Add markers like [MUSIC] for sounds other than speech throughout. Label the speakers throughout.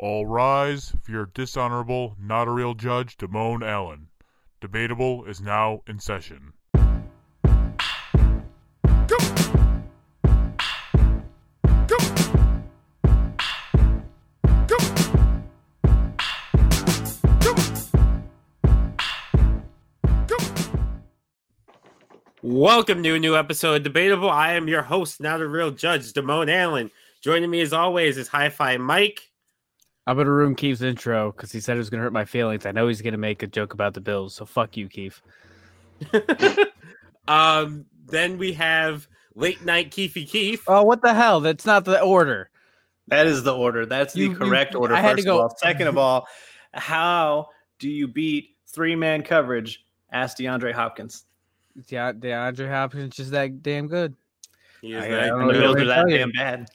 Speaker 1: All rise for your dishonorable, not a real judge, Damone Allen. Debatable is now in session.
Speaker 2: Welcome to a new episode of Debatable. I am your host, not a real judge, Damone Allen. Joining me as always is Hi Fi Mike.
Speaker 3: I'm gonna ruin Keith's intro because he said it was gonna hurt my feelings. I know he's gonna make a joke about the Bills, so fuck you, Keith.
Speaker 2: um, then we have Late Night Keefy Keef.
Speaker 3: Oh, what the hell? That's not the order.
Speaker 4: That is the order. That's the
Speaker 3: You- you-
Speaker 4: correct order.
Speaker 3: I
Speaker 4: First
Speaker 3: had to
Speaker 4: of
Speaker 3: go-
Speaker 4: all, second of all, how do you beat three man coverage? Ask DeAndre Hopkins.
Speaker 3: Yeah, DeAndre Hopkins is that damn good.
Speaker 2: He is
Speaker 4: I-
Speaker 2: that-
Speaker 4: I don't
Speaker 3: good.
Speaker 4: know if those
Speaker 3: Let
Speaker 4: are
Speaker 3: me
Speaker 4: that
Speaker 3: tell you.
Speaker 4: damn bad.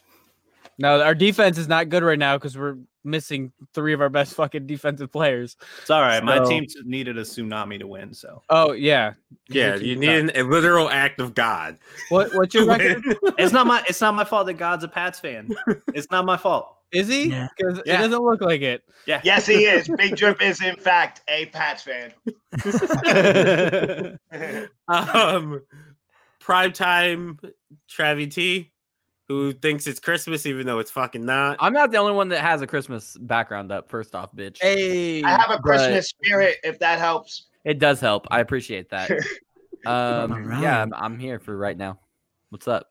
Speaker 3: No, our defense is not good right now because we're missing three of our best fucking defensive players.
Speaker 4: It's all right. My
Speaker 3: So-
Speaker 4: team needed a tsunami to win, so
Speaker 3: Oh yeah,
Speaker 2: yeah, you need an, a literal act of God. [LAUGHS]
Speaker 3: what what's [LAUGHS] your record?
Speaker 4: it's not my it's not my fault that God's a Pats fan. It's not my fault.
Speaker 3: Is he?
Speaker 4: Yeah.
Speaker 3: Because it
Speaker 4: Yeah.
Speaker 3: doesn't look like it.
Speaker 4: Yeah.
Speaker 5: Yes, he is. Big Drip is, in fact, a Pats fan.
Speaker 2: um, primetime Travie T, who thinks it's Christmas even though it's fucking not.
Speaker 6: I'm not the only one that has a Christmas background up. First off, bitch,
Speaker 3: [LAUGHS] Hey,
Speaker 5: I have a
Speaker 6: But-
Speaker 5: Christmas spirit, if that helps.
Speaker 6: it does help. I appreciate that. Um, yeah, I'm, I'm here for right now. What's up?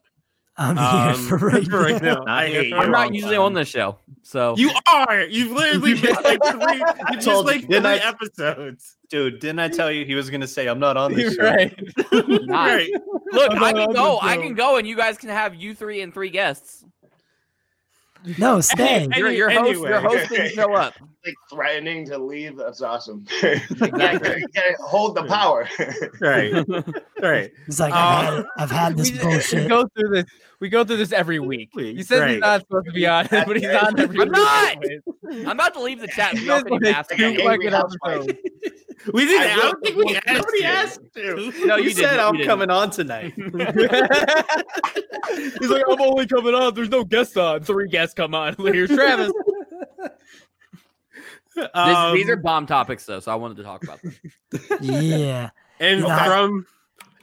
Speaker 7: I'm
Speaker 2: Um,
Speaker 7: here for right,
Speaker 2: [LAUGHS] right
Speaker 7: now.
Speaker 2: now. I
Speaker 4: Not here
Speaker 2: hate you.
Speaker 4: for
Speaker 6: I'm
Speaker 4: You're
Speaker 6: not
Speaker 4: on
Speaker 6: usually
Speaker 4: time.
Speaker 6: on this show, so
Speaker 2: You are. You've
Speaker 4: [LAUGHS]
Speaker 2: literally been like three. You just
Speaker 4: told you,
Speaker 2: like three
Speaker 4: didn't I?
Speaker 2: episodes.
Speaker 4: [LAUGHS] Dude, didn't I tell you he was gonna say I'm not on this show?
Speaker 3: right.
Speaker 6: not.
Speaker 2: Right.
Speaker 6: Look,
Speaker 3: I'm
Speaker 6: I
Speaker 3: not
Speaker 6: can
Speaker 3: on
Speaker 6: go.
Speaker 3: this
Speaker 6: I
Speaker 3: show.
Speaker 6: can go, and you guys can have you three and three guests.
Speaker 7: No, stay.
Speaker 2: Any-
Speaker 6: Your, your host, your
Speaker 2: anyway.
Speaker 6: host didn't show up.
Speaker 5: Like, threatening to leave, that's awesome. [LAUGHS] gotta, gotta hold the power. [LAUGHS]
Speaker 2: Right. Right.
Speaker 7: He's like,
Speaker 2: Oh.
Speaker 7: I've, had, it. I've had
Speaker 3: [LAUGHS]
Speaker 7: this
Speaker 3: we, we
Speaker 7: bullshit.
Speaker 3: go through this. We go through this every week.
Speaker 2: week,
Speaker 3: He says
Speaker 2: right.
Speaker 3: he's not supposed to be on, it, [LAUGHS] but he's on every
Speaker 6: I'm
Speaker 3: week.
Speaker 6: not!
Speaker 3: anyways.
Speaker 6: I'm about to leave the chat.
Speaker 3: He
Speaker 6: Y'all
Speaker 3: says,
Speaker 6: can
Speaker 3: like,
Speaker 6: ask
Speaker 5: like,
Speaker 3: two
Speaker 5: an
Speaker 6: me.
Speaker 3: fucking
Speaker 5: angry housewife.
Speaker 3: episodes.
Speaker 2: We didn't. I,
Speaker 5: I will-
Speaker 2: don't think we asked.
Speaker 5: Nobody
Speaker 2: you.
Speaker 5: asked
Speaker 6: No, you
Speaker 4: you said
Speaker 6: didn't.
Speaker 4: I'm
Speaker 6: You didn't.
Speaker 4: coming on tonight.
Speaker 3: He's like, I'm only coming on. There's no guests on. Three guests come on. Here's Travis.
Speaker 6: This,
Speaker 2: Um,
Speaker 6: these are bomb topics, though, so I wanted to talk about them.
Speaker 7: [LAUGHS] yeah.
Speaker 2: and
Speaker 5: Okay.
Speaker 2: from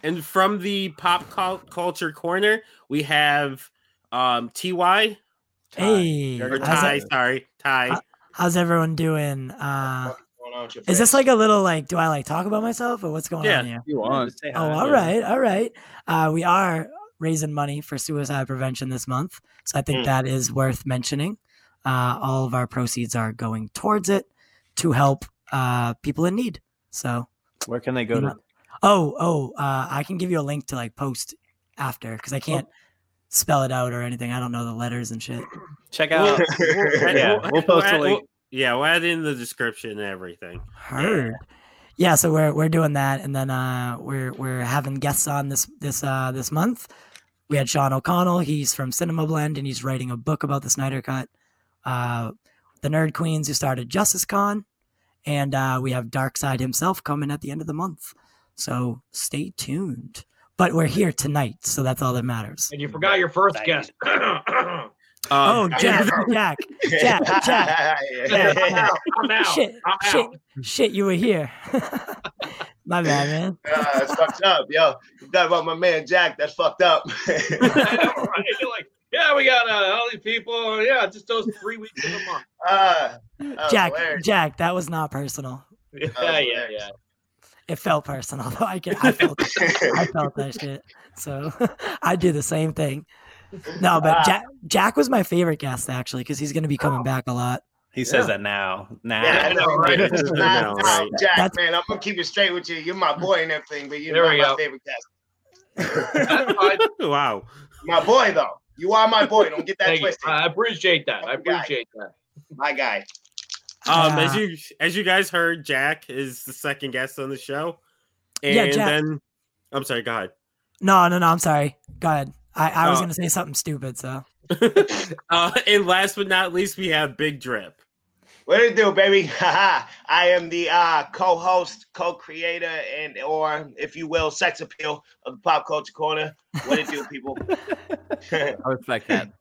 Speaker 2: and from the pop cul- culture corner, we have um Ty
Speaker 7: Hey,
Speaker 2: or
Speaker 7: how's,
Speaker 2: Ty.
Speaker 7: it-
Speaker 2: Sorry, Ty.
Speaker 7: how's everyone doing? Uh,
Speaker 5: What's going on with your
Speaker 7: is
Speaker 5: face?
Speaker 7: this like a little like, do I like talk about myself or what's going
Speaker 2: Yeah.
Speaker 7: on here?
Speaker 3: You
Speaker 4: Say
Speaker 7: Oh,
Speaker 4: hi.
Speaker 7: all right, all right. Uh, we are raising money for suicide prevention this month, so I think
Speaker 5: Mm.
Speaker 7: that is worth mentioning. Uh, all of our proceeds are going towards it to help uh, people in need. So,
Speaker 4: Where can they go
Speaker 7: You
Speaker 4: to?
Speaker 3: Mm-hmm.
Speaker 7: know- oh, oh, uh, I can give you a link to like post after because I
Speaker 4: Oh.
Speaker 7: can't spell it out or anything. I don't know the letters and shit.
Speaker 4: Check [LAUGHS]
Speaker 2: We'll-
Speaker 4: out
Speaker 2: we'll-
Speaker 4: Yeah, we'll post
Speaker 2: add-
Speaker 4: a link.
Speaker 2: we'll- yeah, we'll add in the description and everything.
Speaker 7: Heard. Yeah, so we're we're doing that, and then uh, we're we're having guests on this this uh, this month. We had Sean O'Connell. He's from Cinema Blend, and he's writing a book about the Snyder Cut. Uh, the Nerd Queens who started Justice Con, and uh, we have Darkseid himself coming at the end of the month. So stay tuned. But we're here tonight, so that's all that matters.
Speaker 8: And you forgot your first guest. [CLEARS THROAT]
Speaker 2: [LAUGHS]
Speaker 7: Oh,
Speaker 2: Um,
Speaker 7: Jack, Jack,
Speaker 5: [LAUGHS]
Speaker 7: Jack, Jack.
Speaker 8: I'm out. I'm out. [LAUGHS]
Speaker 7: shit,
Speaker 8: I'm
Speaker 7: shit,
Speaker 8: out.
Speaker 7: shit, you were here. [LAUGHS] My bad, man.
Speaker 5: Uh, that's fucked up, yo. You thought about my man Jack. That's fucked up. [LAUGHS]
Speaker 8: I know, right? You're like, yeah, we got uh, all these people. Yeah, just those three weeks of the
Speaker 5: [LAUGHS]
Speaker 8: month.
Speaker 5: uh, that was
Speaker 7: Jack,
Speaker 5: hilarious.
Speaker 7: Jack, that was not personal.
Speaker 8: Yeah, yeah, yeah.
Speaker 7: It felt personal [LAUGHS] though. I can, I felt, I felt that shit. So [LAUGHS] I do the same thing. No, but Jack, Jack was my favorite guest actually because he's going to be coming back a lot.
Speaker 4: He says that now. Now.
Speaker 5: [LAUGHS] Yeah, I know,
Speaker 7: [LAUGHS]
Speaker 5: right?
Speaker 2: Yeah,
Speaker 5: It's
Speaker 2: I
Speaker 5: not
Speaker 2: know,
Speaker 5: out,
Speaker 2: right?
Speaker 5: Jack,
Speaker 7: That's-
Speaker 5: man, I'm gonna keep it straight with you. You're my boy and everything, but you're
Speaker 8: There
Speaker 5: not
Speaker 8: we
Speaker 5: my
Speaker 8: go.
Speaker 5: favorite guest.
Speaker 8: That's fine.
Speaker 2: [LAUGHS] wow.
Speaker 5: My boy, though. You are my boy. Don't get that
Speaker 8: Thank you.
Speaker 5: twisted.
Speaker 8: I appreciate that. I
Speaker 5: Fucking guy.
Speaker 8: appreciate that.
Speaker 5: my guy.
Speaker 2: Um, as
Speaker 7: Uh,
Speaker 2: you as you guys heard, Jack is the second guest on the show, and
Speaker 7: Yeah, Jack-
Speaker 2: then I'm sorry. Go ahead.
Speaker 7: No, no, no. I'm sorry. Go ahead. I, I was
Speaker 2: Oh.
Speaker 7: going to say something stupid. So
Speaker 2: [LAUGHS] uh, and last but not least, we have Big Drip.
Speaker 5: What it do, baby? [LAUGHS] Haha. I am the uh, co-host, co-creator, and or if you will, sex appeal of
Speaker 2: [LAUGHS]
Speaker 5: the [LAUGHS] pop culture corner. What it do, people?
Speaker 6: I respect that.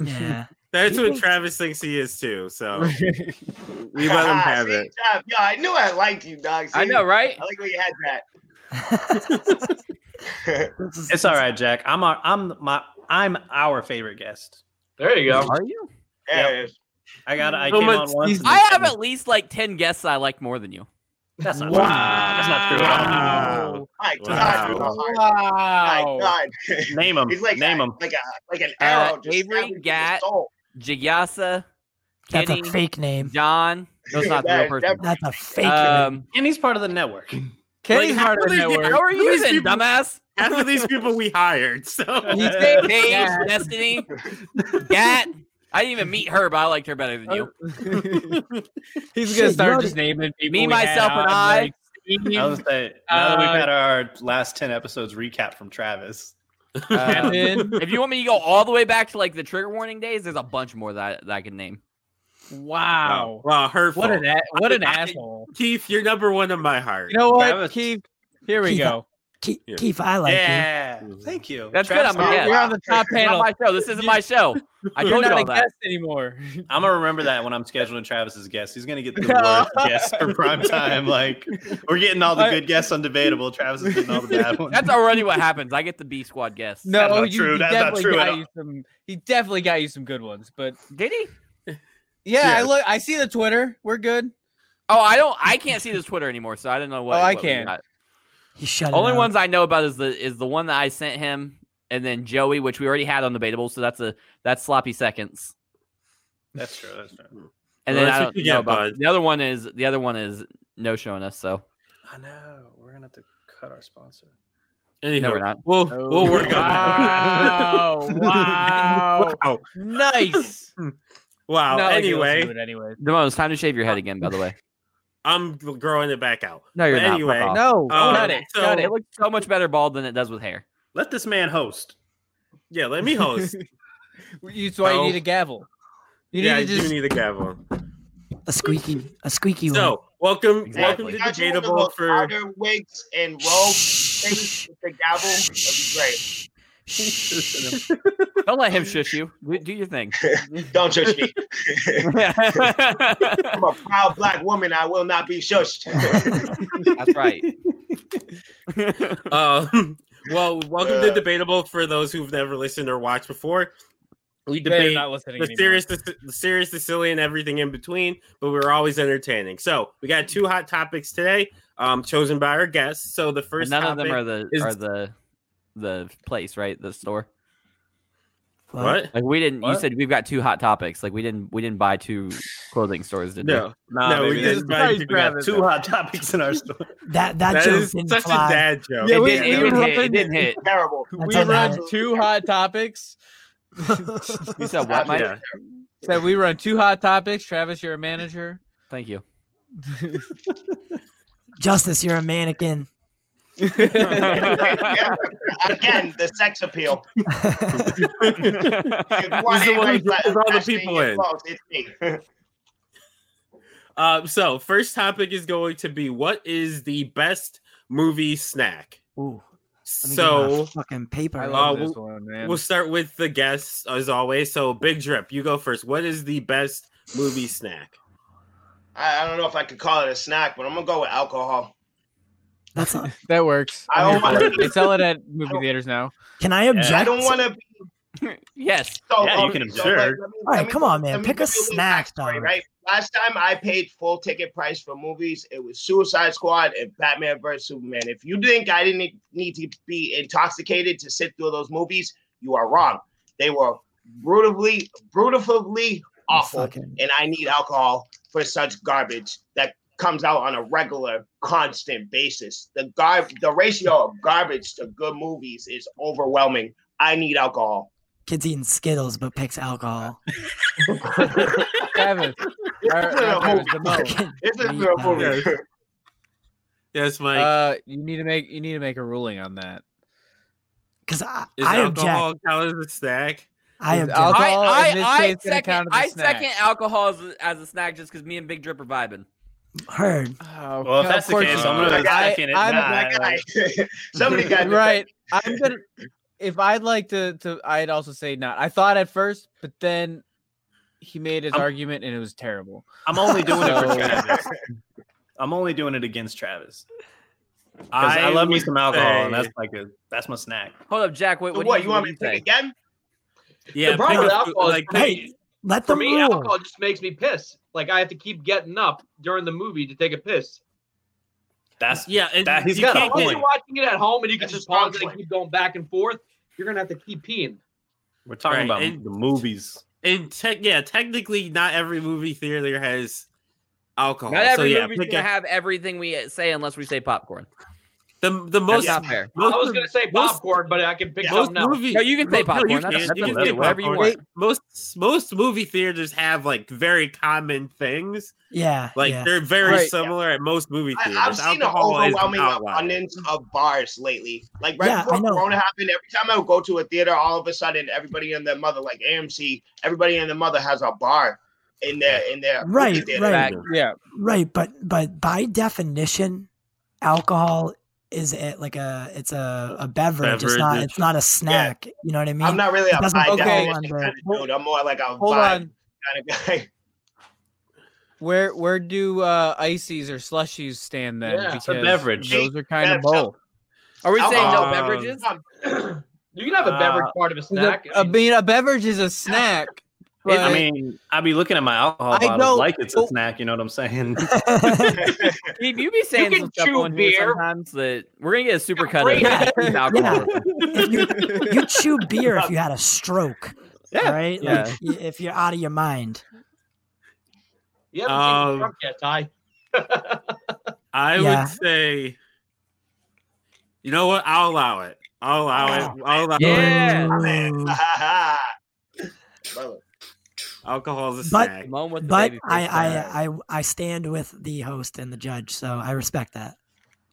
Speaker 7: yeah, [LAUGHS]
Speaker 2: That's what Travis thinks he is too.
Speaker 6: [LAUGHS]
Speaker 2: So we let him
Speaker 5: Ah,
Speaker 2: have
Speaker 5: see,
Speaker 2: it.
Speaker 5: Trav, yo, I knew I liked you, dog.
Speaker 6: I
Speaker 5: See?
Speaker 6: know, right?
Speaker 5: I like where you had that.
Speaker 7: This
Speaker 4: [LAUGHS]
Speaker 7: is-
Speaker 4: It's all right, Jack. I'm our, I'm my I'm our favorite guest.
Speaker 8: There you go.
Speaker 6: Are you?
Speaker 5: Yeah,
Speaker 4: I got I
Speaker 2: So
Speaker 4: came
Speaker 2: much
Speaker 4: on once.
Speaker 2: these-
Speaker 4: and
Speaker 6: I
Speaker 4: they
Speaker 6: have
Speaker 4: said,
Speaker 6: at least like ten guests I like more than you.
Speaker 4: That's not
Speaker 2: Wow.
Speaker 4: true. That's not true. at all.
Speaker 2: Wow.
Speaker 5: My
Speaker 2: Wow.
Speaker 5: God, Lamar. my
Speaker 6: Wow. Uh,
Speaker 5: God. [LAUGHS]
Speaker 4: Name them.
Speaker 5: He's like
Speaker 4: Name
Speaker 5: a,
Speaker 4: them.
Speaker 5: like a like an arrow. just
Speaker 6: Avery,
Speaker 5: stabbing through the
Speaker 6: Gat,
Speaker 5: soul.
Speaker 6: Jigyasa,
Speaker 7: That's a
Speaker 6: Kenny,
Speaker 7: fake name.
Speaker 3: [LAUGHS]
Speaker 6: John. No, it's not the
Speaker 5: That
Speaker 6: real
Speaker 5: is
Speaker 6: person.
Speaker 7: That's a fake name.
Speaker 6: Um,
Speaker 4: And he's part of the network.
Speaker 6: Kenny's
Speaker 2: how
Speaker 6: part of the
Speaker 2: are they-
Speaker 6: network.
Speaker 2: how
Speaker 6: How
Speaker 2: are
Speaker 6: are
Speaker 2: you
Speaker 6: you then,
Speaker 2: people-
Speaker 6: dumbass?
Speaker 2: Half of these people we hired.
Speaker 3: [LAUGHS]
Speaker 2: So
Speaker 6: You say Paige, Destiny, Gat. I didn't even meet her, but I liked her better than you.
Speaker 3: He's
Speaker 7: Shit,
Speaker 3: gonna
Speaker 7: you
Speaker 3: start
Speaker 7: already-
Speaker 3: just naming people. we
Speaker 6: Me, myself,
Speaker 3: had on,
Speaker 6: and I.
Speaker 3: like, Steve,
Speaker 4: I was say, now that we've
Speaker 3: Uh,
Speaker 4: had our last 10 episodes recap from Travis,
Speaker 6: Uh,
Speaker 3: Kevin.
Speaker 6: if you want me to go all the way back to like the trigger warning days, there's a bunch more that I, that I can name.
Speaker 3: Wow.
Speaker 2: wow, hurtful.
Speaker 3: What an a- what an
Speaker 2: I-
Speaker 3: asshole.
Speaker 2: Keith, you're number one in my heart.
Speaker 3: You know what,
Speaker 4: Travis-
Speaker 3: Keith? Here we
Speaker 7: Keith,
Speaker 3: go.
Speaker 7: Ke-
Speaker 2: Yeah.
Speaker 7: Keith, I like you.
Speaker 4: yeah, thank you.
Speaker 6: That's
Speaker 4: Travis,
Speaker 6: good. I'm a guest.
Speaker 3: You're on the top
Speaker 6: It's not
Speaker 3: panel.
Speaker 6: my show. This isn't my show. I
Speaker 3: You're
Speaker 6: told you
Speaker 3: not a
Speaker 6: all that.
Speaker 3: guest anymore. [LAUGHS]
Speaker 4: I'm gonna remember that when I'm scheduling Travis's guest. He's gonna get the worst guests for prime time. Like we're getting all the
Speaker 3: I-
Speaker 4: good guests on debatable. Travis is getting all the bad ones.
Speaker 6: That's already what happens. I get the
Speaker 3: [LAUGHS]
Speaker 6: B squad guests.
Speaker 3: No,
Speaker 4: not
Speaker 3: you,
Speaker 4: true.
Speaker 3: he
Speaker 4: That's not
Speaker 3: definitely
Speaker 4: true at
Speaker 3: got
Speaker 4: all.
Speaker 3: you some. He definitely got you some good ones, but
Speaker 6: Did he?
Speaker 3: yeah, I
Speaker 2: Yes.
Speaker 3: look. I see the Twitter. We're good.
Speaker 6: Oh, I don't. I can't see this Twitter anymore, so I don't know what.
Speaker 3: Oh, I
Speaker 6: what we
Speaker 3: can.
Speaker 6: got.
Speaker 7: He shut it
Speaker 6: Only
Speaker 7: out.
Speaker 6: ones I know about is the is the one that I sent him, and then Joey, which we already had on debatable. So that's a that's sloppy seconds.
Speaker 4: That's true. That's true.
Speaker 6: And
Speaker 2: Well,
Speaker 6: then I
Speaker 2: that's
Speaker 6: don't
Speaker 2: what you
Speaker 6: know
Speaker 2: get,
Speaker 6: about
Speaker 2: bud.
Speaker 6: the other one is the other one is no showing us. So
Speaker 4: I know. We're gonna have to cut our sponsor.
Speaker 2: Anyhow,
Speaker 6: no, we're not.
Speaker 2: we'll we'll work on
Speaker 3: [LAUGHS]
Speaker 2: that.
Speaker 3: wow! wow!
Speaker 2: wow.
Speaker 3: nice.
Speaker 2: [LAUGHS] Wow.
Speaker 3: Not like you listen
Speaker 2: anyway,
Speaker 3: to it anyway.
Speaker 6: Damone, it's time to shave your head again. By the
Speaker 2: [LAUGHS]
Speaker 6: way,
Speaker 2: I'm growing it back out.
Speaker 6: no, you're
Speaker 2: But
Speaker 6: not. Fuck
Speaker 2: anyway,
Speaker 6: off.
Speaker 3: No,
Speaker 2: Um,
Speaker 3: cut it.
Speaker 2: so-
Speaker 3: cut it.
Speaker 6: it looks so much better bald than it does with hair.
Speaker 4: Let this man host.
Speaker 2: Yeah, let me
Speaker 3: [LAUGHS]
Speaker 2: host.
Speaker 3: That's why
Speaker 2: No.
Speaker 4: Oh.
Speaker 3: you need a gavel. You
Speaker 2: yeah,
Speaker 3: need to
Speaker 2: I do
Speaker 3: just
Speaker 2: need a gavel.
Speaker 7: A squeaky, a squeaky
Speaker 2: So, welcome,
Speaker 6: Exactly.
Speaker 2: welcome
Speaker 5: If
Speaker 2: to
Speaker 5: you guys want the
Speaker 2: debatable
Speaker 5: most
Speaker 2: for
Speaker 5: powder wigs and robe things with the gavel. That'd be great.
Speaker 2: [LAUGHS]
Speaker 6: Don't let him shush you. Do- Do your thing.
Speaker 5: Don't shush me.
Speaker 6: That's
Speaker 5: I'm a proud black woman. I will not be [LAUGHS] shushed.
Speaker 6: right.
Speaker 2: Um, [LAUGHS] well, welcome to
Speaker 5: Uh.
Speaker 2: Debatable for those who've never listened or watched before. We
Speaker 3: Better
Speaker 2: debate
Speaker 3: not listening
Speaker 2: the serious, the, serious, the silly, and everything in between, but we're always entertaining. So we got two hot topics today, um, chosen by our guests. So the [LAUGHS] first
Speaker 6: None of
Speaker 2: topic,
Speaker 6: them are the
Speaker 2: is-
Speaker 6: are the the place, right? The store.
Speaker 7: one.
Speaker 2: what?
Speaker 6: Like we didn't. You
Speaker 4: What?
Speaker 6: said we've got two hot topics. Like we didn't. We didn't buy two clothing stores, did
Speaker 2: No,
Speaker 4: Nah,
Speaker 2: No, we
Speaker 4: baby,
Speaker 2: didn't
Speaker 4: that's-
Speaker 2: buy
Speaker 4: we
Speaker 2: you
Speaker 4: got
Speaker 2: Travis.
Speaker 4: two hot topics in our store.
Speaker 7: That that,
Speaker 2: that
Speaker 7: joke
Speaker 2: is
Speaker 7: didn't
Speaker 2: such
Speaker 7: fly.
Speaker 2: a dad joke.
Speaker 6: we?
Speaker 3: Yeah,
Speaker 6: It
Speaker 3: we-
Speaker 6: didn't, it
Speaker 3: we
Speaker 6: didn't
Speaker 3: were
Speaker 6: hit. It
Speaker 3: running- [LAUGHS]
Speaker 6: didn't hit.
Speaker 5: Terrible.
Speaker 3: We
Speaker 7: That's
Speaker 3: run
Speaker 7: all
Speaker 3: two
Speaker 5: [LAUGHS]
Speaker 3: hot [LAUGHS] topics.
Speaker 6: You
Speaker 2: [LAUGHS]
Speaker 6: said what, Mike?
Speaker 2: Yeah.
Speaker 3: Said we run two hot topics. Travis, you're a [LAUGHS] manager.
Speaker 6: Thank you.
Speaker 7: Justice, you're a mannequin.
Speaker 5: Again, the sex appeal.
Speaker 7: [LAUGHS]
Speaker 2: [LAUGHS]
Speaker 5: If you want
Speaker 2: He's the one who
Speaker 5: anybody
Speaker 2: draws all the
Speaker 5: flashing
Speaker 2: people
Speaker 5: your
Speaker 2: in.
Speaker 5: clothes, It's me.
Speaker 2: Uh, so first topic is going to be what is the best movie snack?
Speaker 7: Ooh, let me get my
Speaker 2: So
Speaker 7: fucking paper.
Speaker 3: I
Speaker 7: out.
Speaker 3: love
Speaker 2: Uh,
Speaker 3: this one, man.
Speaker 2: We'll start with the guests as always. So, Big Drip, you go first. What is the best movie snack?
Speaker 5: I, I don't know if I could call it a snack, but I'm gonna go with alcohol.
Speaker 2: [LAUGHS]
Speaker 7: That's not,
Speaker 3: [LAUGHS] that works.
Speaker 5: I
Speaker 3: I'm here
Speaker 5: don't
Speaker 3: for
Speaker 5: wanna-
Speaker 3: it. They sell it at movie
Speaker 5: don't-
Speaker 3: theaters now.
Speaker 7: can I object?
Speaker 5: I don't want to be
Speaker 6: yes.
Speaker 5: so.
Speaker 4: Yeah, you
Speaker 5: hungry,
Speaker 4: can
Speaker 5: so let-
Speaker 4: observe.
Speaker 5: let me-
Speaker 7: All right,
Speaker 5: let me-
Speaker 7: come on, man.
Speaker 5: let me
Speaker 7: Pick a
Speaker 5: give you little
Speaker 7: snack,
Speaker 5: backstory,
Speaker 7: dog.
Speaker 5: Right. Last time I paid full ticket price for movies, it was Suicide Squad and Batman vs Superman. If you think I didn't need- need to be intoxicated to sit through those movies, you are wrong. They were brutally, brutally awful,
Speaker 7: Fucking-
Speaker 5: and I need alcohol for such garbage that comes out on a regular, constant basis. The gar- the ratio of garbage to good movies is overwhelming. I need alcohol.
Speaker 7: Kids eating Skittles, but picks alcohol.
Speaker 3: Travis, or,
Speaker 5: This
Speaker 3: not
Speaker 5: is a
Speaker 3: Travis,
Speaker 5: movie.
Speaker 3: Demo,
Speaker 5: This is a
Speaker 7: Yeah.
Speaker 5: movie.
Speaker 2: Yes, Mike.
Speaker 3: uh, you need to make you need to make a ruling on that.
Speaker 7: Because I,
Speaker 2: is
Speaker 7: I
Speaker 2: alcohol
Speaker 7: object.
Speaker 2: count as a snack?
Speaker 7: I
Speaker 3: Is
Speaker 7: object.
Speaker 3: alcohol-
Speaker 6: I,
Speaker 3: in this
Speaker 6: I, I
Speaker 3: case gonna count as
Speaker 6: second.
Speaker 3: a
Speaker 6: I
Speaker 3: snack.
Speaker 6: second alcohol as, a- as a snack just because me and Big Drip are vibing.
Speaker 7: Heard.
Speaker 3: Oh,
Speaker 4: Well, if that's the case,
Speaker 2: you
Speaker 4: I'm
Speaker 2: do.
Speaker 4: gonna
Speaker 5: I-
Speaker 4: second it.
Speaker 3: I'm
Speaker 4: Nah,
Speaker 5: That guy. [LAUGHS] Somebody got to-
Speaker 3: right. I'm gonna. If I'd like to, to, I'd also say not. I thought at first, but then he made his
Speaker 4: I'm-
Speaker 3: argument and it was terrible.
Speaker 4: [LAUGHS] I'm only doing it for
Speaker 3: So-
Speaker 4: Travis. I'm only doing it against Travis. 'Cause I, love me
Speaker 2: would
Speaker 4: some alcohol, and
Speaker 2: say-
Speaker 4: that's like a that's my snack.
Speaker 6: Hold up, Jack. Wait,
Speaker 5: So
Speaker 6: what?
Speaker 5: what,
Speaker 6: do
Speaker 5: you want me to pick
Speaker 6: think?
Speaker 5: again?
Speaker 2: yeah,
Speaker 8: the problem
Speaker 2: pick
Speaker 8: with
Speaker 2: a food-
Speaker 8: alcohol is
Speaker 2: like,
Speaker 8: for
Speaker 7: Hey,
Speaker 8: me,
Speaker 7: Let
Speaker 8: for
Speaker 7: them
Speaker 8: me
Speaker 7: rule.
Speaker 8: alcohol just makes me piss. Like I have to keep getting up during the movie to take a piss.
Speaker 4: That's
Speaker 2: yeah, and
Speaker 4: That- he's
Speaker 2: you
Speaker 4: got a
Speaker 2: can't
Speaker 8: Unless
Speaker 4: point.
Speaker 8: you're watching it at home and you can
Speaker 5: That's a
Speaker 8: just
Speaker 5: strong
Speaker 8: pause it and
Speaker 5: point.
Speaker 8: keep going back and forth, you're gonna have to keep peeing.
Speaker 4: we're talking
Speaker 2: Right,
Speaker 4: about
Speaker 2: and-
Speaker 4: the movies.
Speaker 2: And tech yeah, technically, not every movie theater has alcohol.
Speaker 6: Not every
Speaker 2: so yeah,
Speaker 6: movie's
Speaker 2: pick
Speaker 6: gonna
Speaker 2: a,
Speaker 6: have everything we say unless we say popcorn.
Speaker 2: the the
Speaker 6: That's
Speaker 2: most.
Speaker 6: not fair.
Speaker 2: most
Speaker 8: I was gonna say
Speaker 2: most-
Speaker 8: popcorn, but I can pick
Speaker 5: Yeah.
Speaker 2: most
Speaker 8: something else.
Speaker 2: movie-
Speaker 6: No, you can say
Speaker 2: mo-
Speaker 6: popcorn.
Speaker 2: you
Speaker 6: That's-
Speaker 2: can,
Speaker 6: that's
Speaker 2: you can
Speaker 6: another
Speaker 2: say
Speaker 6: way, whatever you
Speaker 2: popcorn.
Speaker 6: want.
Speaker 2: Most most movie theaters have like very common things.
Speaker 7: Yeah.
Speaker 2: Like
Speaker 7: yeah.
Speaker 2: they're very
Speaker 3: Right.
Speaker 2: similar at most movie
Speaker 5: I,
Speaker 2: theaters.
Speaker 5: I've seen an
Speaker 2: Alcohol is an
Speaker 5: overwhelming
Speaker 2: outlier.
Speaker 5: abundance of bars lately. Like right
Speaker 7: Yeah, I
Speaker 5: before
Speaker 7: know.
Speaker 5: Corona happened, every time I would go to a theater, all of a sudden everybody and their mother, like AMC, everybody and their mother has a bar in their in their movie
Speaker 7: Right,
Speaker 5: theater.
Speaker 7: right.
Speaker 6: Back.
Speaker 3: Yeah,
Speaker 7: Right, but but by definition, alcohol is it like a it's a, a beverage. It's not
Speaker 2: Beverage.
Speaker 7: it's not a snack. You know what I mean?
Speaker 5: I'm not really a
Speaker 7: It doesn't
Speaker 5: by
Speaker 7: fall
Speaker 5: definition
Speaker 7: under-
Speaker 5: kind of dude. I'm more like a
Speaker 3: hold
Speaker 5: vibe
Speaker 3: on.
Speaker 5: kind of guy. [LAUGHS]
Speaker 3: Where where do uh, ices or slushies stand then?
Speaker 8: Yeah,
Speaker 3: because
Speaker 4: it's a beverage.
Speaker 3: Those are kind of
Speaker 5: That's a-
Speaker 3: both.
Speaker 6: Are we saying no
Speaker 5: Um,
Speaker 6: beverages?
Speaker 5: Um,
Speaker 8: [CLEARS THROAT] you can have a beverage
Speaker 2: Uh,
Speaker 8: part of a snack.
Speaker 3: The- I mean, a beverage is a snack. But
Speaker 4: I mean, I'd be looking at my alcohol
Speaker 3: I
Speaker 4: bottle
Speaker 3: don't-
Speaker 4: like it's a
Speaker 3: don't-
Speaker 4: snack. You know what I'm [LAUGHS] saying?
Speaker 6: Steve, you be saying
Speaker 8: can
Speaker 6: some stuff
Speaker 8: chew
Speaker 6: on here
Speaker 8: beer.
Speaker 6: sometimes that we're gonna get a super
Speaker 8: Yeah,
Speaker 6: cut of
Speaker 8: right.
Speaker 6: that with alcohol.
Speaker 7: If you, you chew beer if you had a stroke.
Speaker 3: Yeah,
Speaker 7: Right? Like,
Speaker 3: yeah.
Speaker 7: y- if you're out of your mind.
Speaker 8: you haven't
Speaker 2: um,
Speaker 8: seen Trump yet, Ty.
Speaker 2: I
Speaker 7: Yeah.
Speaker 2: would say, you know what? I'll allow it. I'll allow it. I'll allow
Speaker 6: Yeah.
Speaker 7: Ooh.
Speaker 5: [LAUGHS] Brother,
Speaker 2: it. Alcohol's a
Speaker 7: But-
Speaker 2: snack.
Speaker 6: Moan with the
Speaker 7: But
Speaker 6: baby face
Speaker 7: I,
Speaker 6: cry.
Speaker 7: I I I stand with the host and the judge, so I respect that.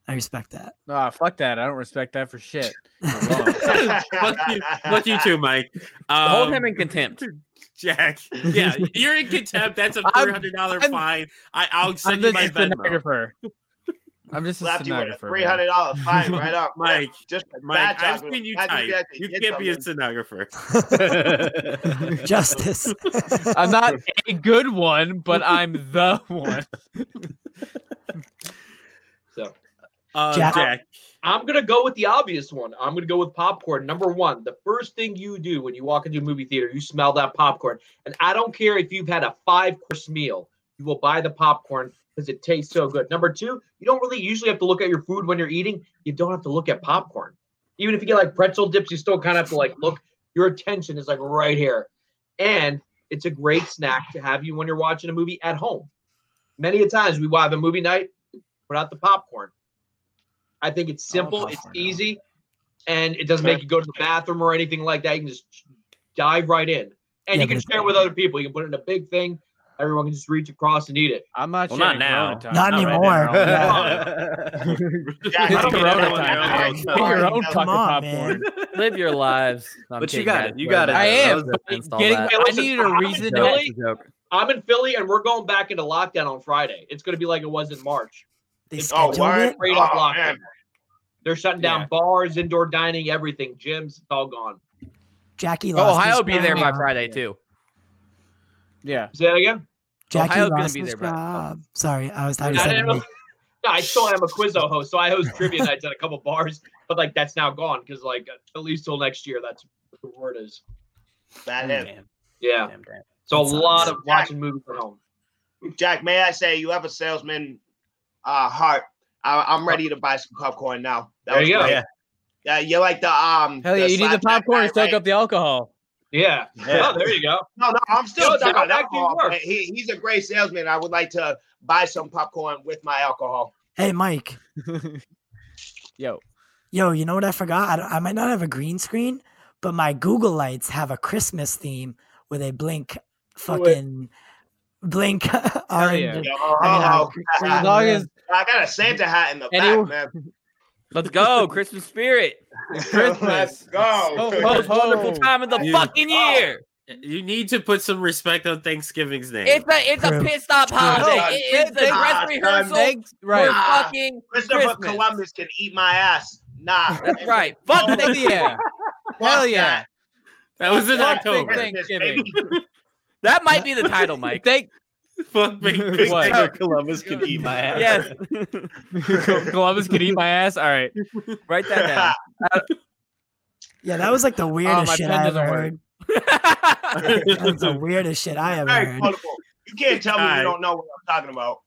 Speaker 7: I respect that.
Speaker 3: nah, Ah, fuck that. I don't respect that for shit.
Speaker 5: [LAUGHS]
Speaker 2: Fuck you, fuck you too, Mike. Um,
Speaker 6: Hold him in contempt.
Speaker 2: Jack. Yeah, you're in contempt. That's a
Speaker 3: [LAUGHS] I'm-
Speaker 2: three hundred dollar
Speaker 3: I'm-
Speaker 2: fine. I, I'll
Speaker 3: I'm
Speaker 2: send you
Speaker 3: just
Speaker 2: my
Speaker 3: a
Speaker 2: Venmo.
Speaker 3: stenographer. I'm just a
Speaker 5: Slapped you with a
Speaker 3: stenographer.
Speaker 5: three
Speaker 3: man.
Speaker 5: hundred
Speaker 2: [LAUGHS]
Speaker 5: dollar fine right off,
Speaker 2: Mike,
Speaker 5: Just for
Speaker 2: Mike,
Speaker 5: bad
Speaker 2: I've
Speaker 5: talking.
Speaker 2: seen you
Speaker 5: Glad
Speaker 2: type.
Speaker 5: guys
Speaker 2: You
Speaker 5: did
Speaker 2: can't be a
Speaker 3: [LAUGHS]
Speaker 5: something.
Speaker 2: stenographer.
Speaker 7: Justice. [LAUGHS]
Speaker 3: I'm not a good one, but I'm the [LAUGHS] one.
Speaker 8: So
Speaker 2: Uh,
Speaker 7: Jack.
Speaker 2: Jack.
Speaker 8: I'm gonna go with the obvious one. I'm gonna go with popcorn. Number one, the first thing you do when you walk into a movie theater, you smell that popcorn. And I don't care if you've had a five course meal, you will buy the popcorn because it tastes so good. Number two, you don't really usually have to look at your food when you're eating. You don't have to look at popcorn. Even if you get like pretzel dips, you still kind of have to like look. Your attention is like right here. And it's a great snack to have you when you're watching a movie at home. Many a times we will have a movie night, put out the popcorn. I think it's simple, it's
Speaker 3: popcorn, yeah.
Speaker 8: easy, and it doesn't make you go to the bathroom or anything like that. You can just dive right in. And
Speaker 7: Yeah,
Speaker 8: you can
Speaker 7: but-
Speaker 8: share with other people. You can put it in a big thing. Everyone can just reach across and eat it.
Speaker 3: I'm not.
Speaker 4: Well, not
Speaker 3: sharing Corona
Speaker 4: now.
Speaker 3: time.
Speaker 7: Not
Speaker 3: right
Speaker 7: anymore.
Speaker 4: Yeah.
Speaker 7: [LAUGHS]
Speaker 5: Yeah,
Speaker 3: It's
Speaker 5: I don't get
Speaker 3: Corona
Speaker 5: that one.
Speaker 4: time.
Speaker 5: Yeah,
Speaker 4: Pick
Speaker 3: Get your
Speaker 5: sorry.
Speaker 3: own
Speaker 5: That
Speaker 3: fucking
Speaker 7: on,
Speaker 3: popcorn.
Speaker 6: Live your [LAUGHS] lives. No, I'm
Speaker 4: But you
Speaker 6: kidding,
Speaker 4: got
Speaker 6: guys.
Speaker 4: it. You
Speaker 6: Whatever.
Speaker 4: got it.
Speaker 3: I
Speaker 6: That
Speaker 3: am,
Speaker 6: was a
Speaker 3: but
Speaker 6: fence, all
Speaker 3: Getting,
Speaker 6: that.
Speaker 8: Hey,
Speaker 3: I
Speaker 8: listen,
Speaker 3: needed a
Speaker 8: I'm in
Speaker 3: reason.
Speaker 6: No,
Speaker 3: To,
Speaker 8: Philly.
Speaker 6: that's a joke.
Speaker 8: I'm in Philly and we're going back into lockdown on Friday. It's going to be like it was in March.
Speaker 7: They
Speaker 8: It's
Speaker 5: Oh,
Speaker 7: scheduled
Speaker 5: word.
Speaker 7: it.
Speaker 8: Straight off
Speaker 5: Oh,
Speaker 8: lockdown.
Speaker 5: man.
Speaker 8: They're shutting down
Speaker 3: Yeah.
Speaker 8: bars, indoor dining, everything, gyms, it's all gone.
Speaker 7: Jackie lost. his
Speaker 6: Oh, Ohio will be there by
Speaker 7: job.
Speaker 6: Friday too.
Speaker 3: yeah,
Speaker 8: Say that again?
Speaker 7: Jackie
Speaker 6: Ohio's gonna
Speaker 7: lost
Speaker 6: be
Speaker 7: his
Speaker 6: there by-
Speaker 7: job. Sorry, I was. I
Speaker 8: I
Speaker 7: was
Speaker 8: didn't
Speaker 7: having
Speaker 8: know.
Speaker 7: me.
Speaker 8: No, I still am a Quizzo host, so I host trivia nights at a couple bars, but like that's now gone because like at least till next year, that's what the word is.
Speaker 4: [LAUGHS]
Speaker 5: Not him.
Speaker 4: Damn,
Speaker 8: Yeah.
Speaker 4: damn, damn.
Speaker 8: So a
Speaker 7: That
Speaker 8: lot
Speaker 5: sucks.
Speaker 8: of watching movies at home.
Speaker 5: Jack, may I say you have a salesman uh, heart. I, I'm ready to buy some popcorn now. That
Speaker 8: There
Speaker 5: was
Speaker 8: you go.
Speaker 5: great.
Speaker 4: Yeah.
Speaker 5: Yeah, you're like the um.
Speaker 3: hell yeah! You need the
Speaker 5: slapjack guy,
Speaker 3: popcorn to soak
Speaker 5: right?
Speaker 3: up the alcohol.
Speaker 8: Yeah.
Speaker 4: Yeah.
Speaker 8: Oh, there you go.
Speaker 5: No, no, I'm still
Speaker 8: No,
Speaker 5: no,
Speaker 8: that
Speaker 5: on
Speaker 8: actually
Speaker 5: alcohol.
Speaker 8: works.
Speaker 5: but He, he's a great salesman. I would like to buy some popcorn with my alcohol.
Speaker 7: Hey, Mike.
Speaker 3: [LAUGHS] Yo,
Speaker 7: Yo, you know what I forgot? I, don't- I might not have a green screen, but my Google lights have a Christmas theme where they blink, fucking blink [LAUGHS] orange.
Speaker 3: yeah.
Speaker 5: Yo,
Speaker 7: I mean,
Speaker 5: oh,
Speaker 7: I-
Speaker 3: as long as
Speaker 5: [LAUGHS] I got a Santa hat in the
Speaker 3: Anyone-
Speaker 5: back, man.
Speaker 6: [LAUGHS] Let's [LAUGHS] go, Christmas spirit.
Speaker 5: Let's
Speaker 3: Christmas.
Speaker 5: go.
Speaker 3: Oh,
Speaker 6: Most wonderful
Speaker 3: Oh.
Speaker 6: time of the
Speaker 2: Yeah.
Speaker 6: fucking year.
Speaker 2: You need to put some respect on Thanksgiving's name.
Speaker 6: It's a it's a
Speaker 7: True.
Speaker 6: pit stop
Speaker 7: True.
Speaker 5: No,
Speaker 6: holiday. It is the
Speaker 3: thank-
Speaker 6: dress
Speaker 5: thank-
Speaker 6: rehearsal
Speaker 3: thanks.
Speaker 6: for
Speaker 3: Right.
Speaker 5: Ah.
Speaker 6: fucking.
Speaker 5: Christopher
Speaker 6: Christmas.
Speaker 5: Columbus can eat my ass. Nah,
Speaker 6: That's right.
Speaker 5: Fuck
Speaker 6: Fuck
Speaker 3: Hell
Speaker 6: Thanksgiving.
Speaker 3: yeah!
Speaker 5: that.
Speaker 3: Hell yeah!
Speaker 2: that was in
Speaker 3: Fuck
Speaker 2: October.
Speaker 5: Christmas,
Speaker 3: Thanksgiving.
Speaker 5: baby.
Speaker 6: That might be the title, Mike. Thank
Speaker 2: [LAUGHS] Fuck me.
Speaker 3: [LAUGHS] What?
Speaker 4: Christopher Columbus could eat my
Speaker 3: [LAUGHS]
Speaker 4: ass.
Speaker 6: yes.
Speaker 3: Columbus could eat my ass. All right.
Speaker 6: Write [LAUGHS] that
Speaker 7: Yeah, that was like the weirdest
Speaker 3: Oh, my
Speaker 7: shit
Speaker 3: pen
Speaker 7: I ever
Speaker 3: doesn't work.
Speaker 7: heard.
Speaker 6: down.
Speaker 7: That
Speaker 3: [LAUGHS]
Speaker 7: was the weirdest shit I ever
Speaker 5: Very
Speaker 7: heard.
Speaker 5: quotable. You can't tell me
Speaker 2: Alright.
Speaker 5: you don't know what I'm talking about.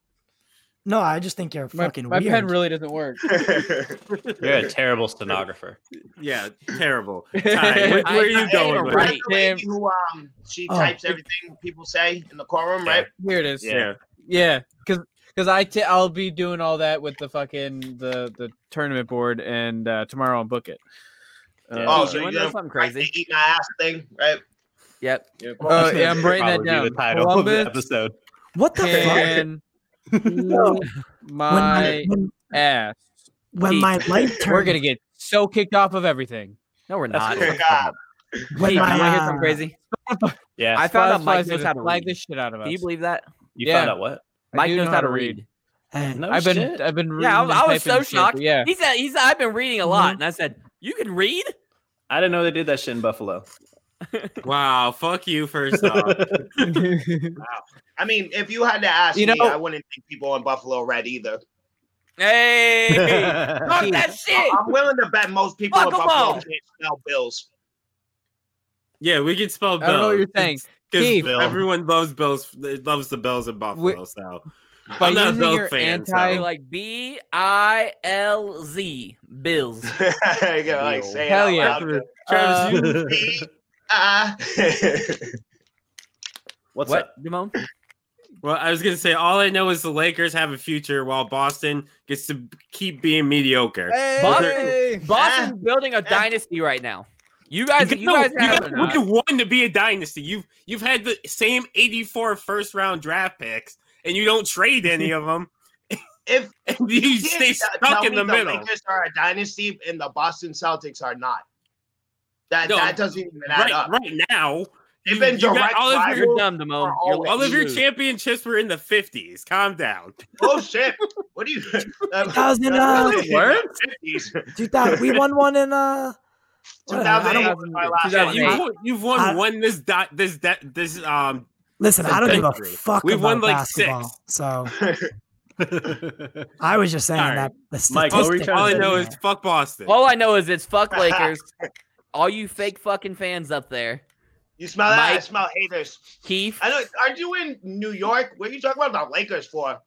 Speaker 7: No, I just think you're
Speaker 3: My,
Speaker 7: fucking
Speaker 3: my
Speaker 7: weird.
Speaker 3: pen really doesn't work.
Speaker 4: You're a terrible stenographer.
Speaker 2: [LAUGHS] yeah,
Speaker 3: [LAUGHS]
Speaker 2: terrible. Ty, where,
Speaker 6: I-
Speaker 2: where are you
Speaker 6: I-
Speaker 2: going
Speaker 6: I'm
Speaker 2: with
Speaker 6: right.
Speaker 2: it?
Speaker 5: That's the lady who um she
Speaker 7: Oh.
Speaker 5: types everything people say in the courtroom, right?
Speaker 3: Here it is.
Speaker 2: Yeah.
Speaker 3: Yeah, because because I t- I'll be doing all that with the fucking the the tournament board and uh, tomorrow I'll book it. Uh,
Speaker 4: Yeah.
Speaker 5: Oh,
Speaker 6: You
Speaker 5: so
Speaker 6: wanna
Speaker 5: you
Speaker 6: know
Speaker 5: know
Speaker 6: something
Speaker 5: Like,
Speaker 6: crazy?
Speaker 5: the eat my ass thing, right?
Speaker 6: Yep.
Speaker 3: uh, yeah, I'm writing that
Speaker 4: Probably be
Speaker 3: down.
Speaker 4: the title of
Speaker 3: Columbus
Speaker 4: the episode.
Speaker 7: What the fuck?
Speaker 3: can eat
Speaker 7: When my,
Speaker 3: my
Speaker 7: when,
Speaker 3: ass.
Speaker 7: when
Speaker 6: teeth.
Speaker 7: my
Speaker 3: [LAUGHS]
Speaker 7: light
Speaker 3: We're
Speaker 7: turned,
Speaker 3: gonna get so kicked off of everything.
Speaker 6: No, we're not.
Speaker 5: Oh, God.
Speaker 7: when
Speaker 6: Pete,
Speaker 7: my,
Speaker 6: you want to hear
Speaker 7: uh,
Speaker 6: something crazy?
Speaker 4: Yeah.
Speaker 6: I found out
Speaker 3: Spotify's
Speaker 6: Mike knows
Speaker 3: gonna
Speaker 6: how to
Speaker 3: flag
Speaker 6: read.
Speaker 3: the shit out of us.
Speaker 6: Can you believe that?
Speaker 4: you
Speaker 3: yeah.
Speaker 4: found out what?
Speaker 3: I
Speaker 6: Mike
Speaker 3: do
Speaker 6: knows
Speaker 3: know
Speaker 6: how to read.
Speaker 3: [LAUGHS]
Speaker 7: hey,
Speaker 4: No
Speaker 3: I've been
Speaker 4: shit.
Speaker 3: I've been reading
Speaker 6: Yeah, I was,
Speaker 3: and
Speaker 6: I was
Speaker 3: typing
Speaker 6: so
Speaker 3: shit,
Speaker 6: shocked.
Speaker 3: but
Speaker 6: [LAUGHS]
Speaker 3: Yeah,
Speaker 6: He said, he said, I've been reading a lot. And I said, You can read?
Speaker 4: I didn't know they did that shit
Speaker 3: [LAUGHS]
Speaker 4: in Buffalo.
Speaker 2: Wow, fuck you first off.
Speaker 5: [LAUGHS] I mean, if you had to ask
Speaker 3: You
Speaker 5: me,
Speaker 3: know-
Speaker 5: I wouldn't think people in Buffalo read either.
Speaker 6: [LAUGHS] Hey.
Speaker 4: [LAUGHS]
Speaker 6: Fuck [LAUGHS] that shit.
Speaker 5: I'm willing to bet most people
Speaker 6: Fuck
Speaker 5: in
Speaker 6: 'em
Speaker 5: Buffalo
Speaker 6: all.
Speaker 5: can't smell bills. [LAUGHS]
Speaker 2: Yeah, we can spell Bill.
Speaker 3: I don't know what you're saying. Keith.
Speaker 2: Because everyone loves Bills. Loves the Bills in Buffalo.
Speaker 3: Wi-
Speaker 2: So
Speaker 3: By
Speaker 2: I'm not a
Speaker 3: using
Speaker 2: Bills
Speaker 3: your
Speaker 2: fan, so-
Speaker 6: Probably
Speaker 3: anti
Speaker 6: like B I L Z Bills.
Speaker 5: you gotta, like, say it
Speaker 3: Hell
Speaker 5: out
Speaker 3: yeah.
Speaker 5: loud.
Speaker 3: uh,
Speaker 2: Travis, you
Speaker 5: Ah.
Speaker 4: What's
Speaker 6: [LAUGHS] what,
Speaker 4: up?
Speaker 6: Damone?
Speaker 2: Well, I was gonna say all I know is the Lakers have a future while Boston gets to keep being mediocre.
Speaker 6: Boston, Boston's
Speaker 5: Ah.
Speaker 6: building a dynasty right now. You guys, you
Speaker 2: no,
Speaker 6: guys
Speaker 2: you
Speaker 6: have
Speaker 2: gotta look at one to be a dynasty. You've you've had the same 84 first round draft picks, and you don't trade any of them. [LAUGHS]
Speaker 5: If
Speaker 2: And [LAUGHS] you
Speaker 5: can't
Speaker 2: stay
Speaker 5: t-
Speaker 2: stuck
Speaker 5: tell
Speaker 2: in
Speaker 5: me
Speaker 2: the middle.
Speaker 5: Lakers are a dynasty and the Boston Celtics are not. That
Speaker 2: No.
Speaker 5: that doesn't even add
Speaker 2: Right,
Speaker 5: up.
Speaker 2: right now,
Speaker 5: They've
Speaker 2: you-
Speaker 5: been
Speaker 2: you got
Speaker 5: direct
Speaker 2: all of your-
Speaker 6: you're
Speaker 5: rivals
Speaker 6: dumb, Damone. [LAUGHS]
Speaker 5: are
Speaker 6: You're,
Speaker 5: always-
Speaker 2: all of your
Speaker 6: you.
Speaker 2: championships were in the 50s. Calm down.
Speaker 5: Oh shit! What do you? [LAUGHS]
Speaker 2: [LAUGHS]
Speaker 5: Um,
Speaker 7: 2000, uh, dude, that- we won one in uh,
Speaker 5: Two
Speaker 7: what,
Speaker 5: thousand
Speaker 7: I
Speaker 5: eight
Speaker 7: don't,
Speaker 5: was my last
Speaker 6: Yeah,
Speaker 5: one.
Speaker 2: you,
Speaker 6: right.
Speaker 2: won- you've won
Speaker 7: I-
Speaker 2: one this dot this that this um
Speaker 7: listen, I don't give a
Speaker 2: Century.
Speaker 7: fuck
Speaker 2: We've won,
Speaker 7: about
Speaker 2: like,
Speaker 7: basketball.
Speaker 2: six.
Speaker 7: So
Speaker 4: [LAUGHS]
Speaker 7: I was just saying
Speaker 2: Sorry.
Speaker 7: that the
Speaker 4: Mike, what were you
Speaker 7: statistics
Speaker 2: all
Speaker 4: trying
Speaker 2: I
Speaker 4: to
Speaker 7: in
Speaker 2: know
Speaker 7: there.
Speaker 2: is fuck Boston.
Speaker 6: All I know is it's fuck [LAUGHS] Lakers. All you fake fucking fans up there.
Speaker 5: You smell that? I
Speaker 6: Mike-
Speaker 5: smell haters.
Speaker 6: Keith,
Speaker 5: I know. Aren't you in New York? What are you talking about the Lakers for?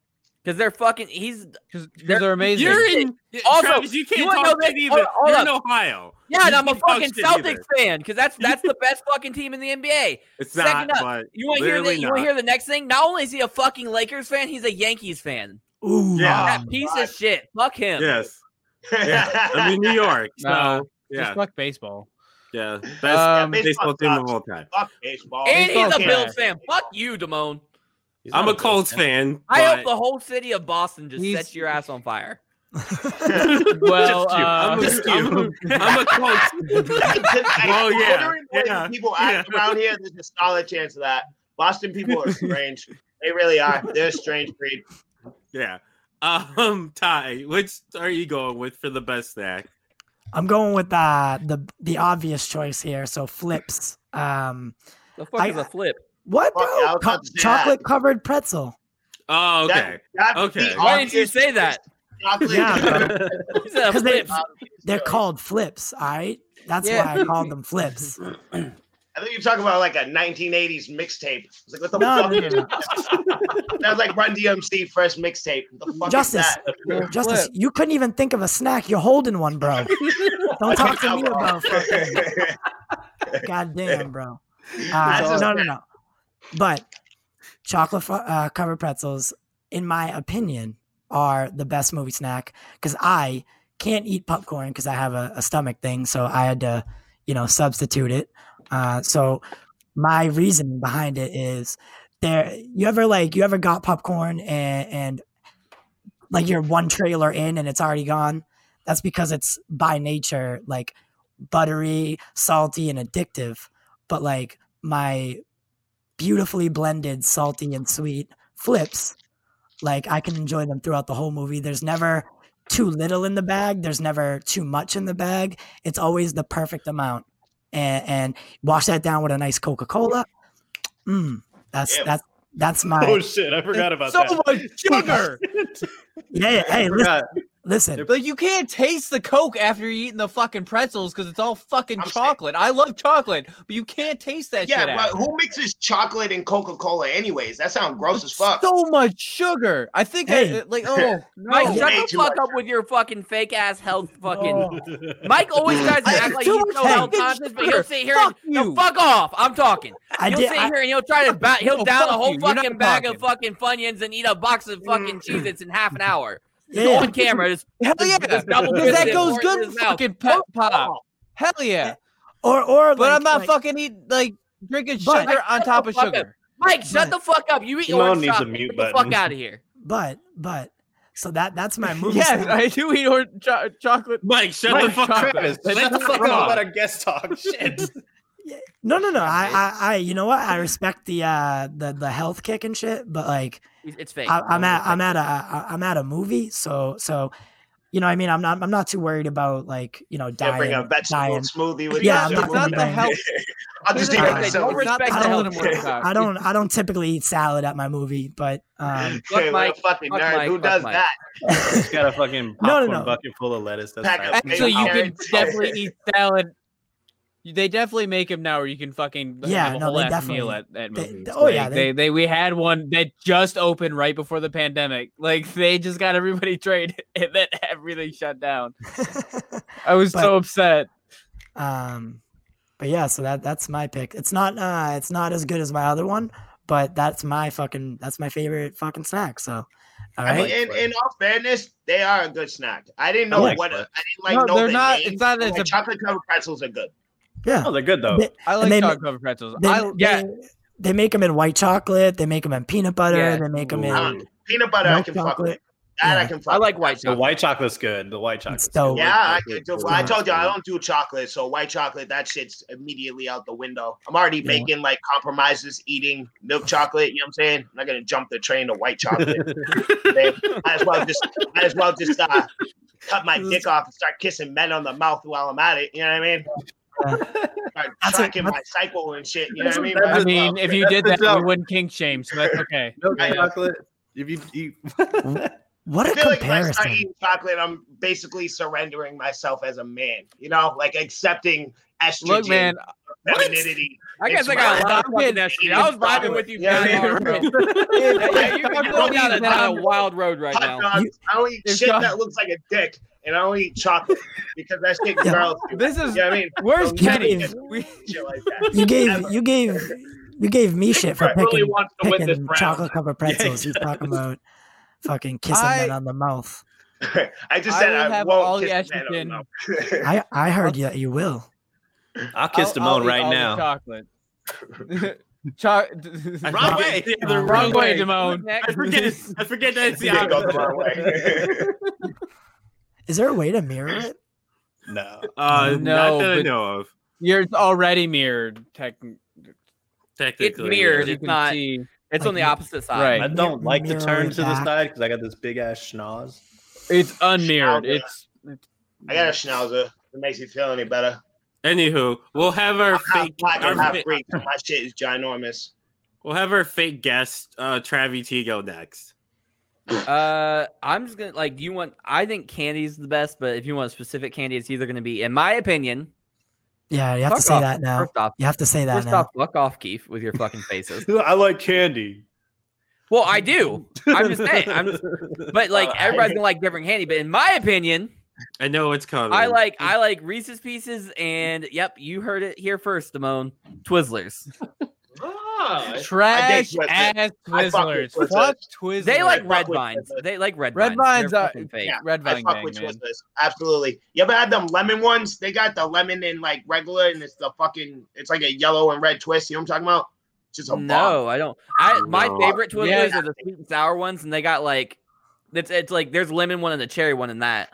Speaker 6: because they're fucking. He's
Speaker 3: because
Speaker 6: They're-
Speaker 3: they're amazing.
Speaker 2: You're in
Speaker 6: Also,
Speaker 2: Travis, you can't
Speaker 6: you wanna
Speaker 2: talk
Speaker 6: know
Speaker 2: shit
Speaker 6: this-
Speaker 2: either.
Speaker 6: hold- hold
Speaker 2: You're
Speaker 6: up.
Speaker 2: in Ohio.
Speaker 6: yeah, and
Speaker 2: You
Speaker 6: I'm a
Speaker 2: can't talk
Speaker 6: fucking
Speaker 2: shit
Speaker 6: Celtics
Speaker 2: either.
Speaker 6: fan because that's that's the best fucking team in the NBA.
Speaker 2: It's
Speaker 6: Second
Speaker 2: not,
Speaker 6: up,
Speaker 2: but
Speaker 6: You want to hear the,
Speaker 2: Literally
Speaker 6: you want to
Speaker 2: not.
Speaker 6: hear the next thing? Not only is he a fucking Lakers fan, he's a Yankees fan.
Speaker 7: Ooh,
Speaker 5: Yeah.
Speaker 6: that piece
Speaker 5: God.
Speaker 6: of shit. Fuck him.
Speaker 2: yes. Yeah. I
Speaker 5: [LAUGHS]
Speaker 2: mean New York.
Speaker 6: [LAUGHS]
Speaker 2: So
Speaker 3: Nah,
Speaker 2: yeah,
Speaker 3: Just fuck baseball.
Speaker 6: Uh,
Speaker 2: yeah. Best
Speaker 3: Um,
Speaker 5: baseball
Speaker 2: baseball team of
Speaker 5: sucks.
Speaker 2: all time.
Speaker 5: Fuck baseball.
Speaker 6: And he's a
Speaker 3: Okay.
Speaker 6: Bills fan. Fuck you, Damone.
Speaker 2: I'm a Colts fan.
Speaker 6: I hope [LAUGHS]
Speaker 2: but- [LAUGHS]
Speaker 6: the whole city of Boston just
Speaker 3: He's-
Speaker 6: sets your ass on fire.
Speaker 3: Well, uh,
Speaker 4: Just you.
Speaker 2: I'm, a, I'm, a,
Speaker 6: [LAUGHS]
Speaker 2: I'm a Colts. Oh,
Speaker 5: Well,
Speaker 2: yeah, yeah,
Speaker 5: People act
Speaker 2: yeah.
Speaker 5: around here. There's a solid chance of that. Boston people are strange. they really are. They're a strange breed.
Speaker 2: yeah. Um, Ty, which are you going with for the best snack?
Speaker 7: I'm going with uh, the the obvious choice here. So flips. Um,
Speaker 6: The fuck
Speaker 7: I-
Speaker 6: is a flip?
Speaker 7: what
Speaker 5: Fuck, yeah, I
Speaker 7: bro?
Speaker 5: was
Speaker 7: Co-
Speaker 5: about to say that.
Speaker 7: chocolate covered pretzel.
Speaker 2: Oh, okay.
Speaker 5: That- that's the
Speaker 2: Okay.
Speaker 6: Why didn't you
Speaker 5: obvious
Speaker 6: say that?
Speaker 5: chocolate- [LAUGHS]
Speaker 7: Yeah,
Speaker 6: You said a
Speaker 7: 'Cause they-
Speaker 6: flip.
Speaker 7: They're called flips. All right, that's
Speaker 3: Yeah.
Speaker 7: why I called them flips.
Speaker 5: I think you're talking about like a 1980s mixtape. It's like what the
Speaker 7: No,
Speaker 5: fuck?
Speaker 7: no, no, no.
Speaker 5: That was like Run DMC first mixtape. The fuck
Speaker 7: Justice.
Speaker 5: is
Speaker 7: [LAUGHS]
Speaker 5: that?
Speaker 7: Justice, you couldn't even think of a snack. You're holding one, bro. Don't talk
Speaker 5: [LAUGHS]
Speaker 7: to me about fucking goddamn, bro.
Speaker 5: [LAUGHS] That's
Speaker 7: Uh,
Speaker 5: a
Speaker 7: no, no, no. But chocolate fu- uh, covered pretzels, in my opinion, are the best movie snack because I can't eat popcorn because I have a, a stomach thing, so I had to, you know, substitute it. Uh, so my reason behind it is there. You ever like you ever got popcorn and and like you're one trailer in and it's already gone. That's because it's by nature like buttery, salty, and addictive. But like my beautifully blended salty and sweet flips, like I can enjoy them throughout the whole movie. There's never too little in the bag. There's never too much in the bag. It's always the perfect amount. And, and wash that down with a nice Coca Cola. Mm, That's
Speaker 5: Yeah.
Speaker 7: that's
Speaker 3: [LAUGHS]
Speaker 7: that's my
Speaker 4: Oh shit! I forgot about
Speaker 3: so
Speaker 4: that.
Speaker 3: much
Speaker 6: [LAUGHS]
Speaker 3: sugar.
Speaker 7: yeah. yeah, Hey, listen,
Speaker 4: Forgot.
Speaker 7: listen.
Speaker 3: like you can't taste the Coke after you're eating the fucking pretzels because it's all fucking
Speaker 5: I'm saying-
Speaker 3: chocolate. I love chocolate, but you can't taste that
Speaker 5: Yeah,
Speaker 3: shit.
Speaker 5: but
Speaker 3: after.
Speaker 5: who mixes chocolate and Coca Cola, anyways? That sounds gross as fuck.
Speaker 3: So much sugar. I think I-
Speaker 7: Hey.
Speaker 3: like
Speaker 6: [LAUGHS]
Speaker 3: oh
Speaker 6: Mike,
Speaker 3: no.
Speaker 5: Yeah.
Speaker 6: shut
Speaker 5: Way
Speaker 6: the
Speaker 5: too
Speaker 6: fuck
Speaker 5: much.
Speaker 6: up with your fucking fake ass health fucking.
Speaker 7: Oh.
Speaker 6: Mike always tries to
Speaker 7: I
Speaker 6: act
Speaker 7: have
Speaker 6: like
Speaker 7: too
Speaker 6: he's so
Speaker 7: much
Speaker 6: health
Speaker 7: fucking
Speaker 6: conscious, but
Speaker 3: sugar.
Speaker 6: he'll sit here
Speaker 3: Fuck
Speaker 6: and no,
Speaker 3: you.
Speaker 6: fuck off. I'm talking.
Speaker 7: I
Speaker 6: he'll
Speaker 7: did.
Speaker 6: sit
Speaker 7: I,
Speaker 6: here and he'll try to bat. He'll
Speaker 3: No,
Speaker 6: down a
Speaker 3: fuck
Speaker 6: whole
Speaker 3: you. You're not
Speaker 6: fucking bag of
Speaker 3: talking.
Speaker 6: fucking Funyuns and eat a box of fucking Cheez-Its in half an hour.
Speaker 7: yeah,
Speaker 6: It's
Speaker 7: yeah.
Speaker 6: On camera,
Speaker 7: [LAUGHS]
Speaker 6: just
Speaker 3: Hell yeah.
Speaker 6: just double
Speaker 3: Because
Speaker 6: fisted
Speaker 3: that goes
Speaker 6: fork in
Speaker 3: good
Speaker 6: his
Speaker 3: with
Speaker 6: mouth.
Speaker 3: fucking pep pop. Hell yeah.
Speaker 7: or or.
Speaker 3: But I'm
Speaker 7: like-
Speaker 3: not
Speaker 7: like-
Speaker 3: fucking eating like drinking
Speaker 7: But-
Speaker 3: sugar on
Speaker 6: Shut
Speaker 3: top
Speaker 6: the
Speaker 3: of
Speaker 6: fuck up.
Speaker 3: sugar.
Speaker 6: Mike, shut
Speaker 7: Mike.
Speaker 6: the fuck up. You eat
Speaker 4: Simone
Speaker 6: orange
Speaker 4: needs a
Speaker 6: chocolate.
Speaker 4: mute
Speaker 6: Get the
Speaker 4: button.
Speaker 6: fuck out of here.
Speaker 7: But but so that
Speaker 3: [LAUGHS]
Speaker 7: that's my movie.
Speaker 3: Yeah,
Speaker 7: [LAUGHS] stuff.
Speaker 3: I do eat orange cho- chocolate.
Speaker 2: Mike, shut
Speaker 3: Mike,
Speaker 2: the fuck
Speaker 3: shut
Speaker 2: up.
Speaker 4: Travis,
Speaker 3: That's
Speaker 4: shut the
Speaker 3: not
Speaker 4: fuck up
Speaker 3: wrong.
Speaker 4: about our guest [LAUGHS] talk. Shit.
Speaker 7: no no no. I, I I you know what? I respect the uh the the health kick and shit, but like
Speaker 6: It's it's fake.
Speaker 7: I, I'm at I'm at a I- I'm at a movie, so so you know what I mean I'm not I'm not too worried about like you know
Speaker 5: Yeah,
Speaker 7: dying.
Speaker 5: bring a vegetable
Speaker 7: dying.
Speaker 5: smoothie with
Speaker 7: Yeah,
Speaker 5: you.
Speaker 7: I'm
Speaker 3: it's not the
Speaker 7: moving [LAUGHS]
Speaker 3: health.
Speaker 5: I'll just eat
Speaker 7: Here's
Speaker 5: it
Speaker 7: the thing,
Speaker 5: myself.
Speaker 6: don't respect
Speaker 7: I
Speaker 6: the
Speaker 7: don't-
Speaker 6: health.
Speaker 7: I don't I don't typically eat salad at my movie, but
Speaker 5: [LAUGHS]
Speaker 7: um, [LAUGHS]
Speaker 6: Fuck
Speaker 5: Hey, what
Speaker 6: Mike,
Speaker 5: a fucking
Speaker 6: fuck
Speaker 5: nerd.
Speaker 6: Mike,
Speaker 5: Who
Speaker 6: fuck
Speaker 5: does
Speaker 6: Mike.
Speaker 5: that?
Speaker 4: He's got a fucking
Speaker 7: No, no,
Speaker 4: popcorn
Speaker 7: no.
Speaker 4: bucket full of lettuce. That's
Speaker 5: Pack
Speaker 4: fine.
Speaker 5: up.
Speaker 3: Actually, you
Speaker 5: Maybe
Speaker 3: can
Speaker 5: carrots.
Speaker 3: definitely eat salad. They definitely make them now, where you can fucking uh,
Speaker 7: Yeah,
Speaker 3: have a
Speaker 7: no,
Speaker 3: whole
Speaker 7: they
Speaker 3: ass meal at,
Speaker 7: definitely-
Speaker 3: at
Speaker 7: they-
Speaker 3: movies.
Speaker 7: oh, yeah,
Speaker 3: Like,
Speaker 7: they-
Speaker 3: they, they we had one that just opened right before the pandemic. Like they just got everybody [LAUGHS] traded, and then everything shut down. I was
Speaker 7: But-
Speaker 3: so upset.
Speaker 7: um, but yeah, so that that's my pick. It's not uh, it's not as good as my other one, but that's my fucking that's my favorite fucking snack. So all
Speaker 5: I
Speaker 7: right,
Speaker 5: mean, in, in all fairness, they are a good snack. I didn't
Speaker 4: I
Speaker 5: know
Speaker 4: like
Speaker 5: what
Speaker 4: fudge.
Speaker 5: I didn't like.
Speaker 3: No,
Speaker 5: know
Speaker 3: they're
Speaker 5: the
Speaker 3: not-
Speaker 5: name,
Speaker 3: it's not-
Speaker 5: but,
Speaker 3: it's
Speaker 5: like,
Speaker 3: a-
Speaker 5: chocolate covered pretzels are good.
Speaker 7: yeah.
Speaker 4: Oh, they're good though.
Speaker 7: They-
Speaker 3: I
Speaker 7: they
Speaker 3: like
Speaker 7: ma-
Speaker 3: chocolate covered pretzels.
Speaker 7: They,
Speaker 3: I yeah.
Speaker 7: They, they make them in white chocolate. They make them in peanut butter.
Speaker 3: Yeah.
Speaker 7: They make them
Speaker 4: Ooh.
Speaker 7: in
Speaker 5: I don't- Peanut butter, I
Speaker 7: milk
Speaker 5: can fuck with.
Speaker 7: chocolate.
Speaker 5: That I
Speaker 7: Yeah.
Speaker 5: can fuck.
Speaker 6: I like
Speaker 5: with.
Speaker 6: white
Speaker 4: The
Speaker 6: chocolate.
Speaker 4: white chocolate's good. The white chocolate's
Speaker 7: dope.
Speaker 4: good.
Speaker 5: Yeah, I, could do- I
Speaker 7: good.
Speaker 5: told you I don't do chocolate, so white chocolate that shit's immediately out the window. I'm already
Speaker 7: Yeah.
Speaker 5: making like compromises, eating milk chocolate. You know what I'm saying? I'm not gonna jump the train to white
Speaker 7: [LAUGHS]
Speaker 5: chocolate. Okay? might as well just, might as well just uh, cut my dick off and start kissing men on the mouth while I'm at it. You know what I mean?
Speaker 7: Yeah.
Speaker 5: Start
Speaker 7: That's a-
Speaker 5: tracking my cycle and shit. You know what I mean?
Speaker 4: That's
Speaker 3: I
Speaker 4: a-
Speaker 3: mean, if you
Speaker 4: that's
Speaker 3: did
Speaker 4: the
Speaker 3: that, we
Speaker 4: joke.
Speaker 3: wouldn't king shame, so that's
Speaker 6: [LAUGHS]
Speaker 3: okay.
Speaker 4: Milk
Speaker 5: Yeah.
Speaker 4: chocolate. If you eat
Speaker 7: What a
Speaker 5: I feel like when I
Speaker 7: comparison!
Speaker 5: start eating chocolate, I'm basically surrendering myself as a man. You know, like accepting estrogen,
Speaker 3: Look, man,
Speaker 5: femininity.
Speaker 6: I guess
Speaker 5: It's
Speaker 6: I got a
Speaker 5: my-
Speaker 6: lot of fucking
Speaker 3: Fucking-
Speaker 6: that shit. I was vibing with you.
Speaker 5: Yeah,
Speaker 6: guys,
Speaker 3: [LAUGHS]
Speaker 5: yeah,
Speaker 6: [LAUGHS] bro. Yeah,
Speaker 3: if
Speaker 6: you're
Speaker 3: chocolate
Speaker 6: going down a,
Speaker 3: is
Speaker 6: down
Speaker 3: on-
Speaker 6: a wild road right
Speaker 5: Hot
Speaker 6: now.
Speaker 5: dogs.
Speaker 7: You-
Speaker 5: I don't eat
Speaker 3: If
Speaker 5: shit
Speaker 3: cho-
Speaker 5: that looks like a dick, and I don't eat chocolate because that shit
Speaker 7: Yeah.
Speaker 5: girls. do.
Speaker 3: This is
Speaker 5: You know what I mean?
Speaker 3: where's
Speaker 5: You
Speaker 3: Kenny?
Speaker 5: gave-
Speaker 3: We-
Speaker 5: Shit like that.
Speaker 7: You gave
Speaker 5: Ever.
Speaker 7: you gave you gave me shit for
Speaker 5: Brett
Speaker 7: picking
Speaker 8: really wants to win this
Speaker 7: picking
Speaker 8: round.
Speaker 7: chocolate covered pretzels. He's talking about fucking kissing
Speaker 3: I-
Speaker 7: men on
Speaker 5: [LAUGHS]
Speaker 7: the mouth.
Speaker 5: [LAUGHS] I just
Speaker 3: I
Speaker 5: said
Speaker 3: will
Speaker 5: I,
Speaker 3: have all
Speaker 5: won't
Speaker 3: the
Speaker 5: kiss men on the
Speaker 3: estrogen.
Speaker 5: mouth.
Speaker 7: I I heard you. You will.
Speaker 4: I'll kiss
Speaker 3: I'll- I'll
Speaker 4: Damone
Speaker 3: eat
Speaker 4: right
Speaker 3: all the
Speaker 4: now.
Speaker 6: [LAUGHS]
Speaker 3: chocolate. Cho- [LAUGHS]
Speaker 2: Wrong
Speaker 7: forget-
Speaker 2: way.
Speaker 7: the
Speaker 2: The
Speaker 7: wrong
Speaker 2: wrong way,
Speaker 3: Damone.
Speaker 2: I forget. I forget that it's the
Speaker 5: You didn't go the
Speaker 2: opposite.
Speaker 5: wrong way. [LAUGHS]
Speaker 7: Is there a way to mirror it?
Speaker 4: No.
Speaker 2: Uh,
Speaker 3: No,
Speaker 2: not that I
Speaker 3: but-
Speaker 2: know of.
Speaker 3: You're already mirrored. Tech-
Speaker 6: It's
Speaker 2: Technically,
Speaker 6: mirrored.
Speaker 3: you
Speaker 6: It's
Speaker 3: can
Speaker 6: not.
Speaker 3: see.
Speaker 6: It's on the opposite side.
Speaker 3: Right.
Speaker 4: I don't like to
Speaker 7: Mirror
Speaker 4: turn
Speaker 7: it
Speaker 4: to the
Speaker 7: back.
Speaker 4: side because I got this big ass schnoz.
Speaker 3: It's unmirrored.
Speaker 5: Schnauzer.
Speaker 3: It's. it's-
Speaker 5: I got a schnauzer. If It makes you feel any better.
Speaker 2: Anywho, we'll have our
Speaker 5: Half
Speaker 2: fake.
Speaker 5: black and
Speaker 2: our
Speaker 5: half
Speaker 2: fa-
Speaker 5: green. so My shit is ginormous.
Speaker 2: we'll have our fake guest, uh, Travi T, go next.
Speaker 6: Uh, I'm just gonna like you want. I think candy's the best, but if you want a specific candy, it's either gonna be, in my opinion,
Speaker 7: Yeah, you have to
Speaker 6: Fuck
Speaker 7: say
Speaker 6: off.
Speaker 7: that now.
Speaker 6: first off,
Speaker 7: You have to say that
Speaker 6: first
Speaker 7: now.
Speaker 6: off, fuck off, Keith, with your fucking faces.
Speaker 4: [LAUGHS] I like candy.
Speaker 6: well, I do, I'm just saying, I'm
Speaker 4: [LAUGHS]
Speaker 6: just- but like
Speaker 5: Uh, I-
Speaker 6: everybody's gonna like different candy. But in my opinion,
Speaker 2: [LAUGHS] I know it's coming.
Speaker 6: I like I like Reese's Pieces, and yep, you heard it here first, Damone. Twizzlers.
Speaker 8: Ah,
Speaker 3: Trash
Speaker 5: Twizzlers.
Speaker 3: ass
Speaker 5: I fuck with
Speaker 3: Twizzlers. Fuck Twizzlers.
Speaker 6: They like
Speaker 5: fuck
Speaker 6: red
Speaker 5: with
Speaker 6: vines.
Speaker 5: Twizzlers.
Speaker 6: They like red
Speaker 3: Red
Speaker 6: vines.
Speaker 3: vines
Speaker 6: They're
Speaker 3: are-
Speaker 6: fucking fake.
Speaker 5: Yeah.
Speaker 3: red
Speaker 5: I
Speaker 3: vine
Speaker 5: fuck
Speaker 3: bang,
Speaker 5: with
Speaker 3: man.
Speaker 5: Twizzlers. Absolutely. You ever had them lemon ones? They got the lemon and like regular, and it's the fucking, it's like a yellow and red twist. You know what I'm talking about? Just a bomb.
Speaker 6: No, I don't. I my
Speaker 2: No.
Speaker 6: favorite Twizzlers
Speaker 3: Yeah.
Speaker 6: are the sweet and sour ones, and they got like it's it's like there's lemon one and the cherry one in that.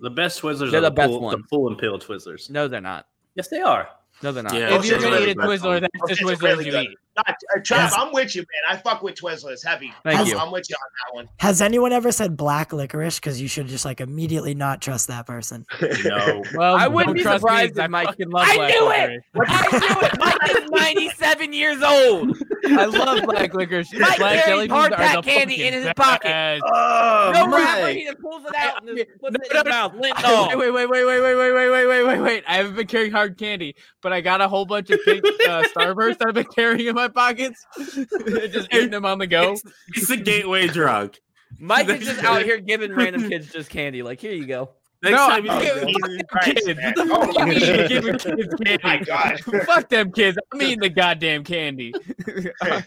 Speaker 4: The best Twizzlers
Speaker 6: They're
Speaker 4: are
Speaker 6: the
Speaker 4: the,
Speaker 6: best
Speaker 4: pull, the
Speaker 6: ones.
Speaker 4: pull and peel Twizzlers.
Speaker 6: No, they're not.
Speaker 4: Yes, they are.
Speaker 6: No, they're not.
Speaker 2: Yeah.
Speaker 3: If you're
Speaker 2: Twizzlers
Speaker 3: gonna
Speaker 2: are
Speaker 3: eat
Speaker 2: the
Speaker 3: a
Speaker 2: best ones.
Speaker 3: Twizzler, that's the
Speaker 5: Twizzlers are
Speaker 3: Twizzlers
Speaker 5: really
Speaker 3: you
Speaker 5: good.
Speaker 3: eat.
Speaker 5: Not, uh, Trav,
Speaker 7: Yes.
Speaker 5: I'm with you, man. I fuck with Twizzlers heavy.
Speaker 6: Thank
Speaker 5: I'm,
Speaker 6: you.
Speaker 5: I'm with you on
Speaker 7: Has anyone ever said black licorice? Because you should just like immediately not trust that person.
Speaker 4: No. [LAUGHS]
Speaker 3: Well,
Speaker 6: I
Speaker 3: don't
Speaker 6: wouldn't be
Speaker 3: trust me,
Speaker 6: surprised
Speaker 3: 'cause I
Speaker 6: if Mike-
Speaker 3: fucking love
Speaker 6: I
Speaker 3: black
Speaker 6: knew it!
Speaker 3: licorice.
Speaker 6: I knew it. Mike is 97 years old.
Speaker 3: I love black [LAUGHS] licorice. black
Speaker 6: Mike carries
Speaker 3: jelly beans
Speaker 6: hard
Speaker 3: are
Speaker 6: pack
Speaker 3: the
Speaker 6: candy in
Speaker 3: fucking
Speaker 6: his pocket.
Speaker 3: best. [LAUGHS]
Speaker 4: Oh,
Speaker 6: No rapper,
Speaker 4: Mike.
Speaker 6: he just pulls it out and
Speaker 3: Yeah,
Speaker 6: just puts
Speaker 3: no,
Speaker 6: it in his
Speaker 3: no,
Speaker 6: mouth.
Speaker 3: Wait,
Speaker 6: Lindol.
Speaker 3: wait, wait, wait, wait, wait, wait, wait, wait, wait, wait, wait. I haven't been carrying hard candy, but I got a whole bunch of pink [LAUGHS] uh, Starburst that I've been carrying in my pockets. [LAUGHS] Just eating them on the go.
Speaker 2: It's the
Speaker 3: [LAUGHS]
Speaker 2: gateway drug.
Speaker 6: Mike is just out here giving random kids just candy. Like, here you go.
Speaker 2: [LAUGHS] Next
Speaker 3: No,
Speaker 2: time you
Speaker 3: I-
Speaker 2: see
Speaker 5: that
Speaker 2: a
Speaker 5: one.
Speaker 2: gateway
Speaker 5: Jesus
Speaker 2: drug-
Speaker 5: Christ, man.
Speaker 3: What do you mean
Speaker 5: Oh,
Speaker 3: you're giving kids [LAUGHS] candy?
Speaker 5: [LAUGHS] my God.
Speaker 3: Fuck them kids. I'm eating the goddamn candy.
Speaker 5: man,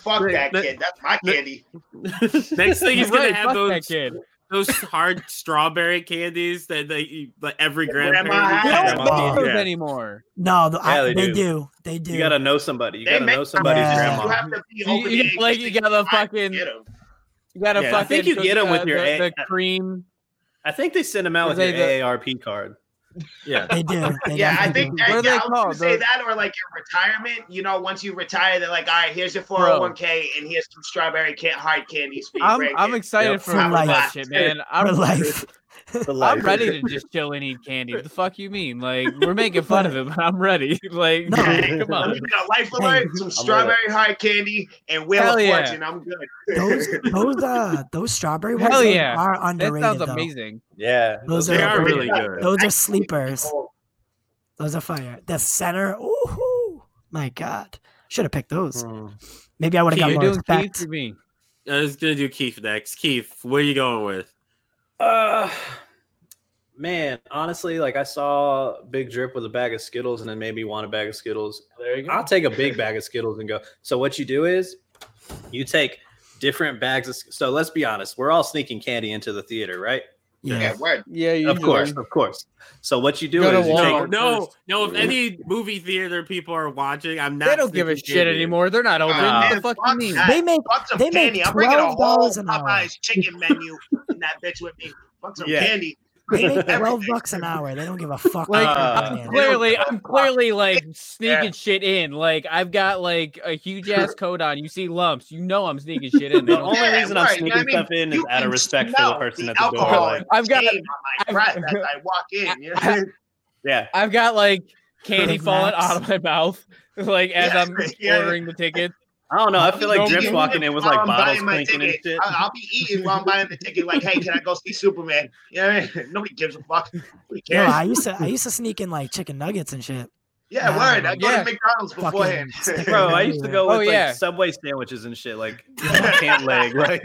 Speaker 5: fuck that
Speaker 2: the-
Speaker 5: kid. That's my candy.
Speaker 2: Next thing he's
Speaker 3: You're
Speaker 2: gonna
Speaker 3: right,
Speaker 2: have
Speaker 3: fuck
Speaker 2: those
Speaker 3: that kid.
Speaker 2: those hard strawberry candies that they eat, like every
Speaker 5: Grandma
Speaker 2: grandparent.
Speaker 5: had
Speaker 3: We
Speaker 5: Yeah,
Speaker 3: don't
Speaker 5: them.
Speaker 3: get those
Speaker 2: yeah.
Speaker 3: anymore.
Speaker 7: No, the, I,
Speaker 4: Yeah,
Speaker 7: they,
Speaker 4: they
Speaker 7: do.
Speaker 4: do.
Speaker 7: They do.
Speaker 4: You gotta know somebody. You
Speaker 5: They
Speaker 4: gotta
Speaker 5: make
Speaker 4: know somebody's
Speaker 7: Yeah.
Speaker 5: You
Speaker 4: grandma.
Speaker 5: have to be
Speaker 3: You-
Speaker 5: over
Speaker 3: you-
Speaker 5: the age
Speaker 3: like, you
Speaker 5: 65
Speaker 3: gotta
Speaker 5: to
Speaker 3: fucking-
Speaker 5: get 'em.
Speaker 3: You gotta
Speaker 4: Yeah, I
Speaker 3: fucking.
Speaker 4: think you get 'em
Speaker 3: uh,
Speaker 4: with your
Speaker 3: the,
Speaker 4: egg.
Speaker 3: the cream.
Speaker 4: I think they send them out
Speaker 3: Was
Speaker 4: with
Speaker 3: they
Speaker 4: your
Speaker 3: the-
Speaker 4: AARP card.
Speaker 2: Yeah.
Speaker 7: They do. They
Speaker 5: Yeah, I
Speaker 7: definitely
Speaker 5: think
Speaker 7: do.
Speaker 5: I,
Speaker 3: What are they
Speaker 5: yeah, I was gonna
Speaker 3: called?
Speaker 5: say
Speaker 3: The-
Speaker 5: that or like your retirement. You know, once you retire, they're like, all right, here's your 401k and here's some strawberry can- hard candies for your
Speaker 3: I'm
Speaker 5: grandkids.
Speaker 3: I'm excited
Speaker 4: Yep.
Speaker 3: for,
Speaker 7: For
Speaker 3: that
Speaker 5: life.
Speaker 3: shit, man.
Speaker 7: for
Speaker 3: I'm [LAUGHS]
Speaker 7: life.
Speaker 3: I'm ready to just chill and eat candy. What the fuck you mean? Like we're making fun
Speaker 4: [LAUGHS]
Speaker 3: of him, [LAUGHS] but I'm ready. Like
Speaker 5: [LAUGHS]
Speaker 7: No.
Speaker 3: come
Speaker 5: I'm
Speaker 3: on.
Speaker 5: gonna get a life
Speaker 7: [LAUGHS]
Speaker 5: alert, some strawberry hard candy, and Wheel
Speaker 3: Hell
Speaker 5: of
Speaker 3: yeah.
Speaker 5: Fortune. I'm good. [LAUGHS]
Speaker 7: Those those uh those strawberry ones
Speaker 3: Hell
Speaker 7: those
Speaker 3: yeah.
Speaker 7: are
Speaker 3: That
Speaker 7: underrated.
Speaker 3: sounds
Speaker 7: though.
Speaker 3: amazing.
Speaker 4: Yeah.
Speaker 7: Those
Speaker 2: They
Speaker 7: are
Speaker 2: are
Speaker 7: great.
Speaker 2: really good.
Speaker 7: Those are sleepers. Those are fire. The center. Ooh, my God. Should have picked those.
Speaker 4: Hmm.
Speaker 7: Maybe I would have
Speaker 3: Keith,
Speaker 7: got
Speaker 3: you're
Speaker 7: more
Speaker 3: doing Keith
Speaker 7: respect.
Speaker 3: for me.
Speaker 2: I was Uh, gonna do Keith next. Keith, where are you going with?
Speaker 4: Uh, man, honestly, like I saw Big Drip with a bag of Skittles and then maybe want a bag of Skittles.
Speaker 8: There you go.
Speaker 4: I'll take a big bag of Skittles and go. So what you do is you take different bags of so let's be honest, we're all sneaking candy into the theater, right?
Speaker 5: Yeah,
Speaker 7: Yeah.
Speaker 5: word.
Speaker 3: Yeah, you
Speaker 4: Of course, of course. So what you do
Speaker 3: Go to
Speaker 4: is you
Speaker 3: Walmart.
Speaker 4: take,
Speaker 2: No, no, no. If any movie theater people are watching, I'm not.
Speaker 3: They don't give a
Speaker 2: sneaking
Speaker 3: shit
Speaker 2: candy.
Speaker 3: anymore. They're not open.
Speaker 5: Nah.
Speaker 3: what the Uh, fuck you
Speaker 5: Fuck
Speaker 3: mean?
Speaker 5: that.
Speaker 7: They make
Speaker 5: Fuck some
Speaker 7: They make
Speaker 5: candy. I'm bringing a whole
Speaker 7: $12 an hour.
Speaker 5: Popeye's chicken menu in that bitch with me. Fuck some
Speaker 4: Yeah.
Speaker 5: candy.
Speaker 4: [LAUGHS]
Speaker 7: they make
Speaker 5: Everything.
Speaker 7: twelve bucks an hour. They don't give a fuck.
Speaker 3: Like,
Speaker 7: about
Speaker 4: Uh,
Speaker 7: that, man.
Speaker 3: Clearly, I'm clearly like sneaking shit in. Like I've got like a huge ass coat on. You see lumps. You know I'm sneaking shit in. They
Speaker 4: the
Speaker 3: don't-
Speaker 4: only
Speaker 5: Yeah,
Speaker 4: reason I'm
Speaker 5: right, you
Speaker 4: sneaking
Speaker 5: know what I mean?
Speaker 4: stuff in is
Speaker 5: You
Speaker 4: out
Speaker 5: can
Speaker 4: of respect for the
Speaker 5: smell
Speaker 4: person at the door.
Speaker 5: alcohol
Speaker 4: Like,
Speaker 5: and
Speaker 3: I've got-
Speaker 5: shame on my breath [LAUGHS] as I walk in. You know?
Speaker 3: I've-
Speaker 4: yeah.
Speaker 3: I've got like candy
Speaker 7: Big
Speaker 3: falling
Speaker 7: Macs.
Speaker 3: out of my mouth, [LAUGHS] like as
Speaker 5: Yeah,
Speaker 3: I'm
Speaker 5: yeah.
Speaker 3: ordering the tickets.
Speaker 4: I don't know. I feel
Speaker 3: No,
Speaker 4: like
Speaker 5: you
Speaker 4: Drip's
Speaker 5: can
Speaker 4: walking
Speaker 5: eat
Speaker 4: in with
Speaker 5: while
Speaker 4: like
Speaker 5: I'm
Speaker 4: bottles
Speaker 5: buying my
Speaker 4: clinking and
Speaker 5: ticket.
Speaker 4: shit.
Speaker 5: I- I'll be eating while I'm buying the ticket. Like, hey, can I go see Superman? [LAUGHS] You know what I mean? Nobody gives a
Speaker 4: [LAUGHS]
Speaker 5: fuck. Nobody
Speaker 7: No,
Speaker 5: cares.
Speaker 7: I used to I used to sneak in like chicken nuggets
Speaker 4: [LAUGHS]
Speaker 7: and shit. [LAUGHS]
Speaker 5: yeah, word. I go
Speaker 3: Yeah.
Speaker 5: to McDonald's
Speaker 7: Fucking
Speaker 5: beforehand. [LAUGHS]
Speaker 7: stick
Speaker 4: Bro, I used to go
Speaker 3: Oh,
Speaker 4: with
Speaker 3: yeah.
Speaker 4: like Subway sandwiches and shit, like pant leg, [LAUGHS] like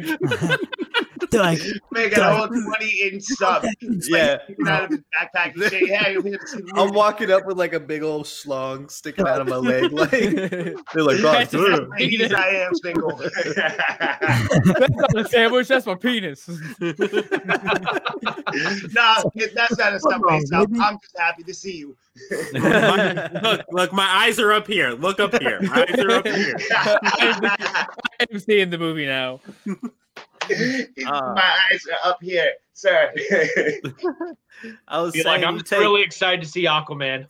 Speaker 7: They're like,
Speaker 5: Make it a whole 20
Speaker 4: [LAUGHS]
Speaker 5: inch sub.
Speaker 4: Um, yeah.
Speaker 5: Get out of his backpack and say, hey, we have to see the
Speaker 4: I'm
Speaker 5: movie.
Speaker 4: walking up with like a big old schlong sticking out of my
Speaker 3: [LAUGHS]
Speaker 4: leg, like [LAUGHS] they're like, [LAUGHS]
Speaker 3: That's
Speaker 4: "Oh, dude."
Speaker 5: [LAUGHS] Hey, yes, I
Speaker 4: [LAUGHS]
Speaker 5: am single. [LAUGHS]
Speaker 3: That's not a sandwich. That's my penis. [LAUGHS]
Speaker 5: nah, that's not a subway
Speaker 7: on,
Speaker 5: sub.
Speaker 7: baby.
Speaker 5: I'm just happy to
Speaker 4: [LAUGHS]
Speaker 5: see you. [LAUGHS]
Speaker 2: My- look, look, my eyes are up here. Look up here. My eyes are up here.
Speaker 3: I'm seeing the movie now.
Speaker 4: Uh.
Speaker 5: My eyes are up here, sir. [LAUGHS]
Speaker 4: I was
Speaker 8: Be
Speaker 4: saying,
Speaker 8: like, I'm
Speaker 4: you
Speaker 8: just
Speaker 4: take-
Speaker 8: really excited to see Aquaman.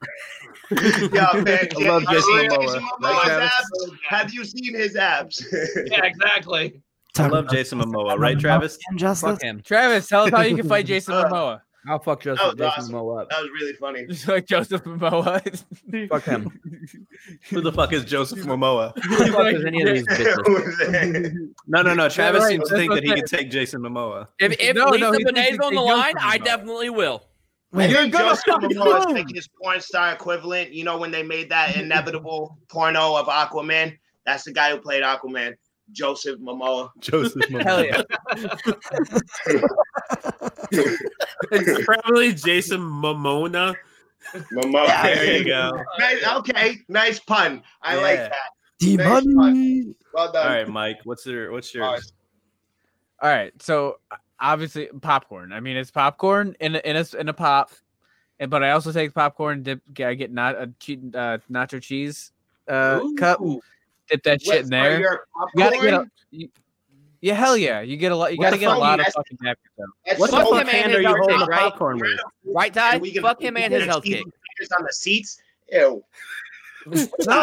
Speaker 5: Yo, man,
Speaker 4: I love Jason
Speaker 5: Jason
Speaker 4: Momoa.
Speaker 5: Momoa's
Speaker 4: Like, that was-
Speaker 5: abs? Have you seen his abs? [LAUGHS]
Speaker 8: Yeah, exactly.
Speaker 4: I
Speaker 7: talking
Speaker 4: love
Speaker 7: about
Speaker 4: Jason Momoa,
Speaker 3: [LAUGHS]
Speaker 4: right, Travis?
Speaker 7: Injustice.
Speaker 6: Fuck him.
Speaker 3: Travis, tell us how you can fight Jason
Speaker 5: Uh,
Speaker 3: Momoa. [LAUGHS]
Speaker 6: I'll fuck
Speaker 5: That was
Speaker 6: Joseph,
Speaker 5: awesome.
Speaker 6: Jason Momoa up.
Speaker 5: That was really funny.
Speaker 3: Just like Joseph Momoa. [LAUGHS]
Speaker 6: Fuck him.
Speaker 4: Who the fuck is Joseph Momoa?
Speaker 6: Who the fuck is any of
Speaker 5: [LAUGHS]
Speaker 6: these bitches?
Speaker 3: [LAUGHS]
Speaker 4: No, no, no. Travis
Speaker 3: right,
Speaker 4: seems to
Speaker 3: that's
Speaker 4: think
Speaker 3: what
Speaker 4: that he
Speaker 3: I'm
Speaker 4: could take Jason Momoa.
Speaker 6: If, if
Speaker 3: No, no,
Speaker 6: Lisa
Speaker 3: he thinks he
Speaker 6: Bonet's on the
Speaker 3: can jump
Speaker 6: line,
Speaker 3: from
Speaker 6: I
Speaker 3: above.
Speaker 6: definitely will.
Speaker 7: Wait,
Speaker 5: You're
Speaker 3: gonna
Speaker 5: Joseph
Speaker 3: fucking
Speaker 5: Momoa
Speaker 3: go.
Speaker 5: is thinking his porn star equivalent. You know when they made that inevitable porno of Aquaman? That's the guy who played Aquaman, Joseph Momoa.
Speaker 4: Joseph Momoa.
Speaker 6: Hell yeah.
Speaker 2: [LAUGHS] It's probably Jason Momona.
Speaker 5: Momoa.
Speaker 4: There you go.
Speaker 5: Nice, okay, nice pun. I like
Speaker 4: Yeah.
Speaker 5: that.
Speaker 7: D
Speaker 5: Nice
Speaker 7: money.
Speaker 5: one. Well
Speaker 4: All
Speaker 5: done.
Speaker 4: right, Mike. What's your what's yours?
Speaker 3: All right, so uh, obviously popcorn. I mean, it's popcorn in a, in a in a pop, and but I also take popcorn dip. I get not a che- uh, nacho cheese uh, cup.
Speaker 8: Ooh.
Speaker 3: Dip that shit in there. You gotta get a, you- yeah, hell yeah. You get a lot. You
Speaker 5: What
Speaker 3: gotta
Speaker 5: the
Speaker 3: get a
Speaker 5: fuck,
Speaker 3: lot of
Speaker 5: that's-
Speaker 3: fucking napkins.
Speaker 5: [LAUGHS]
Speaker 3: though.
Speaker 6: What the fuck
Speaker 4: hand
Speaker 6: man
Speaker 4: are
Speaker 6: is
Speaker 4: you
Speaker 6: our
Speaker 4: holding
Speaker 6: dick, right?
Speaker 4: popcorn with?
Speaker 5: [LAUGHS]
Speaker 6: Right, Ty? Fuck him and his health kick.
Speaker 5: On the seats. Ew.
Speaker 6: I
Speaker 3: No,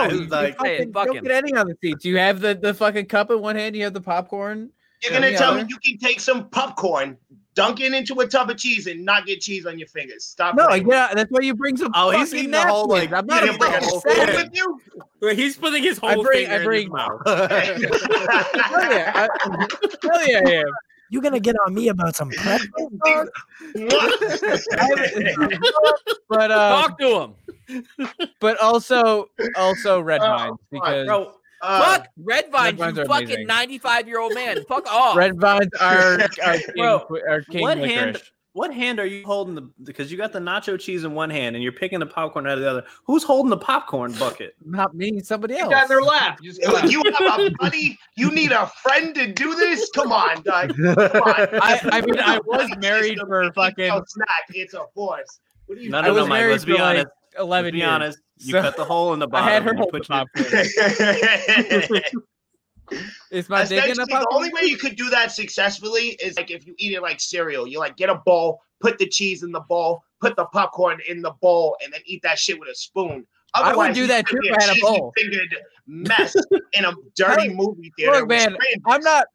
Speaker 6: was
Speaker 3: you,
Speaker 6: like,
Speaker 3: fucking
Speaker 6: hey, fuck
Speaker 3: don't
Speaker 6: him.
Speaker 3: get any on the seats. You have the, the fucking cup in one hand, you have the popcorn.
Speaker 5: You're
Speaker 3: Yeah,
Speaker 5: gonna
Speaker 3: yeah.
Speaker 5: tell me you can take some popcorn, dunk it into a tub of cheese, and not get cheese on your fingers. Stop.
Speaker 3: No,
Speaker 5: playing.
Speaker 3: yeah, that's why you bring some.
Speaker 6: Oh, he's
Speaker 3: fucking
Speaker 6: eating the whole,
Speaker 3: napkins.
Speaker 6: like,
Speaker 3: I'm not
Speaker 5: You
Speaker 3: a
Speaker 5: didn't bring
Speaker 3: fucking
Speaker 5: a
Speaker 3: salad.
Speaker 5: fork with you?
Speaker 2: Wait, he's putting his whole
Speaker 3: I bring-
Speaker 2: finger
Speaker 3: I
Speaker 2: in
Speaker 3: bring-
Speaker 2: his mouth.
Speaker 4: [LAUGHS]
Speaker 3: Hell yeah, I, hell yeah, yeah.
Speaker 7: You gonna get on me about some pretzels? dog?
Speaker 3: [LAUGHS] But uh,
Speaker 6: Talk to him.
Speaker 3: but also also red
Speaker 5: Oh,
Speaker 3: vines because
Speaker 6: Bro,
Speaker 3: [LAUGHS]
Speaker 5: Uh,
Speaker 6: fuck Red Vines,
Speaker 3: Vines
Speaker 6: you
Speaker 3: are
Speaker 6: fucking
Speaker 3: amazing.
Speaker 6: 95 year old man. Fuck off.
Speaker 3: red vines
Speaker 4: [LAUGHS]
Speaker 3: are are king,
Speaker 4: Bro,
Speaker 3: are king
Speaker 4: what
Speaker 3: licorice.
Speaker 4: hand- What hand are you holding the? Because you got the nacho cheese in one hand and you're picking the popcorn out of the other. Who's holding the popcorn bucket?
Speaker 3: Not me, somebody
Speaker 8: Get
Speaker 3: else.
Speaker 8: down their lap. You Just
Speaker 5: Like, you have a buddy? You need a friend to do this? Come
Speaker 3: [LAUGHS]
Speaker 5: on, dog. Come on.
Speaker 3: I, I mean, I
Speaker 4: [LAUGHS]
Speaker 3: was
Speaker 5: Buddy
Speaker 3: married
Speaker 5: system,
Speaker 3: for
Speaker 5: it's
Speaker 3: fucking
Speaker 5: no snack. It's a force. What do you?
Speaker 4: No,
Speaker 3: I
Speaker 4: no, no,
Speaker 3: was
Speaker 4: Mike.
Speaker 3: married
Speaker 4: Let's
Speaker 3: for
Speaker 4: be
Speaker 3: like
Speaker 4: honest. Let's
Speaker 3: eleven
Speaker 4: be
Speaker 3: years.
Speaker 4: honest. You
Speaker 3: So-
Speaker 4: cut the hole in
Speaker 3: [LAUGHS]
Speaker 4: the
Speaker 3: I
Speaker 4: bottom.
Speaker 3: had her
Speaker 4: and you
Speaker 3: hold the
Speaker 4: put [LAUGHS] your,
Speaker 3: popcorn. Is my dick in
Speaker 5: Essentially,
Speaker 3: the
Speaker 5: the
Speaker 3: popcorn?
Speaker 5: only way you could do that successfully is like if you eat it like cereal. You like get a bowl, put the cheese in the bowl, put the popcorn in the bowl, and then eat that shit with a spoon.
Speaker 3: I would do
Speaker 5: you
Speaker 3: that
Speaker 5: could
Speaker 3: too
Speaker 5: be
Speaker 3: if I had a bowl.
Speaker 5: cheesy-fingered
Speaker 3: [LAUGHS]
Speaker 5: mess in a dirty movie theater.
Speaker 3: Look,
Speaker 5: with
Speaker 3: man,
Speaker 5: strangers.
Speaker 3: I'm not.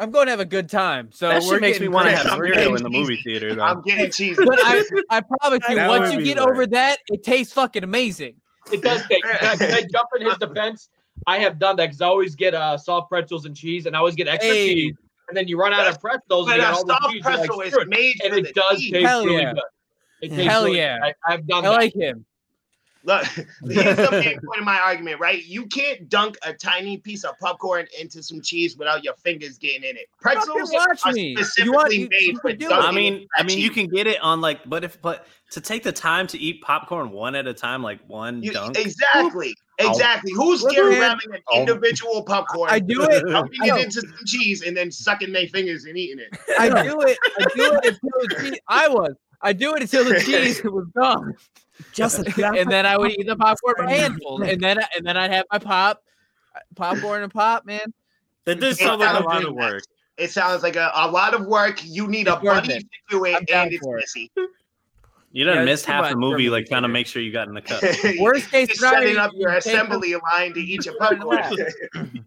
Speaker 3: I'm going to have a good time. So
Speaker 4: that
Speaker 3: we're
Speaker 4: shit makes me
Speaker 3: getting
Speaker 4: want to
Speaker 5: crazy.
Speaker 4: have
Speaker 5: We're
Speaker 4: cereal
Speaker 5: getting
Speaker 4: in the movie
Speaker 5: cheesy.
Speaker 4: theater,
Speaker 5: I'm
Speaker 4: though.
Speaker 5: getting cheese.
Speaker 3: [LAUGHS] But I, I promise you,
Speaker 4: [LAUGHS] That
Speaker 3: once
Speaker 4: would
Speaker 3: you
Speaker 4: be
Speaker 3: get
Speaker 4: right.
Speaker 3: over that, it tastes fucking amazing.
Speaker 8: It does
Speaker 5: [LAUGHS]
Speaker 8: take. Can I, can I jump in his defense? I have done that because I always get uh, soft pretzels and cheese, and I always get extra
Speaker 3: Hey.
Speaker 8: cheese. And then you run out of pretzels,
Speaker 5: But
Speaker 8: and you
Speaker 5: a
Speaker 8: got all the
Speaker 5: soft
Speaker 8: cheese. you're like,
Speaker 5: pretzel is
Speaker 8: "Screw it."
Speaker 5: made
Speaker 8: and
Speaker 5: for the
Speaker 8: it does
Speaker 5: cheese.
Speaker 8: taste
Speaker 3: Hell
Speaker 8: really
Speaker 3: yeah.
Speaker 8: good. It
Speaker 7: Yeah.
Speaker 8: tastes
Speaker 3: Hell
Speaker 8: really
Speaker 3: yeah.
Speaker 8: good. I, I've
Speaker 4: Um,
Speaker 8: done
Speaker 3: I
Speaker 8: that.
Speaker 3: like him.
Speaker 5: Look, here's the main point of my argument, right? You can't dunk a tiny piece of popcorn into some cheese without your fingers getting in it. Pretzels
Speaker 3: Fucking watch
Speaker 5: are
Speaker 3: me.
Speaker 5: specifically
Speaker 3: You want- you-
Speaker 5: made
Speaker 3: you
Speaker 5: for
Speaker 3: can do it.
Speaker 5: dunking.
Speaker 4: I mean, I mean, you can
Speaker 5: cheese.
Speaker 4: get it on like, but if but to take the time to eat popcorn one at a time, like one
Speaker 5: You-
Speaker 4: dunk.
Speaker 5: exactly, exactly. Who's
Speaker 3: Look
Speaker 5: scared of
Speaker 3: at-
Speaker 5: grabbing an individual popcorn?
Speaker 3: I do it.
Speaker 5: Dumping
Speaker 3: No.
Speaker 5: it into some cheese and then sucking their fingers and
Speaker 4: [LAUGHS]
Speaker 5: eating it.
Speaker 3: I do it. I do it until
Speaker 5: [LAUGHS]
Speaker 3: the cheese. I was. I do it until the cheese was gone,
Speaker 7: Just a
Speaker 3: [LAUGHS] and then I would eat the popcorn by handful, and then and then I'd have my pop, popcorn and pop, man.
Speaker 2: That does
Speaker 5: Yeah,
Speaker 2: sound like
Speaker 5: I
Speaker 2: a
Speaker 5: don't
Speaker 2: lot
Speaker 5: do
Speaker 2: of
Speaker 5: that.
Speaker 2: work.
Speaker 5: It sounds like a, a lot of work. You need a
Speaker 3: It's worth
Speaker 5: buddy
Speaker 3: it.
Speaker 5: to do
Speaker 3: I'm
Speaker 5: it,
Speaker 3: down
Speaker 5: and it's
Speaker 3: for it.
Speaker 5: messy.
Speaker 4: You done
Speaker 6: Yeah,
Speaker 4: missed
Speaker 6: it's too
Speaker 4: half
Speaker 6: much
Speaker 4: the
Speaker 6: for
Speaker 4: movie,
Speaker 6: a
Speaker 4: like trying to
Speaker 6: movie
Speaker 4: make sure you got in the cup.
Speaker 3: [LAUGHS]
Speaker 5: [LAUGHS]
Speaker 3: Worst case
Speaker 5: Just
Speaker 3: scenario,
Speaker 5: setting up
Speaker 3: you
Speaker 5: your
Speaker 3: take them-
Speaker 5: assembly line
Speaker 3: [LAUGHS]
Speaker 5: to eat your popcorn.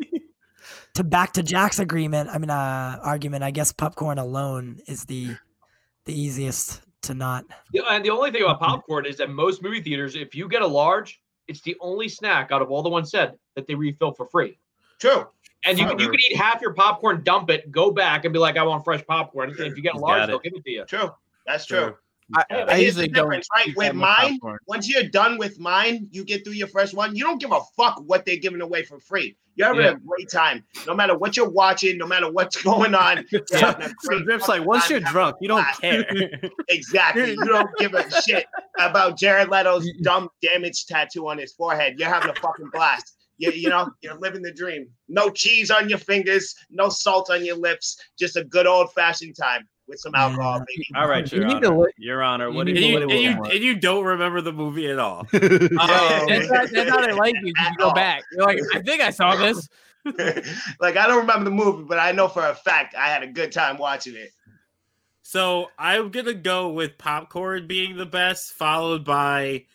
Speaker 7: to back to Jack's agreement. I mean, uh, argument. I guess popcorn alone is the the easiest to not.
Speaker 8: Yeah, and the only thing about popcorn is that most movie theaters, if you get a large, it's the only snack out of all the ones said that they refill for free.
Speaker 5: True.
Speaker 8: And you can you can eat half your popcorn, dump it, go back, and be like, I want fresh popcorn. And if you get a
Speaker 4: He's
Speaker 8: large,
Speaker 4: got
Speaker 8: they'll
Speaker 4: it.
Speaker 8: give it to you.
Speaker 5: True. That's
Speaker 3: I,
Speaker 5: true. [LAUGHS]
Speaker 4: Yeah,
Speaker 5: but
Speaker 3: I
Speaker 5: here's the
Speaker 3: usually don't.
Speaker 5: difference, right?
Speaker 3: eat
Speaker 5: With
Speaker 3: that much
Speaker 5: mine,
Speaker 3: popcorn.
Speaker 5: Once you're done with mine, you get through your first one. You don't give a fuck what they're giving away for free. You're having
Speaker 3: Yeah.
Speaker 5: a great time, no matter what you're watching, no matter what's [LAUGHS] going on. You're having a
Speaker 4: So
Speaker 5: great
Speaker 4: Drip's like, once you're drunk, you don't care. [LAUGHS]
Speaker 5: exactly. You don't give a shit about
Speaker 3: [LAUGHS]
Speaker 5: Jared Leto's dumb damage tattoo on his forehead. You're having a fucking blast. You, you know, you're living the dream. No cheese on your fingers, no salt on your lips, just a good old fashioned time with some alcohol, baby.
Speaker 4: All right,
Speaker 3: You
Speaker 4: Your
Speaker 3: need to
Speaker 4: Honor.
Speaker 5: [LAUGHS]
Speaker 3: look-
Speaker 4: Your Honor,
Speaker 3: you
Speaker 4: what
Speaker 3: need
Speaker 4: did
Speaker 2: And
Speaker 3: to
Speaker 4: you?
Speaker 2: you,
Speaker 3: What
Speaker 4: What
Speaker 2: and
Speaker 3: it
Speaker 4: did
Speaker 2: you,
Speaker 4: you
Speaker 2: [LAUGHS] and you
Speaker 4: want?
Speaker 2: don't remember the movie at all.
Speaker 5: [LAUGHS] Yeah.
Speaker 3: That's, how, that's how they like you. 'cause You go back. You're like, I think I saw this.
Speaker 5: like I don't remember the movie, but I know for a fact I had a good time watching it.
Speaker 2: So I'm gonna go with popcorn being the best, followed by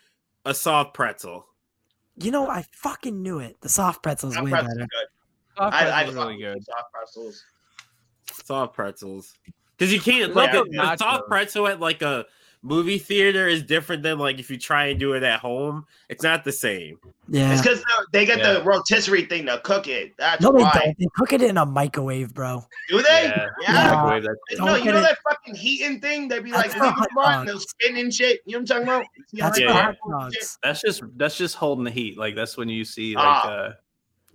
Speaker 2: a soft pretzel.
Speaker 7: You know, I fucking knew it. The soft pretzel's
Speaker 5: Soft
Speaker 7: way
Speaker 5: pretzels are
Speaker 7: better.
Speaker 5: good.
Speaker 3: Soft
Speaker 5: [LAUGHS] I, I
Speaker 3: pretzels are really
Speaker 5: fuck
Speaker 3: good.
Speaker 5: with soft pretzels.
Speaker 2: Soft pretzels, because you can't
Speaker 3: Like
Speaker 2: like a,
Speaker 3: a
Speaker 2: a soft
Speaker 3: nacho.
Speaker 2: pretzel at like a movie theater is different than like if you try and do it at home. It's not the same.
Speaker 7: Yeah.
Speaker 5: It's because they get the
Speaker 4: Yeah.
Speaker 5: rotisserie thing to cook it. That's
Speaker 7: No, they
Speaker 5: why.
Speaker 7: don't. They cook it in a microwave, bro.
Speaker 5: Do they?
Speaker 4: Yeah.
Speaker 5: Yeah.
Speaker 4: Microwave that shit.
Speaker 5: No,
Speaker 7: Don't
Speaker 5: you
Speaker 7: get
Speaker 5: know
Speaker 7: it-
Speaker 5: that fucking heating thing? They'd be like,
Speaker 7: That's
Speaker 5: "Leave
Speaker 7: for
Speaker 5: it on,"
Speaker 7: hot
Speaker 5: they'll spin and shit. You know what I'm talking about? See how
Speaker 7: That's
Speaker 5: they
Speaker 7: for
Speaker 4: yeah.
Speaker 7: hot
Speaker 5: popcorn and shit?
Speaker 7: dogs.
Speaker 4: That's just that's just holding the heat. Like that's when you see like
Speaker 5: Ah.
Speaker 4: uh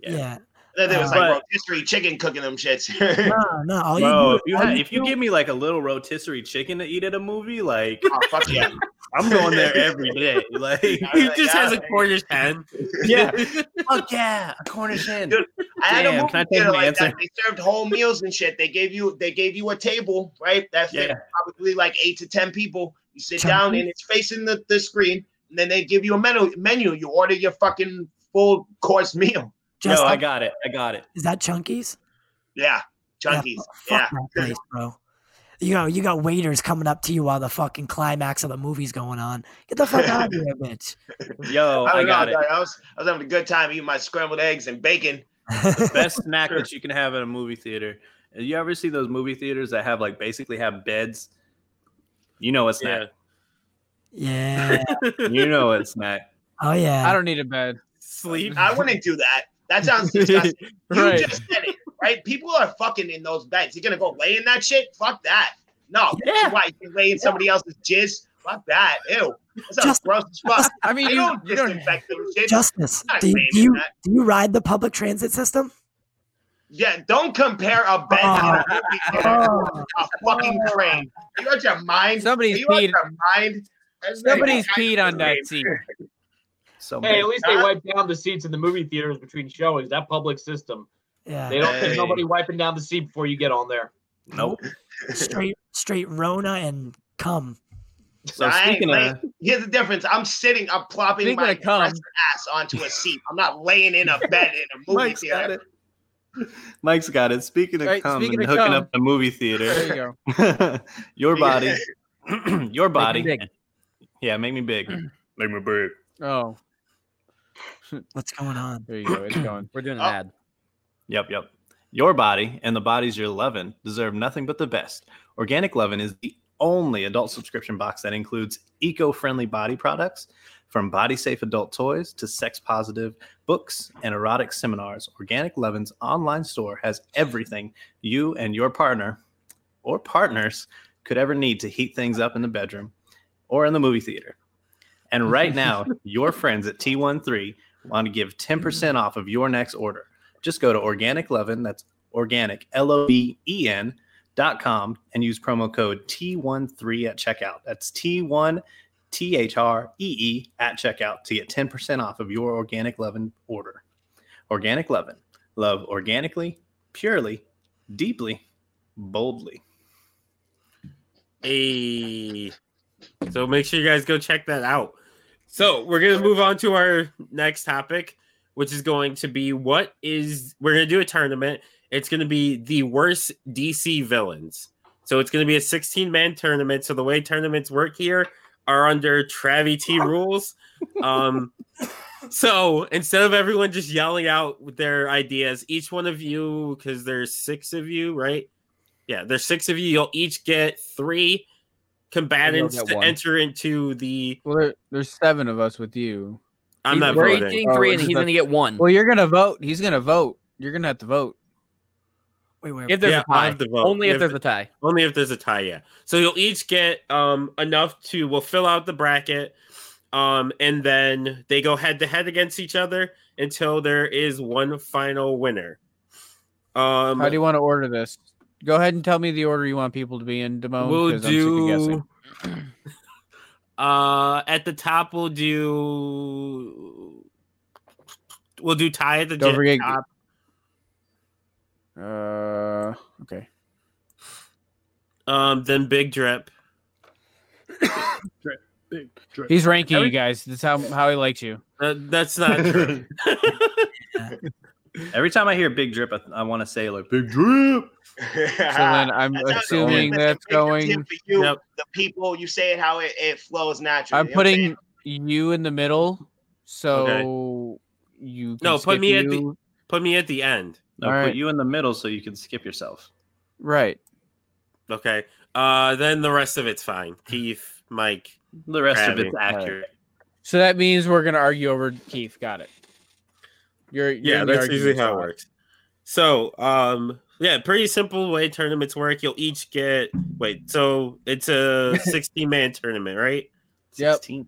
Speaker 4: Yeah.
Speaker 7: Yeah.
Speaker 5: Then there was
Speaker 4: Uh,
Speaker 5: like
Speaker 4: but-
Speaker 5: rotisserie chicken cooking them shits. [LAUGHS]
Speaker 7: No, no. All
Speaker 4: Bro,
Speaker 7: you
Speaker 4: if
Speaker 7: do,
Speaker 4: you
Speaker 7: all
Speaker 4: had, if you
Speaker 7: do-
Speaker 4: give me like a little rotisserie chicken to eat at a movie, like
Speaker 5: oh fuck yeah!
Speaker 4: I'm going there every day. Like
Speaker 5: I
Speaker 2: [LAUGHS]
Speaker 5: was
Speaker 2: He
Speaker 5: like,
Speaker 2: just has a
Speaker 5: "Yeah."
Speaker 2: quarter's hand.
Speaker 4: [LAUGHS] yeah, fuck yeah, a Cornish hen.
Speaker 5: I had a
Speaker 4: Damn,
Speaker 5: movie
Speaker 4: can I take
Speaker 5: theater
Speaker 4: my
Speaker 5: like that.
Speaker 4: answer?
Speaker 5: They served whole meals and shit. They gave you they gave you a table, right? That's
Speaker 4: Yeah.
Speaker 5: probably like eight to ten people. You sit
Speaker 7: Ten
Speaker 5: down and it's facing the, the screen, and then they give you a menu. Menu. You order your fucking full course meal.
Speaker 4: Yo,
Speaker 7: Just
Speaker 4: I got it. I got it.
Speaker 7: is that Chunkies?
Speaker 4: Oh,
Speaker 5: Yeah, junkies.
Speaker 7: Fuck
Speaker 5: Yeah,
Speaker 7: that place, bro. You know, you got waiters coming up to you while the fucking climax of the movie's going on. Get the fuck out of here, bitch. [LAUGHS]
Speaker 4: Yo, Oh, I,
Speaker 5: don't
Speaker 4: got
Speaker 5: know,
Speaker 4: it.
Speaker 5: dog. I was, I was having a good time eating my scrambled eggs and bacon. [LAUGHS]
Speaker 4: Best snack that you can have in a movie theater. You ever see those movie theaters that have like basically have beds? You know a snack.
Speaker 7: yeah.
Speaker 4: You know
Speaker 5: [LAUGHS]
Speaker 4: a snack.
Speaker 7: Oh yeah.
Speaker 3: I don't need a bed.
Speaker 2: Sleep.
Speaker 5: I wouldn't do that.
Speaker 4: [LAUGHS]
Speaker 5: That sounds disgusting. You
Speaker 3: Right.
Speaker 5: just said it, right? People are fucking in those beds. You're gonna go lay in that shit? Fuck that. No.
Speaker 6: Yeah.
Speaker 5: Why you lay in somebody else's jizz? Fuck that. Ew. That sounds
Speaker 7: Just-
Speaker 5: gross as fuck.
Speaker 3: [LAUGHS] I mean,
Speaker 5: They
Speaker 3: you,
Speaker 5: don't
Speaker 3: you don't.
Speaker 5: disinfect them shit.
Speaker 7: Justice.
Speaker 5: I'm not
Speaker 7: Do you,
Speaker 5: laying
Speaker 7: do
Speaker 5: in
Speaker 7: you
Speaker 5: that.
Speaker 7: do you ride the public transit system?
Speaker 5: Yeah, don't compare a bed to a movie theater. [LAUGHS]
Speaker 7: Oh.
Speaker 5: a fucking train. Are you out your mind? Are
Speaker 3: [LAUGHS] Somebody's
Speaker 5: you out
Speaker 3: peed.
Speaker 5: your mind? That's not-
Speaker 3: Somebody's peed on that seat.
Speaker 4: So
Speaker 8: Hey, at least they wipe down the seats in the movie theaters between showings. That public system. They
Speaker 7: Yeah.
Speaker 8: don't
Speaker 4: Hey.
Speaker 8: there's nobody wiping down the seat before you get on there.
Speaker 4: nope.
Speaker 7: Straight straight Rona and cum.
Speaker 4: So
Speaker 5: I ain't
Speaker 4: speaking of,
Speaker 5: laying- Here's the difference. I'm sitting, I'm plopping
Speaker 3: Speaking
Speaker 5: my
Speaker 3: of cum.
Speaker 5: compressed ass onto a seat. I'm not laying in a bed in
Speaker 3: [LAUGHS]
Speaker 5: a movie
Speaker 4: Mike's got
Speaker 5: theater.
Speaker 4: it. Mike's got it. Speaking of
Speaker 3: Right,
Speaker 4: cum
Speaker 3: speaking
Speaker 4: and
Speaker 3: of
Speaker 4: hooking
Speaker 3: cum.
Speaker 4: up the movie
Speaker 3: There you
Speaker 4: theater,
Speaker 3: go.
Speaker 4: [LAUGHS] your body,
Speaker 5: [LAUGHS]
Speaker 4: [CLEARS THROAT]
Speaker 5: Yeah.
Speaker 4: your body.
Speaker 6: big.
Speaker 4: Yeah, make me
Speaker 5: [CLEARS THROAT]
Speaker 4: big. Make me big.
Speaker 3: Oh,
Speaker 7: What's going on?
Speaker 3: there you go. It's going.
Speaker 6: We're doing an
Speaker 5: Oh.
Speaker 6: ad.
Speaker 4: Yep, yep. Your body and the bodies you're loving deserve nothing but the best. Organic Lovin' is the only adult subscription box that includes eco friendly body products from body safe adult toys to sex positive books and erotic seminars. Organic Lovin's online store has everything you and your partner or partners could ever need to heat things up in the bedroom or in the movie theater. And right now, your friends at T13 want to give 10% off of your next order just go to organic lovin that's organic l-o-v-e-n E dot com and use promo code t13 at checkout that's t1 t-h-r-e-e E at checkout to get 10% off of your organic lovin order organic lovin love organically purely deeply boldly
Speaker 2: Hey. So make sure you guys go check that out. So we're gonna move on to our next topic, which is going to be what is we're gonna do a tournament. It's gonna be the worst DC villains. So it's gonna be a 16 man tournament. So the way tournaments work here are under Travie T rules.
Speaker 6: [LAUGHS]
Speaker 2: Um so instead of everyone just yelling out their ideas, each one of you, because there's six of you, right? Yeah, there's six of you, you'll each get three combatants
Speaker 6: get
Speaker 2: to
Speaker 6: one.
Speaker 2: enter into the
Speaker 3: Well, there, there's seven of us with you.
Speaker 2: I'm not
Speaker 6: We're
Speaker 2: voting.
Speaker 6: eating
Speaker 3: Oh,
Speaker 6: three, and
Speaker 3: it's
Speaker 6: he's
Speaker 3: not-
Speaker 6: gonna get one.
Speaker 3: Well, you're gonna vote. He's gonna vote. You're gonna have to vote.
Speaker 7: Wait, wait.
Speaker 6: If there's
Speaker 2: Yeah,
Speaker 6: a tie,
Speaker 2: I'll have to vote.
Speaker 6: only if
Speaker 2: If-
Speaker 6: there's a tie.
Speaker 2: Only if there's a tie, yeah. So you'll each get um enough to we'll fill out the bracket. Um, and then they go head to head against each other until there is one final winner. Um
Speaker 3: How do you want to order this? Go ahead and tell me the order you want people to be in, Damone.
Speaker 2: we'll
Speaker 3: 'cause I'm sick of guessing.
Speaker 2: do uh at the top we'll do we'll do tie at the
Speaker 3: Don't
Speaker 2: j-
Speaker 3: forget-
Speaker 2: top.
Speaker 3: Uh, okay.
Speaker 2: Um then big drip.
Speaker 3: He's ranking
Speaker 2: Every-
Speaker 3: you guys. That's how how he likes
Speaker 2: [LAUGHS]
Speaker 3: you.
Speaker 2: Uh, that's
Speaker 3: [LAUGHS]
Speaker 2: not true.
Speaker 4: every time i hear big drip i, I want to say like big drip
Speaker 5: [LAUGHS]
Speaker 3: So then I'm
Speaker 5: That's how it's
Speaker 3: assuming
Speaker 5: always
Speaker 3: that's
Speaker 5: been. It's
Speaker 3: going.
Speaker 5: for you,
Speaker 2: Yep.
Speaker 5: the people. You say it how it, it flows naturally.
Speaker 3: I'm
Speaker 5: You know what
Speaker 3: putting
Speaker 5: saying?
Speaker 3: you in the middle, so you. Can
Speaker 2: No, put
Speaker 3: skip
Speaker 2: me at the-
Speaker 3: you.
Speaker 2: Put me at the end.
Speaker 4: no,
Speaker 3: All
Speaker 4: put
Speaker 3: right.
Speaker 4: you in the middle so you can skip yourself
Speaker 3: right.
Speaker 2: Okay. Uh, then the rest of it's fine. Keith, Mike.
Speaker 4: the rest
Speaker 2: Gravity.
Speaker 4: of it's accurate
Speaker 3: So that means we're gonna argue over Keith. Got it. You're, you're
Speaker 2: Yeah,
Speaker 3: in the
Speaker 2: that's
Speaker 3: argument
Speaker 2: usually how it
Speaker 3: spot.
Speaker 2: works. So, um, yeah, pretty simple way tournaments work. You'll each get wait. So it's
Speaker 4: [LAUGHS]
Speaker 2: a sixteen man tournament, right?
Speaker 3: Yep.
Speaker 4: 16.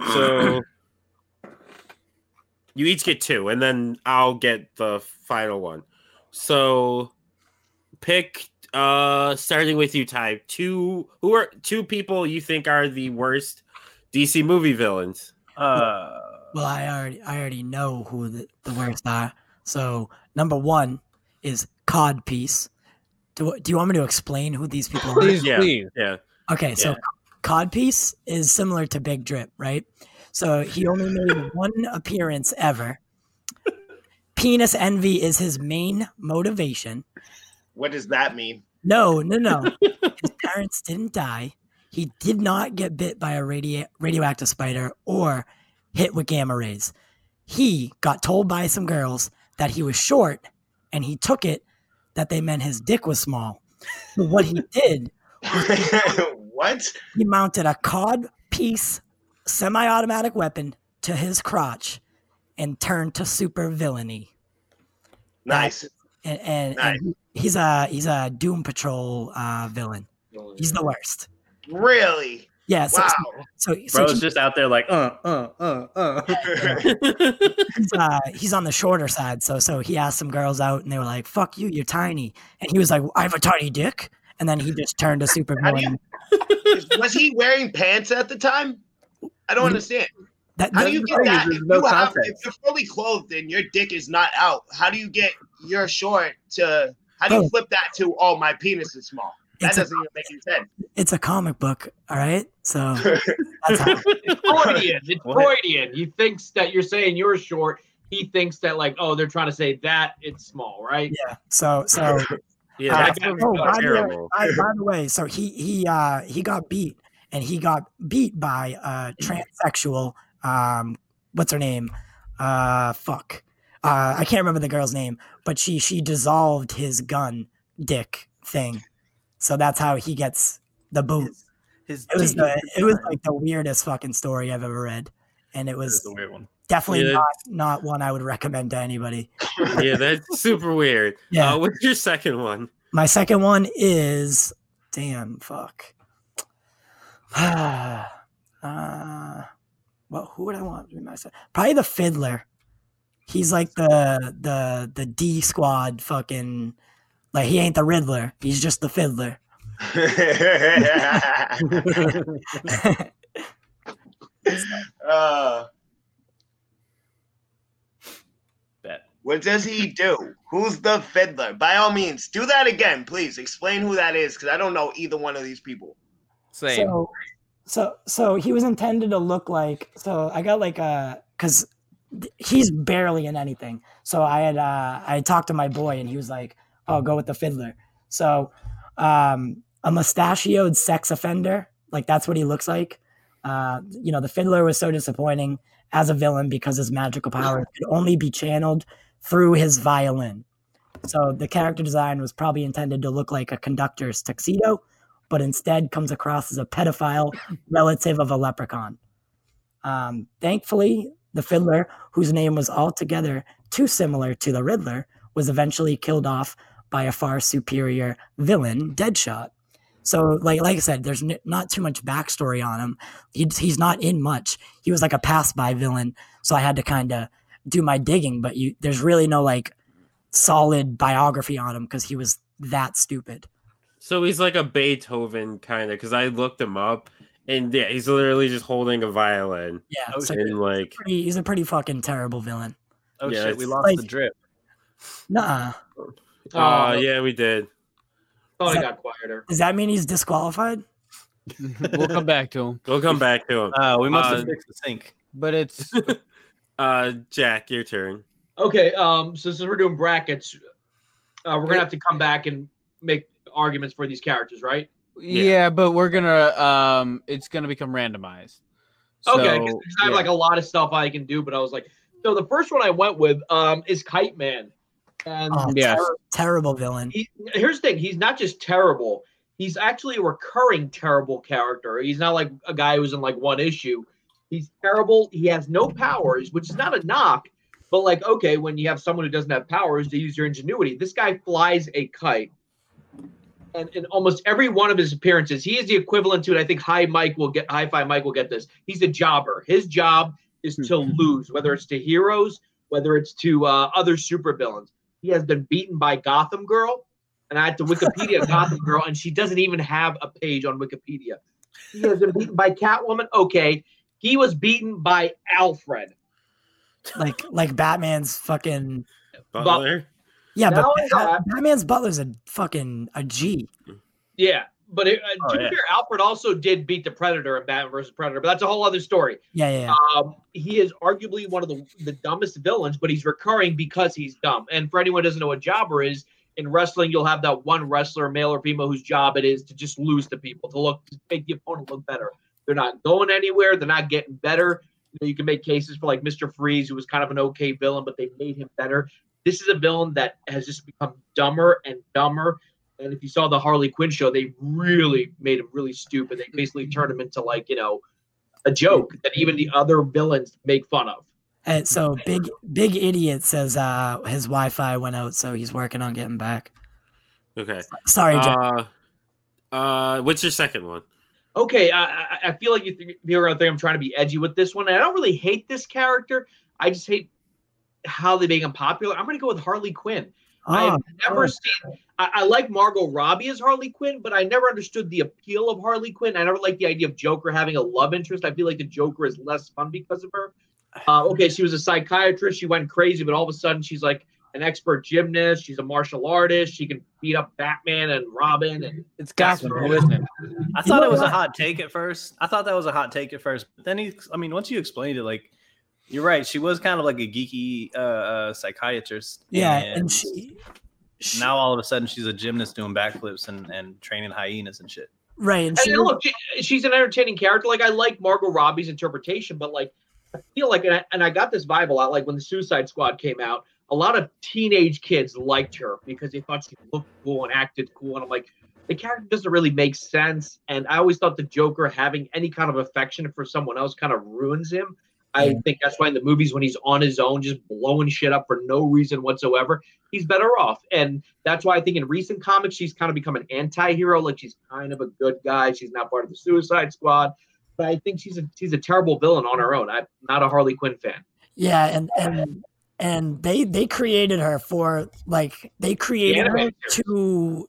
Speaker 4: [CLEARS THROAT]
Speaker 2: So you each get two, and then I'll get the final one. So pick uh starting with you type two who are two people you think are the worst dc movie villains
Speaker 4: uh
Speaker 7: Well, I already I already know who the, the worst are. So number one is Cod Piece. Do, do you want me to explain who these people are?
Speaker 3: Please,
Speaker 2: Yeah. [LAUGHS]
Speaker 3: please.
Speaker 2: yeah
Speaker 7: [LAUGHS] Okay, so Codpiece is similar to Big Drip, right? So he only made one appearance ever. Penis envy is his main motivation.
Speaker 5: What does that mean? [LAUGHS]
Speaker 7: No, no, no. His parents didn't die. He did not get bit by a radio- radioactive spider or hit with gamma rays. He got told by some girls that he was short and he took it that they meant his dick was small. But what he did,
Speaker 5: what?
Speaker 7: he mounted a cod piece semi automatic weapon to his crotch and turned to super villainy.
Speaker 5: Nice.
Speaker 7: And, and,
Speaker 5: Nice.
Speaker 7: and he's a he's a Doom Patrol uh, villain. He's the worst.
Speaker 5: Really?
Speaker 7: Yeah. So,
Speaker 5: Wow.
Speaker 7: so, so
Speaker 2: Bro's
Speaker 7: he-
Speaker 2: just out there like, uh, uh, uh, uh.
Speaker 5: [LAUGHS]
Speaker 7: he's, uh, he's on the shorter side. So, so he asked some girls out, and they were like, "Fuck you, you're tiny," and he was like, "I have a tiny dick," and then he just turned to super
Speaker 5: [LAUGHS] How do you-
Speaker 7: villain.
Speaker 5: Was he wearing pants at the time? I don't
Speaker 7: Mm.
Speaker 5: understand.
Speaker 7: That,
Speaker 5: How do
Speaker 7: that-
Speaker 5: you get
Speaker 2: thing is
Speaker 5: that?
Speaker 2: there's
Speaker 5: If,
Speaker 2: no
Speaker 5: you have,
Speaker 2: context.
Speaker 5: if you're fully clothed and your dick is not out, how do you get your short to? How do you
Speaker 7: Oh.
Speaker 5: flip that to? Oh, my penis is small. That
Speaker 7: it's, a,
Speaker 5: doesn't even make any sense.
Speaker 7: it's a comic book, all right. So
Speaker 5: [LAUGHS]
Speaker 7: that's how.
Speaker 8: Freudian. It's
Speaker 4: What?
Speaker 8: Freudian. He thinks that you're saying you're short. He thinks that like, oh, they're trying to say that it's small, right?
Speaker 7: Yeah. So so.
Speaker 2: Yeah,
Speaker 7: Uh,
Speaker 2: that movie's
Speaker 7: oh,
Speaker 2: so
Speaker 7: by the way-
Speaker 2: terrible.
Speaker 7: by, by the way, so he he uh he got beat and he got beat by a transsexual um what's her name? Uh fuck. Uh I can't remember the girl's name, but she she dissolved his gun dick thing. So that's how he gets the boot.
Speaker 4: His, his
Speaker 7: It was
Speaker 4: dick
Speaker 7: the
Speaker 4: is
Speaker 7: it was
Speaker 4: fine.
Speaker 7: like the weirdest fucking story I've ever read. And it
Speaker 4: That's
Speaker 7: was
Speaker 4: the weird one.
Speaker 7: definitely
Speaker 2: Yeah.
Speaker 7: not not one I would recommend to anybody.
Speaker 2: yeah,
Speaker 4: [LAUGHS]
Speaker 2: that's super weird.
Speaker 7: Yeah.
Speaker 2: Uh, what's your second one?
Speaker 7: My second one is damn fuck. [SIGHS] uh, well, who would I want to be my se- Probably the fiddler. He's like the the the D squad fucking like he ain't the Riddler. He's just the fiddler. [LAUGHS]
Speaker 5: uh,
Speaker 4: Bet.
Speaker 5: what does he do? Who's the fiddler? By all means, do that again, please. Explain who that is, because I don't know either one of these people.
Speaker 6: Same.
Speaker 7: So, so, so he was intended to look like. So I got like a because he's barely in anything. So I had uh, I had talked to my boy and he was like, "Oh, go with the fiddler." So, um, a mustachioed sex offender, like that's what he looks like. Uh, you know, the fiddler was so disappointing as a villain because his magical powers could only be channeled through his violin. So the character design was probably intended to look like a conductor's tuxedo, but instead comes across as a pedophile relative of a leprechaun. Um, thankfully, the fiddler, whose name was altogether too similar to the Riddler, was eventually killed off by a far superior villain, Deadshot. So, like, like I said, there's n- not too much backstory on him. He's, he's not in much. He was like a pass-by villain, so I had to kind of do my digging. But you, there's really no like solid biography on him because he was that stupid.
Speaker 2: So he's like a Beethoven kind of because I looked him up and yeah, he's literally just holding a violin
Speaker 7: Yeah,
Speaker 4: Oh,
Speaker 7: so
Speaker 2: and like
Speaker 7: pretty, he's a pretty fucking terrible villain.
Speaker 4: Oh
Speaker 2: Yeah,
Speaker 4: shit, we
Speaker 2: it's-
Speaker 4: lost the
Speaker 7: Like-
Speaker 4: drip.
Speaker 7: Nuh-uh.
Speaker 2: oh
Speaker 4: Uh,
Speaker 2: yeah, we did.
Speaker 8: Um, Thought I got quieter.
Speaker 7: Does that mean he's disqualified?
Speaker 3: we'll come back to him.
Speaker 2: We'll come back to him.
Speaker 4: Uh, we must
Speaker 2: Uh,
Speaker 4: have fixed the sink.
Speaker 2: [LAUGHS]
Speaker 3: But it's
Speaker 2: Uh, Jack, your turn.
Speaker 8: Okay, um, so since we're doing brackets, uh, we're gonna have to come back and make arguments for these characters, right?
Speaker 2: Yeah.
Speaker 3: yeah. but we're gonna um, it's gonna become randomized.
Speaker 8: okay,
Speaker 3: So,
Speaker 8: because I have
Speaker 3: yeah.
Speaker 8: like a lot of stuff I can do, but I was like, so the first one I went with um is Kite Man, and
Speaker 7: Oh,
Speaker 3: Yes.
Speaker 7: ter- terrible villain.
Speaker 8: he, here's the thing: he's not just terrible; he's actually a recurring terrible character. He's not like a guy who's in like one issue. He's terrible. He has no powers, which is not a knock, but like, okay, when you have someone who doesn't have powers, to use your ingenuity. This guy flies a kite, and in almost every one of his appearances, he is the equivalent to it. I think High Mike will get High Five Mike will get this. He's a jobber. His job is to lose, whether it's to heroes, whether it's to uh, other supervillains. He has been beaten by Gotham Girl, and I had to
Speaker 4: [LAUGHS]
Speaker 8: Wikipedia Gotham Girl, and she doesn't even have a page on Wikipedia. He has been beaten by Catwoman. Okay, he was beaten by Alfred.
Speaker 7: Like like Batman's fucking
Speaker 2: Butler.
Speaker 7: yeah,
Speaker 8: Not
Speaker 7: but
Speaker 8: only that-
Speaker 7: Batman's butler's a fucking a G.
Speaker 8: Yeah, but it, uh,
Speaker 4: Oh,
Speaker 8: to be
Speaker 4: yeah.
Speaker 8: fair, Alfred also did beat the Predator in Batman versus Predator, but that's a whole other story.
Speaker 7: Yeah, yeah, yeah.
Speaker 8: Um, he is arguably one of the, the dumbest villains, but he's recurring because he's dumb. And for anyone who doesn't know what Jobber is, In wrestling, you'll have that one wrestler, male or female, whose job it is to just lose to people, to look, to make the opponent look better. They're not going anywhere. They're not getting better. You, know, you can make cases for like Mr. Freeze, who was kind of an okay villain, but they made him better. This is a villain that has just become dumber and dumber. And if you saw the Harley Quinn show, they really made him really stupid. They basically turned him into like you know a joke that even the other villains make fun of.
Speaker 7: And so big big idiot says uh his Wi-Fi went out, so he's working on getting back.
Speaker 2: Okay.
Speaker 7: Sorry, Jack.
Speaker 2: Uh, uh, what's your second one?
Speaker 8: Okay, I, I- I feel like you think people are gonna think I'm trying to be edgy with this one. And I don't really hate this character. I just hate how they make him popular. I'm gonna go with Harley Quinn.
Speaker 7: Ah,
Speaker 8: I've never seen. I, I like Margot Robbie as Harley Quinn, but I never understood the appeal of Harley Quinn. I never liked the idea of Joker having a love interest. I feel like the Joker is less fun because of her. Uh, okay, she was a psychiatrist. She went crazy, but all of a sudden she's like an expert gymnast. She's a martial artist. She can beat up Batman and Robin. And
Speaker 3: It's gossip, though, isn't it?
Speaker 4: I thought it was a hot take at first. I thought that was a hot take at first. But then he, I mean, once you explained it, like you're right. She was kind of like a geeky uh, uh, psychiatrist.
Speaker 7: yeah, and she, she-
Speaker 4: now all of a sudden she's a gymnast doing backflips and and training hyenas and shit.
Speaker 7: right, and she
Speaker 8: And look, she, she's an entertaining character. Like I like Margot Robbie's interpretation, but like I feel like, and I, and I got this vibe a lot. Like when the Suicide Squad came out, a lot of teenage kids liked her because they thought she looked cool and acted cool. And I'm like, the character doesn't really make sense. And I always thought the Joker having any kind of affection for someone else kind of ruins him. I think that's why in the movies when he's on his own, just blowing shit up for no reason whatsoever, he's better off. And that's why I think in recent comics she's kind of become an anti-hero. Like she's kind of a good guy. She's not part of the Suicide Squad, but I think she's a she's a terrible villain on her own. I'm not a Harley Quinn fan.
Speaker 7: yeah, and and and they they created her for like they created her
Speaker 8: animated
Speaker 7: to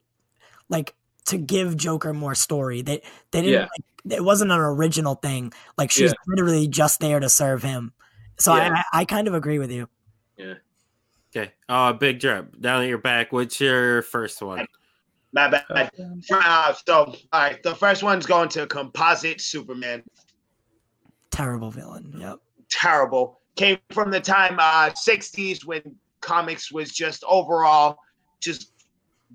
Speaker 7: like to give Joker more story. They they didn't
Speaker 8: Yeah.
Speaker 7: like, it wasn't an original thing. Like she's
Speaker 8: Yeah.
Speaker 7: literally just there to serve him. So
Speaker 8: Yeah.
Speaker 7: I, I I kind of agree with you.
Speaker 2: Okay. Uh, big drop down at your back. What's your first one?
Speaker 5: My bad. Uh, so, all right, the first one's going to Composite Superman.
Speaker 7: Terrible villain. Yep.
Speaker 5: terrible. Came from the time uh, 60s when comics was just overall just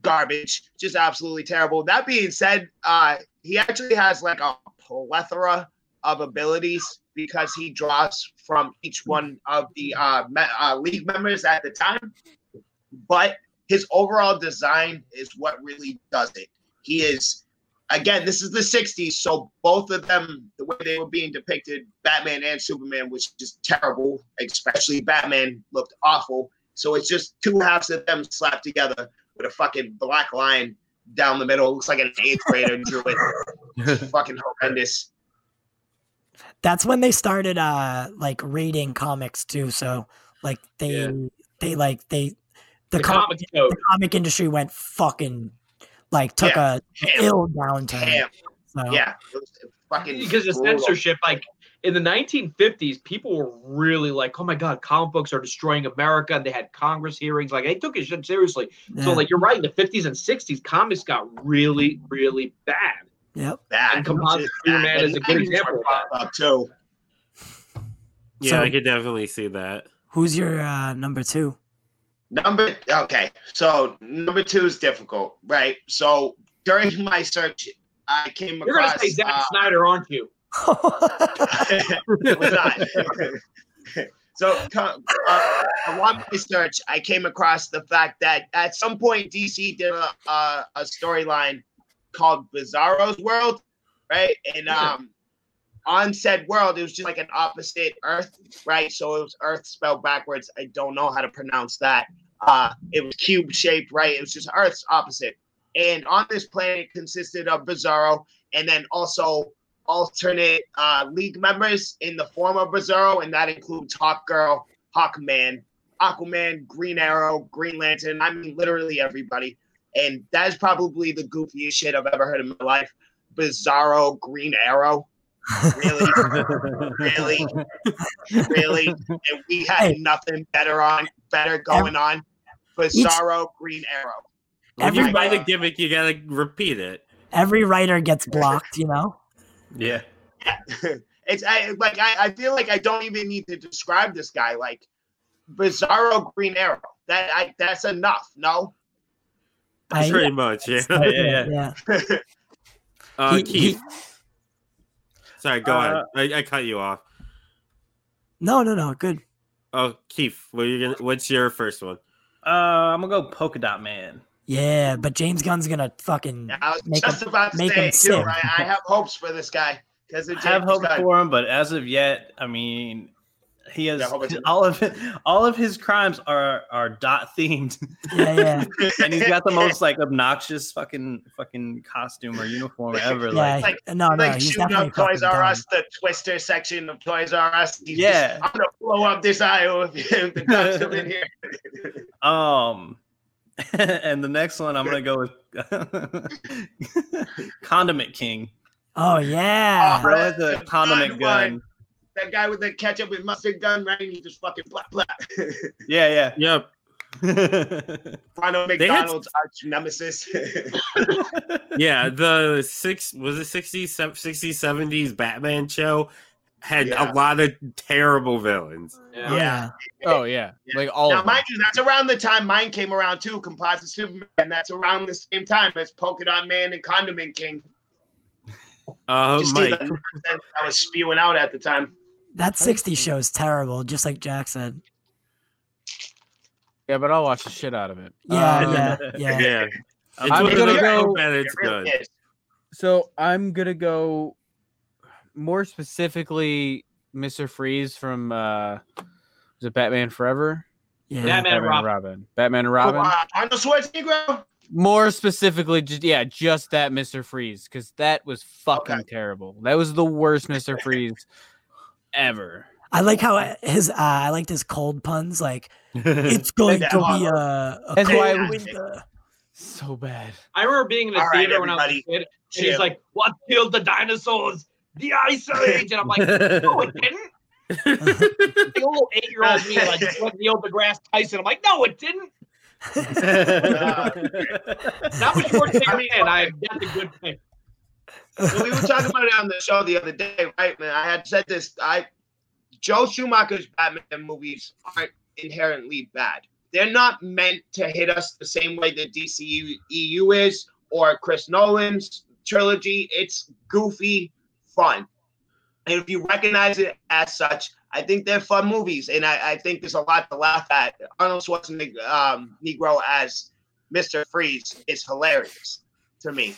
Speaker 5: garbage, just absolutely terrible. That being said, uh, he actually has like a plethora of abilities because he draws from each one of the uh, me- uh, league members at the time. But his overall design is what really does it. He is again, this is the 60s, so both of them, the way they were being depicted, Batman and Superman, was just terrible, especially Batman looked awful. So it's just two halves of them slapped together with a fucking black line down the middle. It looks like an eighth grader drew it. It's fucking horrendous.
Speaker 7: That's when they started uh like rating comics too. So like they
Speaker 8: Yeah.
Speaker 7: they like they the,
Speaker 8: The
Speaker 7: com-
Speaker 8: comic code.
Speaker 7: the comic industry went fucking like took a
Speaker 5: Ham.
Speaker 7: ill downturn.
Speaker 5: Ham.
Speaker 7: So
Speaker 5: Yeah. It was fucking
Speaker 8: because of
Speaker 5: brutal.
Speaker 8: censorship like in the 1950s people were really like oh my god comic books are destroying america and they had congress hearings like they took it shit seriously
Speaker 7: yeah.
Speaker 8: so like you're right in the 50s and 60s comics got really really bad
Speaker 7: yep.
Speaker 5: Bad.
Speaker 8: and Composite Superman
Speaker 5: The
Speaker 8: is a good
Speaker 5: 90s
Speaker 8: example
Speaker 5: were fucked up, too.
Speaker 2: Yeah,
Speaker 7: So-
Speaker 2: I could definitely see that.
Speaker 7: Who's your uh, number two?
Speaker 5: Number okay, so number two is difficult, right? So during my search, I came
Speaker 8: you're gonna
Speaker 5: across.
Speaker 8: say Zack
Speaker 5: uh,
Speaker 8: snyder aren't you
Speaker 5: it was not. so co- uh, along my search, I came across the fact that at some point DC did a a, a storyline called Bizarro's World, right? And um, on said world, it was just like an opposite Earth, right? So it was Earth spelled backwards. I don't know how to pronounce that. Uh, it was cube shaped, right? It was just Earth's opposite. And on this planet consisted of Bizarro and then also alternate uh, league members in the form of Bizarro, and that includes Hawkgirl, Hawkman, Aquaman, Green Arrow, Green Lantern. I mean, literally everybody. And that is probably the goofiest shit I've ever heard in my life. Bizarro, Green Arrow. Really, really, really. And we had
Speaker 7: Hey.
Speaker 5: nothing better on, better going on. Bizarro, Green Arrow.
Speaker 2: If you buy
Speaker 5: Everybody-
Speaker 2: the gimmick, you gotta repeat it.
Speaker 7: Every writer gets blocked, you know.
Speaker 4: Yeah.
Speaker 5: [LAUGHS] it's I, like I, I feel like I don't even need to describe this guy. Like Bizarro Green Arrow. That I that's enough. No,
Speaker 7: I-
Speaker 2: Pretty much,
Speaker 7: [LAUGHS]
Speaker 2: yeah.
Speaker 4: Yeah, yeah, yeah.
Speaker 7: yeah.
Speaker 2: Uh,
Speaker 7: He-
Speaker 2: Keith. Sorry, go
Speaker 4: Uh,
Speaker 2: ahead. I, I cut you off.
Speaker 7: No, no, no. Good.
Speaker 2: Oh, Keith, what are you gonna, what's your first one?
Speaker 4: Uh, I'm gonna go polka dot man.
Speaker 7: Yeah, but James Gunn's gonna fucking
Speaker 5: I was
Speaker 7: Mm-hmm. Make
Speaker 5: just about to
Speaker 7: make
Speaker 5: say
Speaker 7: him
Speaker 5: it, too.
Speaker 7: sick.
Speaker 5: Right? I have hopes for this guy because
Speaker 4: I have hope for him, but as of yet, I mean, he has
Speaker 5: Yeah, hope it's-
Speaker 4: [LAUGHS] all of all of his crimes are are dot themed,
Speaker 7: [LAUGHS]
Speaker 5: [LAUGHS]
Speaker 7: yeah, yeah,
Speaker 4: and he's got the most like obnoxious fucking fucking costume or uniform ever.
Speaker 7: yeah.
Speaker 4: Like,
Speaker 5: like-
Speaker 7: no, oh, no,
Speaker 5: like
Speaker 7: he's
Speaker 5: shooting
Speaker 7: definitely
Speaker 5: up Toys
Speaker 7: fucking
Speaker 5: R
Speaker 7: dumb.
Speaker 5: Us, the Twister section of Toys R Us. He's just,
Speaker 4: Yeah.
Speaker 5: I'm gonna blow up this aisle if [LAUGHS] the cops come in here.
Speaker 4: [LAUGHS] um, [LAUGHS] and the next one I'm gonna go with [LAUGHS] Condiment King.
Speaker 7: Oh yeah,
Speaker 4: Bro has a
Speaker 5: That's
Speaker 4: condiment
Speaker 5: not mine.
Speaker 4: gun.
Speaker 5: That guy with the ketchup and mustard gun, right? He just fucking blah [LAUGHS] blah.
Speaker 4: Yeah,
Speaker 2: Yep.
Speaker 4: [LAUGHS] yeah.
Speaker 5: Ronald
Speaker 2: They had-
Speaker 5: McDonald's arch nemesis. [LAUGHS]
Speaker 2: Yeah, the six was it 60s, 60s, 70s Batman show had
Speaker 5: Yeah.
Speaker 2: a lot of terrible villains.
Speaker 7: yeah.
Speaker 3: Oh yeah, like all
Speaker 5: now,
Speaker 3: of them.
Speaker 5: mind you, that's around the time mine came around too, Composite Superman. That's around the same time as Polka Dot Man and Condiment King.
Speaker 3: Oh,
Speaker 2: Uh,
Speaker 5: Just see
Speaker 2: Mike,
Speaker 5: the nonsense I was spewing out at the time.
Speaker 7: That '60 show is terrible. Just like Jack said.
Speaker 3: Yeah, but I'll watch the shit out of it.
Speaker 5: Oh,
Speaker 7: Yeah,
Speaker 3: Um,
Speaker 5: [LAUGHS]
Speaker 7: yeah, yeah.
Speaker 2: yeah, it's
Speaker 3: I'm
Speaker 2: one of
Speaker 3: gonna
Speaker 2: those
Speaker 3: go-
Speaker 2: that it's
Speaker 5: It really
Speaker 2: good.
Speaker 5: is.
Speaker 3: So I'm gonna go more specifically, Mister Freeze from uh, was it Batman Forever?
Speaker 7: yeah.
Speaker 8: Batman and Robin.
Speaker 3: Batman and Robin.
Speaker 5: Oh, uh, Arnold Schwarzenegger.
Speaker 3: More specifically, just yeah, just that Mister Freeze because that was fucking terrible. That was the worst Mister Freeze ever.
Speaker 7: I like how his. Uh, I liked his cold puns. Like it's going
Speaker 5: that
Speaker 7: to be
Speaker 5: one.
Speaker 7: a, a
Speaker 3: That's
Speaker 7: cold
Speaker 3: why I
Speaker 5: was-
Speaker 7: winter.
Speaker 3: So bad.
Speaker 8: I remember being in the
Speaker 5: All right,
Speaker 8: theater when I was a
Speaker 5: everybody.
Speaker 8: kid, and
Speaker 5: Chill.
Speaker 8: he's like, "What killed the dinosaurs? The Ice Age." And I'm like,
Speaker 4: [LAUGHS]
Speaker 8: "No, it didn't." The old eight-year-old
Speaker 5: [LAUGHS]
Speaker 8: me, like what Neil deGrasse Tyson. I'm like, "No, it didn't."
Speaker 4: [LAUGHS]
Speaker 8: That was your
Speaker 5: I
Speaker 8: thing,
Speaker 5: mean,
Speaker 8: and I that's a good pick.
Speaker 5: Well, we were talking about it on the show the other day, right, man? I had said this. I Joe Schumacher's Batman movies aren't inherently bad. They're not meant to hit us the same way the DCEU is or Chris Nolan's trilogy. It's goofy fun. And if you recognize it as such, I think they're fun movies. And I, I think there's a lot to laugh at. Arnold Schwarzenegger, um, Negro as Mr. Freeze is hilarious to me.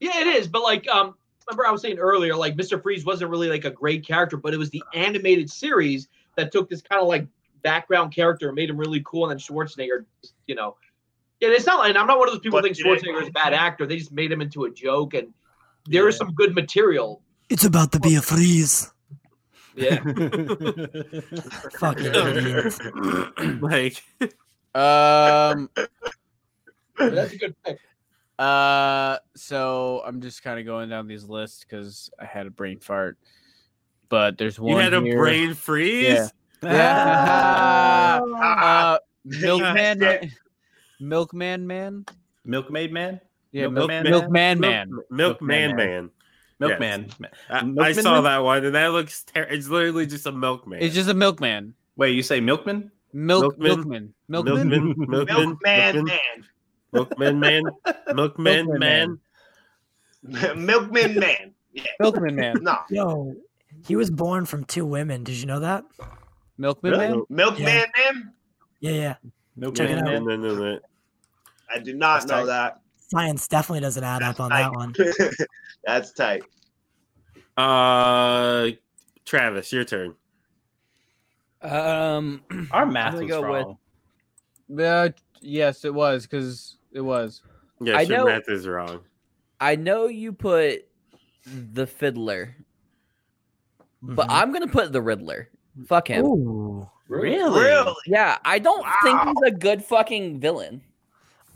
Speaker 8: Yeah, it is. But like, um, remember I was saying earlier, like Mr. Freeze wasn't really like a great character, but it was the animated series that took this kind of like background character and made him really cool. And then Schwarzenegger, just, you know, yeah, it's not. And I'm not one of those people who
Speaker 5: But
Speaker 8: think
Speaker 5: it is-
Speaker 8: Schwarzenegger is a bad actor. They just made him into a joke, and there is some good material.
Speaker 7: It's about to be a freeze.
Speaker 8: Yeah,
Speaker 7: Fucking idiots.
Speaker 2: Mike,
Speaker 3: Um.
Speaker 8: that's a good
Speaker 6: [LAUGHS]
Speaker 8: pick.
Speaker 3: Uh, so I'm just kind of going down these lists because I had a brain fart, but there's one.
Speaker 2: you had a
Speaker 3: here-
Speaker 2: brain freeze.
Speaker 3: Yeah. [LAUGHS] Yeah.
Speaker 5: [LAUGHS] Ah,
Speaker 3: uh, Milkman, [LAUGHS]
Speaker 5: Yeah.
Speaker 3: Man- Milkman Man.
Speaker 4: [LAUGHS] Milkmaid man.
Speaker 3: Yeah, Milk,
Speaker 4: Milkman
Speaker 3: Milkman,
Speaker 4: Man?
Speaker 3: Man.
Speaker 2: Milk-
Speaker 4: Milkman
Speaker 2: Milkman Man.
Speaker 4: Milkman. Ma-
Speaker 2: I, I
Speaker 4: Milkman
Speaker 2: saw
Speaker 4: Man?
Speaker 2: that one, and that looks. Ter- it's literally just a milkman.
Speaker 3: It's just a Milkman.
Speaker 4: Wait, you say milkman?
Speaker 3: Milk
Speaker 2: Milkman.
Speaker 3: Milkman. Milkman.
Speaker 2: milkman, milkman, milkman, milkman
Speaker 5: Milkman
Speaker 2: man, milkman
Speaker 3: Milkman
Speaker 2: man.
Speaker 3: Man.
Speaker 5: Man. [LAUGHS] Milkman Man. Yeah.
Speaker 3: Milkman
Speaker 5: [LAUGHS]
Speaker 3: Man.
Speaker 5: No.
Speaker 7: [LAUGHS] Yo, he was born from two women. Did you know that?
Speaker 3: Milkman
Speaker 4: Really?
Speaker 3: Man.
Speaker 5: Milkman Man?
Speaker 7: Yeah, yeah. Check it
Speaker 4: Milkman
Speaker 7: out.
Speaker 4: man.
Speaker 2: Man, man, man, man.
Speaker 5: I do not
Speaker 4: That's
Speaker 5: know that.
Speaker 7: Science definitely doesn't add up on
Speaker 5: I-
Speaker 7: that one. [LAUGHS]
Speaker 5: That's tight.
Speaker 2: Uh, Travis, your turn.
Speaker 6: Um,
Speaker 4: Our
Speaker 6: I'm
Speaker 4: math
Speaker 6: gonna
Speaker 4: was
Speaker 6: go with-
Speaker 4: wrong.
Speaker 3: Uh, yes, it was because it was.
Speaker 2: Yeah,
Speaker 6: I
Speaker 2: your
Speaker 6: know-
Speaker 2: math is wrong.
Speaker 6: I know you put the fiddler, but
Speaker 7: Mhm.
Speaker 6: I'm gonna put the Riddler. Fuck him.
Speaker 7: Mm-hmm. Ooh.
Speaker 4: Really?
Speaker 5: Really?
Speaker 6: Yeah, I don't think
Speaker 5: Wow.
Speaker 6: he's a good fucking villain.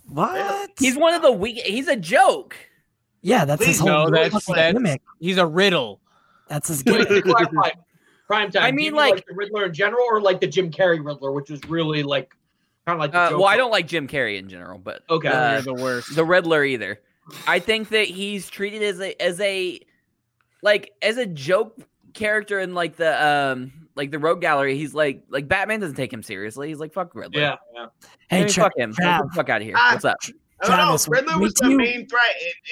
Speaker 7: What?
Speaker 6: He's one of the weak. He's a joke.
Speaker 7: yeah, that's his
Speaker 5: Please,
Speaker 7: whole
Speaker 3: no, that's-
Speaker 7: fucking
Speaker 3: that's-
Speaker 7: gimmick.
Speaker 3: He's a riddle.
Speaker 7: That's his
Speaker 8: [LAUGHS] Wait, to
Speaker 7: gimmick.
Speaker 8: clarify, prime time.
Speaker 6: I
Speaker 8: do
Speaker 6: mean,
Speaker 8: you
Speaker 6: like-
Speaker 8: the Riddler in general, or like the Jim Carrey Riddler, which was really like kind of like. The
Speaker 6: Uh, well, I
Speaker 8: Joker?
Speaker 6: don't like Jim Carrey in general, but
Speaker 8: Okay.
Speaker 6: uh,
Speaker 3: You're the worst.
Speaker 6: the Riddler either. I think that he's treated as a as a like as a joke character in like the um like the rogue gallery. He's like like Batman doesn't take him seriously. He's like fuck Riddler.
Speaker 8: Yeah, yeah.
Speaker 6: I
Speaker 7: Hey,
Speaker 6: mean,
Speaker 7: Tra-
Speaker 6: fuck him. Get
Speaker 7: Trav.
Speaker 6: the fuck out of here.
Speaker 5: Ah.
Speaker 6: What's up?
Speaker 5: I don't
Speaker 7: Travis,
Speaker 5: know. Riddler
Speaker 7: me
Speaker 5: was the
Speaker 7: too.
Speaker 5: main threat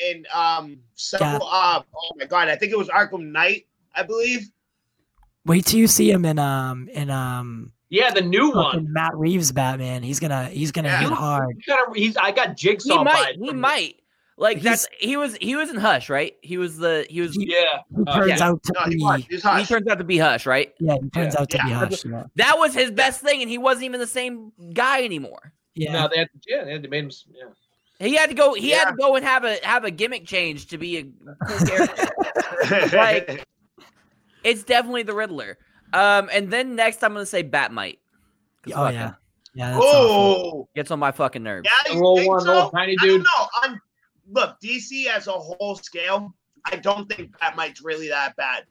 Speaker 5: in, in um several. Uh, oh my god, I think it was Arkham Knight, I believe.
Speaker 7: Wait till you see him in um in um
Speaker 8: Yeah, the new
Speaker 7: fucking
Speaker 8: one.
Speaker 7: Matt Reeves Batman. He's gonna he's gonna
Speaker 5: Yeah.
Speaker 7: hit hard.
Speaker 8: He's got a, he's, I got
Speaker 6: He
Speaker 8: jigsaw. by
Speaker 6: might.
Speaker 8: it
Speaker 6: He
Speaker 8: from-
Speaker 6: might. Like
Speaker 7: He's-
Speaker 6: that's he was he was in Hush, right? He was the he was
Speaker 7: He-
Speaker 6: he
Speaker 8: Yeah,
Speaker 7: He
Speaker 8: Uh,
Speaker 7: turns
Speaker 6: yeah.
Speaker 7: out to
Speaker 5: No,
Speaker 7: be
Speaker 5: he was. He's Hush.
Speaker 6: turns out to be Hush, right?
Speaker 7: yeah, he turns out to be
Speaker 5: Yeah.
Speaker 7: Hush. Yeah,
Speaker 6: That was his best thing, and he wasn't even the same guy anymore.
Speaker 7: yeah.
Speaker 8: No, they had to, yeah, they had to make him. s- Yeah.
Speaker 6: He had to go. He had
Speaker 5: Yeah.
Speaker 6: to go and have a have a gimmick change to be a
Speaker 5: [LAUGHS]
Speaker 6: cool character. Like- it's definitely the Riddler. Um, and then next I'm gonna say Batmite. 'Cause
Speaker 7: oh
Speaker 6: fuck
Speaker 7: yeah,
Speaker 6: him.
Speaker 7: yeah. That's
Speaker 5: oh,
Speaker 7: awful.
Speaker 6: gets on my fucking nerves.
Speaker 5: yeah, you
Speaker 8: Little
Speaker 5: think
Speaker 8: one,
Speaker 5: so?
Speaker 8: little tiny
Speaker 5: I don't
Speaker 8: dude.
Speaker 5: know. I'm, look, DC as a whole scale, I don't think that might's really that bad.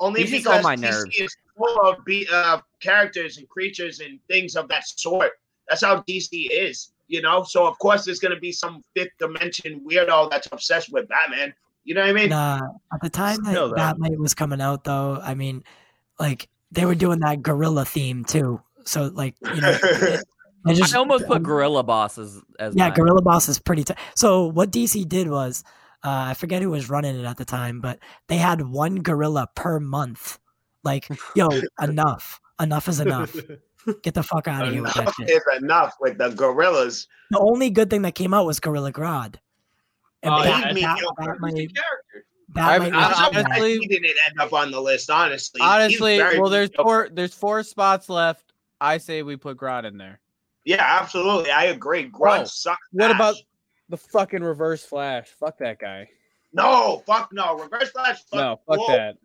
Speaker 5: Only
Speaker 6: He's just
Speaker 5: because
Speaker 6: on my
Speaker 5: DC
Speaker 6: nerves.
Speaker 5: is full of be, uh, characters and creatures and things of that sort. That's how DC is, you know. So of course there's gonna be some fifth dimension weirdo that's obsessed with Batman. You know what I [LAUGHS] mean?
Speaker 7: Nah, at the time that
Speaker 4: Still, though.
Speaker 7: Batman was coming out, though, I mean, like they were doing that gorilla theme too. So like, you know, it- I just
Speaker 6: I almost put Gorilla Boss as, as
Speaker 7: yeah,
Speaker 6: mine.
Speaker 7: Gorilla Boss is pretty. T- so what DC did was, uh, I forget who was running it at the time, but they had one gorilla per month. Like, yo, enough, enough is enough. Get the fuck out of here with that
Speaker 5: enough
Speaker 7: shit.
Speaker 5: is enough with the gorillas.
Speaker 7: The only good thing that came out was Gorilla Grodd. And
Speaker 8: Oh, yeah,
Speaker 7: that,
Speaker 5: I mean,
Speaker 7: that,
Speaker 5: yo,
Speaker 7: that
Speaker 8: He's a
Speaker 7: might,
Speaker 8: character.
Speaker 7: that
Speaker 3: I-
Speaker 7: might
Speaker 3: I-
Speaker 7: not
Speaker 5: I'm
Speaker 7: be bad.
Speaker 5: surprised
Speaker 3: honestly-
Speaker 5: he didn't end up on the list, honestly. He's
Speaker 3: Honestly,
Speaker 5: very
Speaker 3: well, there's
Speaker 5: mediocre.
Speaker 3: four there's four spots left. I say we put Grodd in there.
Speaker 5: Yeah, absolutely. I agree.
Speaker 3: Bro,
Speaker 5: Grunt sucks.
Speaker 3: what
Speaker 5: ass.
Speaker 3: about- The fucking Reverse Flash. Fuck that guy.
Speaker 5: No, fuck no. Reverse flash. Fuck
Speaker 3: No, fuck
Speaker 5: whoa.
Speaker 3: that.
Speaker 5: What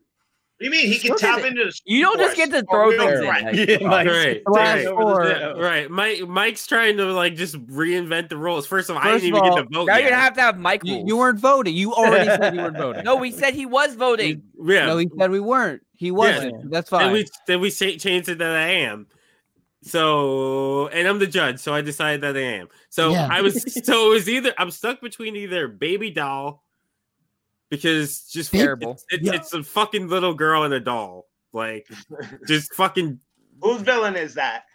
Speaker 5: do you mean? He can
Speaker 6: Look at
Speaker 5: tap
Speaker 6: it.
Speaker 5: into the.
Speaker 6: You don't just
Speaker 5: Force
Speaker 6: get to
Speaker 5: or
Speaker 6: throw
Speaker 5: real
Speaker 6: things in.
Speaker 5: threat. [LAUGHS]
Speaker 6: Like,
Speaker 4: Yeah,
Speaker 6: fuck.
Speaker 4: Mike's-
Speaker 2: Right.
Speaker 3: [LAUGHS]
Speaker 7: Last
Speaker 2: right.
Speaker 7: four.
Speaker 2: Yeah, right. Mike Mike's trying to like just reinvent the rules. First of all, I
Speaker 3: First
Speaker 2: didn't
Speaker 3: of
Speaker 2: even
Speaker 3: all,
Speaker 2: get to vote.
Speaker 6: Now
Speaker 2: yet.
Speaker 6: you're gonna have to have Mike
Speaker 3: You,
Speaker 6: rules.
Speaker 3: you weren't voting. You [LAUGHS] already said you weren't voting.
Speaker 6: No, we said he was
Speaker 7: [LAUGHS]
Speaker 6: voting.
Speaker 2: yeah.
Speaker 3: No, he said we weren't. He wasn't. That's
Speaker 2: then
Speaker 3: fine.
Speaker 2: we then we cha- changed it that I am. So and I'm the judge, so I decided that I am. So
Speaker 7: Yeah.
Speaker 2: I was so it was either I'm stuck between either baby doll because just
Speaker 6: Baby- Terrible.
Speaker 2: It's,
Speaker 7: Yeah.
Speaker 2: it's a fucking little girl and a doll, like just fucking
Speaker 5: Whose villain is that?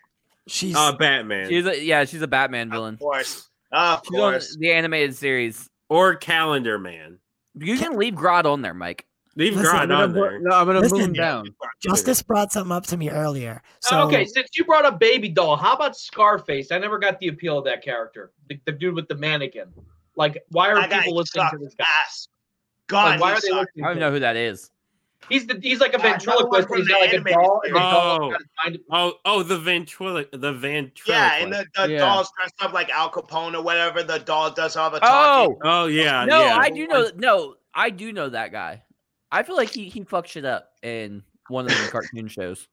Speaker 7: She's
Speaker 2: uh Batman
Speaker 6: She's a, yeah, she's a Batman villain.
Speaker 5: Of course. Of
Speaker 6: She's on
Speaker 5: course.
Speaker 6: the animated series.
Speaker 2: or Calendar Man.
Speaker 6: You can leave Grodd on there, Mike.
Speaker 2: Leave
Speaker 7: Listen,
Speaker 2: Grodd
Speaker 3: I'm gonna
Speaker 2: on
Speaker 3: put-
Speaker 2: there.
Speaker 3: no, I'm gonna
Speaker 7: Listen,
Speaker 3: move him down.
Speaker 7: Justice brought something up to me earlier. So
Speaker 5: Oh,
Speaker 7: [LAUGHS]
Speaker 8: okay, since you brought up Baby Doll, how about Scarface? I never got the appeal of that character. The, the dude with the mannequin. Like, why are
Speaker 5: That guy
Speaker 8: people listening
Speaker 5: sucks
Speaker 8: to this guy?
Speaker 5: ass.
Speaker 8: Like,
Speaker 5: God,
Speaker 8: why
Speaker 5: he
Speaker 8: are they
Speaker 5: sucks.
Speaker 6: I
Speaker 8: listening?
Speaker 6: don't
Speaker 8: To
Speaker 6: even
Speaker 8: him?
Speaker 6: know who that is.
Speaker 8: He's the he's like a
Speaker 5: Uh, another one
Speaker 8: ventriloquist.
Speaker 5: from
Speaker 8: He's
Speaker 5: the
Speaker 8: got like a
Speaker 5: animated
Speaker 8: doll. And a
Speaker 2: series.
Speaker 8: doll
Speaker 2: Oh.
Speaker 8: got his mind-
Speaker 2: Oh, oh, the ventrilo, the ventriloquist.
Speaker 5: Yeah, and the, the
Speaker 3: Yeah.
Speaker 5: doll's dressed up like Al Capone or whatever. The doll does all the talking.
Speaker 6: Oh
Speaker 2: oh yeah,
Speaker 6: no,
Speaker 2: yeah.
Speaker 6: I do know. No, I do know that guy. I feel like he he fucked shit up in one [LAUGHS] of the cartoon shows.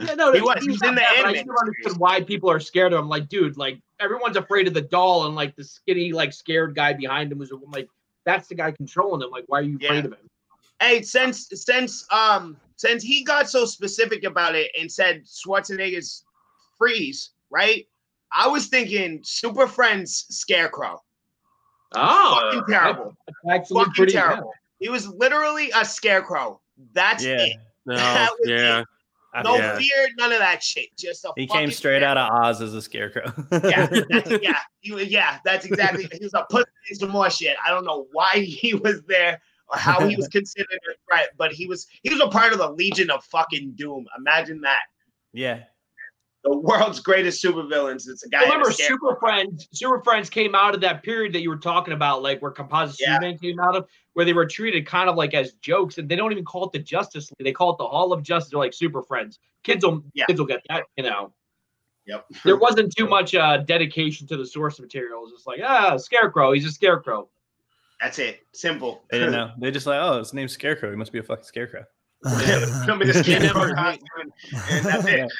Speaker 8: Yeah, no,
Speaker 5: He
Speaker 8: it's-
Speaker 5: was.
Speaker 8: he's
Speaker 5: He was
Speaker 8: not
Speaker 5: in the
Speaker 8: bad, but I
Speaker 5: anime
Speaker 8: never understood why people are scared of him. Like, dude, like everyone's afraid of the doll, and like the skinny, like scared guy behind him was I'm like, that's the guy controlling him. Like, why are you
Speaker 5: Yeah.
Speaker 8: afraid of him?
Speaker 5: Hey, since since um since he got so specific about it and said Schwarzenegger's freeze, right? I was thinking Super Friends Scarecrow.
Speaker 8: Oh,
Speaker 5: Fucking terrible.
Speaker 8: Actually,
Speaker 5: Fucking
Speaker 8: pretty yeah.
Speaker 5: terrible. He was literally a scarecrow. That's
Speaker 4: yeah.
Speaker 5: it.
Speaker 2: No,
Speaker 5: [LAUGHS] That was
Speaker 2: yeah.
Speaker 5: it. No
Speaker 2: Yeah.
Speaker 5: fear, none of that shit. Just a
Speaker 4: He
Speaker 5: fucking
Speaker 4: came straight out of Oz as a scarecrow.
Speaker 5: Yeah, that's- yeah, he was- yeah. That's exactly. He was a pussy and some more shit. I don't know why [LAUGHS] he was there or how
Speaker 4: [LAUGHS]
Speaker 5: he was considered a threat, but he was he was a part of the Legion of fucking Doom. Imagine that.
Speaker 4: [LAUGHS] yeah.
Speaker 5: the world's greatest supervillains. It's a guy. in a
Speaker 8: Remember,
Speaker 5: scare-
Speaker 8: Super Friends. Super Friends came out of that period that you were talking about, like where Composite
Speaker 5: Yeah.
Speaker 8: Superman came out of, where they were treated kind of like as jokes, and they don't even call it the Justice League. They call it the Hall of Justice, or like Super Friends. Kids will,
Speaker 5: Yeah.
Speaker 8: kids will get that, you know.
Speaker 5: Yep.
Speaker 8: [LAUGHS] There wasn't too much uh, dedication to the source material. It was just like, ah, Scarecrow. He's a Scarecrow.
Speaker 5: That's it. Simple.
Speaker 4: They didn't
Speaker 5: [LAUGHS]
Speaker 4: know. They just like, oh, his name's Scarecrow. He must be a fucking scarecrow. [LAUGHS]
Speaker 5: Come in this Scarecrow costume, and [LAUGHS] that's it.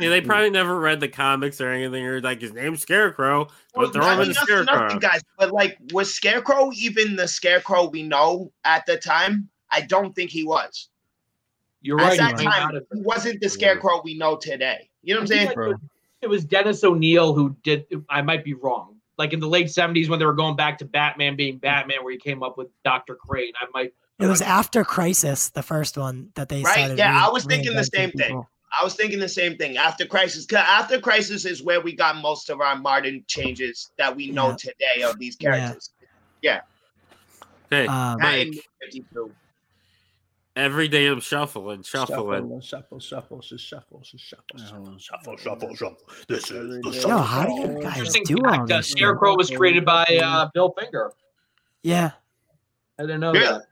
Speaker 2: Yeah, they probably never read the comics or anything, or like his name's Scarecrow, but they're
Speaker 5: Not
Speaker 2: all in the
Speaker 5: enough for
Speaker 2: Scarecrow.
Speaker 5: nothing, guys. But like, was Scarecrow even the Scarecrow we know at the time? I don't think he was.
Speaker 8: You're
Speaker 5: At
Speaker 8: right.
Speaker 5: that
Speaker 8: he came out
Speaker 5: time,
Speaker 8: of-
Speaker 5: he wasn't the Scarecrow we know today. You know what I'm saying?
Speaker 4: Bro.
Speaker 8: it was Dennis O'Neill who did. I might be wrong. Like in the late '70s when they were going back to Batman being Batman, where he came up with Doctor Crane. I might
Speaker 7: [LAUGHS] It was after Crisis, the first one that they
Speaker 5: Right,
Speaker 7: started
Speaker 5: yeah,
Speaker 7: re-
Speaker 5: I was thinking the
Speaker 7: reinventing
Speaker 5: same thing.
Speaker 7: people.
Speaker 5: I was thinking the same thing. After Crisis, 'cause after Crisis is where we got most of our modern changes that we know
Speaker 7: Yeah.
Speaker 5: today of these
Speaker 7: Yeah.
Speaker 5: characters.
Speaker 2: Okay.
Speaker 5: Not
Speaker 7: Um,
Speaker 5: in
Speaker 2: Mike.
Speaker 5: 52.
Speaker 2: Every day I'm shuffling, shuffling.
Speaker 4: shuffle, shuffle, shuffle, shuffle,
Speaker 3: shuffle,
Speaker 4: shuffle, shuffle, shuffle. This
Speaker 3: is the
Speaker 7: yo, how
Speaker 4: [LAUGHS]
Speaker 7: do you guys [LAUGHS]
Speaker 8: Interesting
Speaker 7: do all
Speaker 8: fact, uh,
Speaker 7: this? shit?
Speaker 8: Scarecrow was created by uh, Bill Finger.
Speaker 7: Yeah,
Speaker 8: I didn't know
Speaker 5: Really?
Speaker 8: that.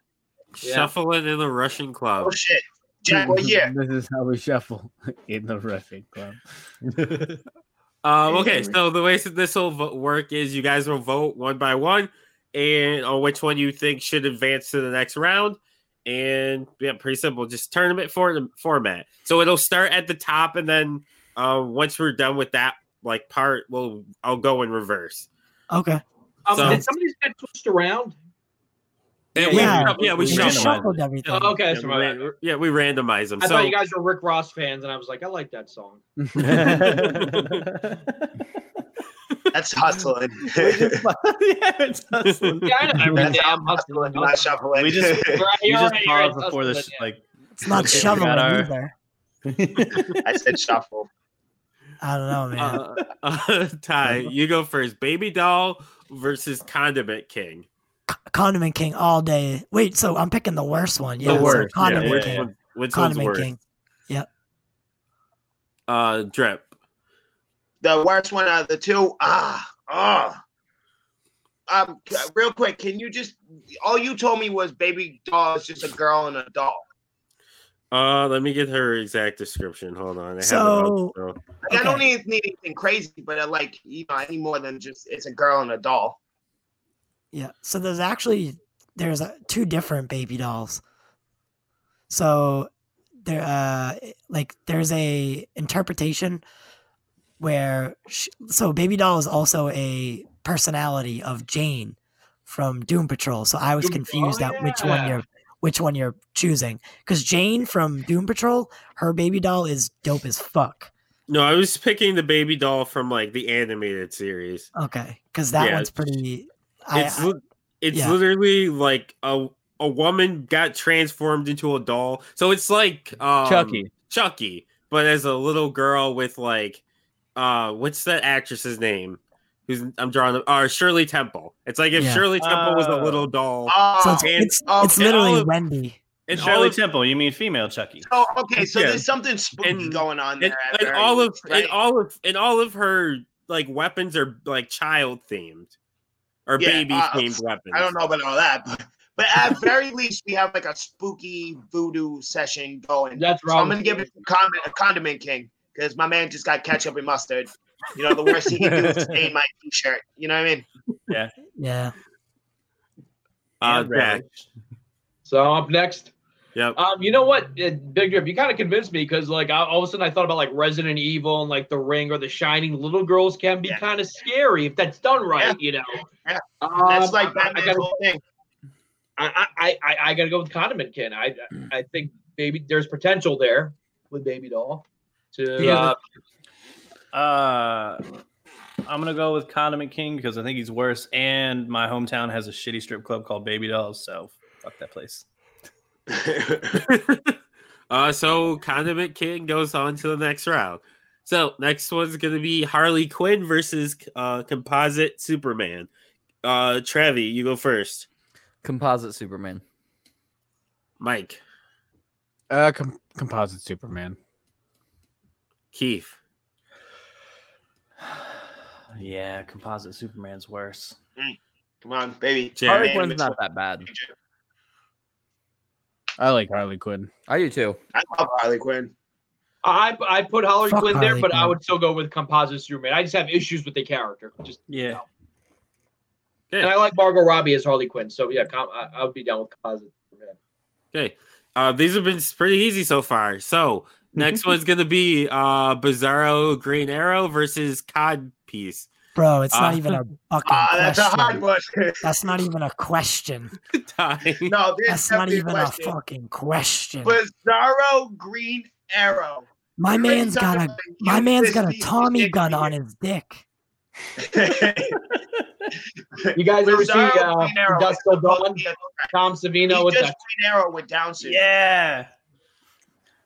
Speaker 8: Yeah.
Speaker 2: Shuffling in the Russian
Speaker 5: Oh
Speaker 2: club.
Speaker 5: shit. Jack, what year?
Speaker 3: This is how we shuffle [LAUGHS] in the wrestling club.
Speaker 2: Um, okay, so the way that this will vo- work is you guys will vote one by one and on which one you think should advance to the next round. And yeah, pretty simple, just tournament for- format. So it'll start at the top, and then uh, once we're done with that like part, we'll I'll go in reverse.
Speaker 7: okay.
Speaker 8: Um,
Speaker 2: So-
Speaker 8: did somebody get twist around?
Speaker 2: Yeah,
Speaker 7: Yeah.
Speaker 2: we, yeah, we
Speaker 4: We
Speaker 7: They
Speaker 2: shuffle.
Speaker 7: just
Speaker 4: randomized
Speaker 7: shuffled
Speaker 4: it.
Speaker 7: everything.
Speaker 8: Oh, okay,
Speaker 2: Yeah,
Speaker 8: that's
Speaker 2: we,
Speaker 8: right.
Speaker 2: ran- yeah, we randomize them.
Speaker 8: I
Speaker 2: so
Speaker 8: thought you guys were Rick Ross fans, and I was like, I like
Speaker 5: [LAUGHS]
Speaker 8: that song.
Speaker 2: [LAUGHS]
Speaker 5: That's hustling. [LAUGHS]
Speaker 4: yeah, [LAUGHS] it's awesome.
Speaker 8: Yeah, I know. I
Speaker 5: That's
Speaker 8: read that. I'm
Speaker 5: [LAUGHS]
Speaker 8: hustling.
Speaker 5: Not shuffling.
Speaker 2: [LAUGHS]
Speaker 4: We just-
Speaker 8: You're right,
Speaker 4: You
Speaker 8: you're
Speaker 4: just
Speaker 8: right, you're right,
Speaker 4: pause before
Speaker 8: hustling,
Speaker 4: this,
Speaker 8: yeah.
Speaker 4: like.
Speaker 7: It's not
Speaker 4: Okay, we got
Speaker 7: shoveling
Speaker 4: our-
Speaker 7: either.
Speaker 5: I said shuffle.
Speaker 7: I don't know, man.
Speaker 2: uh, [LAUGHS] uh, Ty, you go first. Baby doll versus condiment king.
Speaker 7: Condiment King all day. Wait, so I'm picking the worst one. Yeah, so
Speaker 4: worst, yeah,
Speaker 7: Condiment
Speaker 4: yeah,
Speaker 2: which
Speaker 7: King.
Speaker 4: yeah.
Speaker 2: one- which one's
Speaker 7: Condiment
Speaker 2: worse?
Speaker 7: King.
Speaker 2: Uh, drip.
Speaker 5: The worst one out of the two. Ah, ah. Um, c- real quick, can you just? All you told me was baby doll is just a girl and a doll.
Speaker 2: Uh, let me get her exact description. Hold on. I have it
Speaker 7: So-
Speaker 2: up, so-
Speaker 5: Like, I don't
Speaker 7: Okay.
Speaker 5: need, need anything crazy, but I like you know, I need more than just it's a girl and a doll.
Speaker 7: Yeah. So there's actually there's uh, two different baby dolls. So there, uh, like there's a interpretation where sh so baby doll is also a personality of Jane from Doom Patrol. So I was
Speaker 8: Doom-
Speaker 7: confused
Speaker 8: oh,
Speaker 7: at which one
Speaker 8: yeah.
Speaker 7: you're which one you're choosing because Jane from Doom Patrol, her baby doll is dope as fuck.
Speaker 2: No, I was picking the baby doll from like the animated series.
Speaker 7: Okay, because that
Speaker 2: Yeah,
Speaker 7: one's pretty. I,
Speaker 2: It's li- it's
Speaker 7: yeah.
Speaker 2: literally like a a woman got transformed into a doll. So it's like um,
Speaker 3: Chucky.
Speaker 2: Chucky, but as a little girl with like uh what's that actress's name? Who's I'm drawing uh Shirley Temple. It's like if
Speaker 7: Yeah.
Speaker 2: Shirley Temple was a
Speaker 4: Oh.
Speaker 2: little doll.
Speaker 5: Oh,
Speaker 7: so it's,
Speaker 2: and-
Speaker 7: it's,
Speaker 5: oh,
Speaker 7: it's
Speaker 2: and all
Speaker 7: literally
Speaker 2: of-
Speaker 7: Wendy.
Speaker 2: and all
Speaker 4: Shirley
Speaker 2: of-
Speaker 4: Temple, you mean female Chucky?
Speaker 5: oh, okay. So
Speaker 2: Yeah.
Speaker 5: there's something spooky
Speaker 2: And-
Speaker 5: going on there.
Speaker 2: and,
Speaker 5: at
Speaker 2: and
Speaker 5: very
Speaker 2: all of
Speaker 5: least, right?
Speaker 2: and all of and all of her like weapons are like child themed or
Speaker 5: Yeah,
Speaker 2: baby
Speaker 5: uh,
Speaker 2: themed weapons.
Speaker 5: I don't know about all that, but, but
Speaker 7: [LAUGHS]
Speaker 5: at very least we have like a spooky voodoo session going.
Speaker 8: That's
Speaker 5: So I'm
Speaker 8: wrong.
Speaker 5: gonna give it a condiment, a condiment king because my man just got ketchup and mustard. You know the worst he can do
Speaker 7: [LAUGHS]
Speaker 5: is stain my t-shirt. You know what I mean?
Speaker 7: Yeah.
Speaker 2: Uh,
Speaker 4: And
Speaker 2: Jack.
Speaker 4: relish.
Speaker 8: So I'm up next.
Speaker 2: Yep.
Speaker 8: Um, you know what, uh, Big Drip, you kind of convinced me because like I, all of a sudden I thought about like Resident Evil and like The Ring or The Shining. Little girls can be
Speaker 5: Yeah.
Speaker 8: kind of scary if that's done right, you know.
Speaker 5: Yeah.
Speaker 8: Um,
Speaker 5: That's like
Speaker 8: I, I,
Speaker 5: Batman's
Speaker 8: gotta,
Speaker 5: whole thing.
Speaker 8: I, I, I, I gotta go with Condiment Kin. I
Speaker 7: Mm.
Speaker 8: I think baby there's potential there with Baby Doll. To
Speaker 3: Yeah.
Speaker 8: uh,
Speaker 4: Uh, I'm gonna go with Condiment King because I think he's worse, and my hometown has a shitty strip club called Baby Dolls, so fuck that place.
Speaker 5: [LAUGHS]
Speaker 2: [LAUGHS] uh, so Condiment King goes on to the next round. So next one's gonna be Harley Quinn versus uh, Composite Superman. Uh, Trevi, you go first.
Speaker 6: Composite Superman.
Speaker 2: Mike,
Speaker 3: Uh, com- composite Superman.
Speaker 2: Keith,
Speaker 4: [SIGHS] yeah, composite Superman's worse.
Speaker 5: Come on, baby.
Speaker 2: Jared.
Speaker 6: Harley
Speaker 5: Batman,
Speaker 6: Quinn's
Speaker 5: Mitchell.
Speaker 6: not that bad.
Speaker 3: I like Harley Quinn.
Speaker 6: I do too.
Speaker 5: I love Harley Quinn.
Speaker 8: I I put Harley
Speaker 7: Fuck
Speaker 8: Quinn there,
Speaker 7: Harley
Speaker 8: but I
Speaker 7: Quinn.
Speaker 8: would still go with Composite Superman. I just have issues with the character. Just
Speaker 4: Yeah,
Speaker 8: and I like Margot Robbie as Harley Quinn, so yeah, com- I, I would be down with Composite Superman.
Speaker 2: Okay. Uh, these have been s- pretty easy so far. So next one's gonna be uh, Bizarro Green Arrow versus Cod Piece. [LAUGHS]
Speaker 7: Bro, it's not
Speaker 2: Uh,
Speaker 7: even a fucking
Speaker 5: Ah, that's a
Speaker 7: question.
Speaker 5: hard one. [LAUGHS]
Speaker 7: That's not even a question.
Speaker 2: Ty.
Speaker 5: no, this
Speaker 7: That's not
Speaker 5: definitely
Speaker 7: even
Speaker 5: a
Speaker 7: a
Speaker 5: question.
Speaker 7: fucking question.
Speaker 5: Bizarro Green Arrow.
Speaker 7: My
Speaker 5: Chris
Speaker 7: man's got a
Speaker 5: Tucker,
Speaker 7: my man's got a
Speaker 5: USC [LAUGHS]
Speaker 7: Tommy gun
Speaker 5: engineer.
Speaker 7: on his dick.
Speaker 8: You guys ever see
Speaker 5: Bizarro
Speaker 8: uh,
Speaker 5: Green Arrow is
Speaker 8: Dusco
Speaker 5: supposed
Speaker 8: Dawn?
Speaker 5: to be a-
Speaker 8: Tom
Speaker 5: He's
Speaker 8: Savino with
Speaker 5: just
Speaker 8: that.
Speaker 5: Green Arrow with Down syndrome.
Speaker 4: Yeah.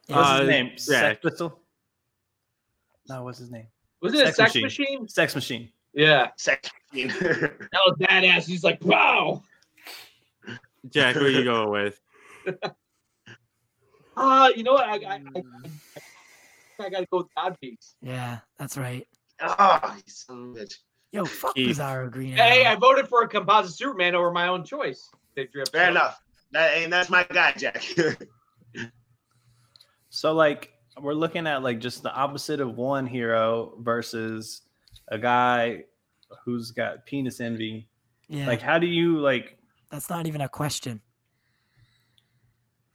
Speaker 4: What's
Speaker 2: Uh,
Speaker 4: his name?
Speaker 2: yeah.
Speaker 4: Sex Pistol? No, what's his name?
Speaker 8: Was it a
Speaker 4: Sex
Speaker 8: sex
Speaker 4: Machine.
Speaker 8: machine?
Speaker 4: Sex Machine.
Speaker 8: Yeah,
Speaker 5: Sex machine.
Speaker 8: that was badass. He's like, wow.
Speaker 2: Jack, what are you going with? [LAUGHS]
Speaker 8: Uh, you know what? I, I, I, I gotta go with Odd Piece.
Speaker 7: Yeah, that's right.
Speaker 5: oh, you son of a bitch.
Speaker 7: Yo, fuck
Speaker 2: Keith.
Speaker 7: Bizarro Green Arrow.
Speaker 8: Hey, I voted for a composite Superman over my own choice. They drip.
Speaker 5: Fair enough. That, and that's my guy,
Speaker 7: [LAUGHS]
Speaker 5: Jack.
Speaker 4: So like we're looking at like just the opposite of one hero versus a guy who's got penis envy.
Speaker 7: yeah,
Speaker 4: Like how do you like
Speaker 7: that's not even a question.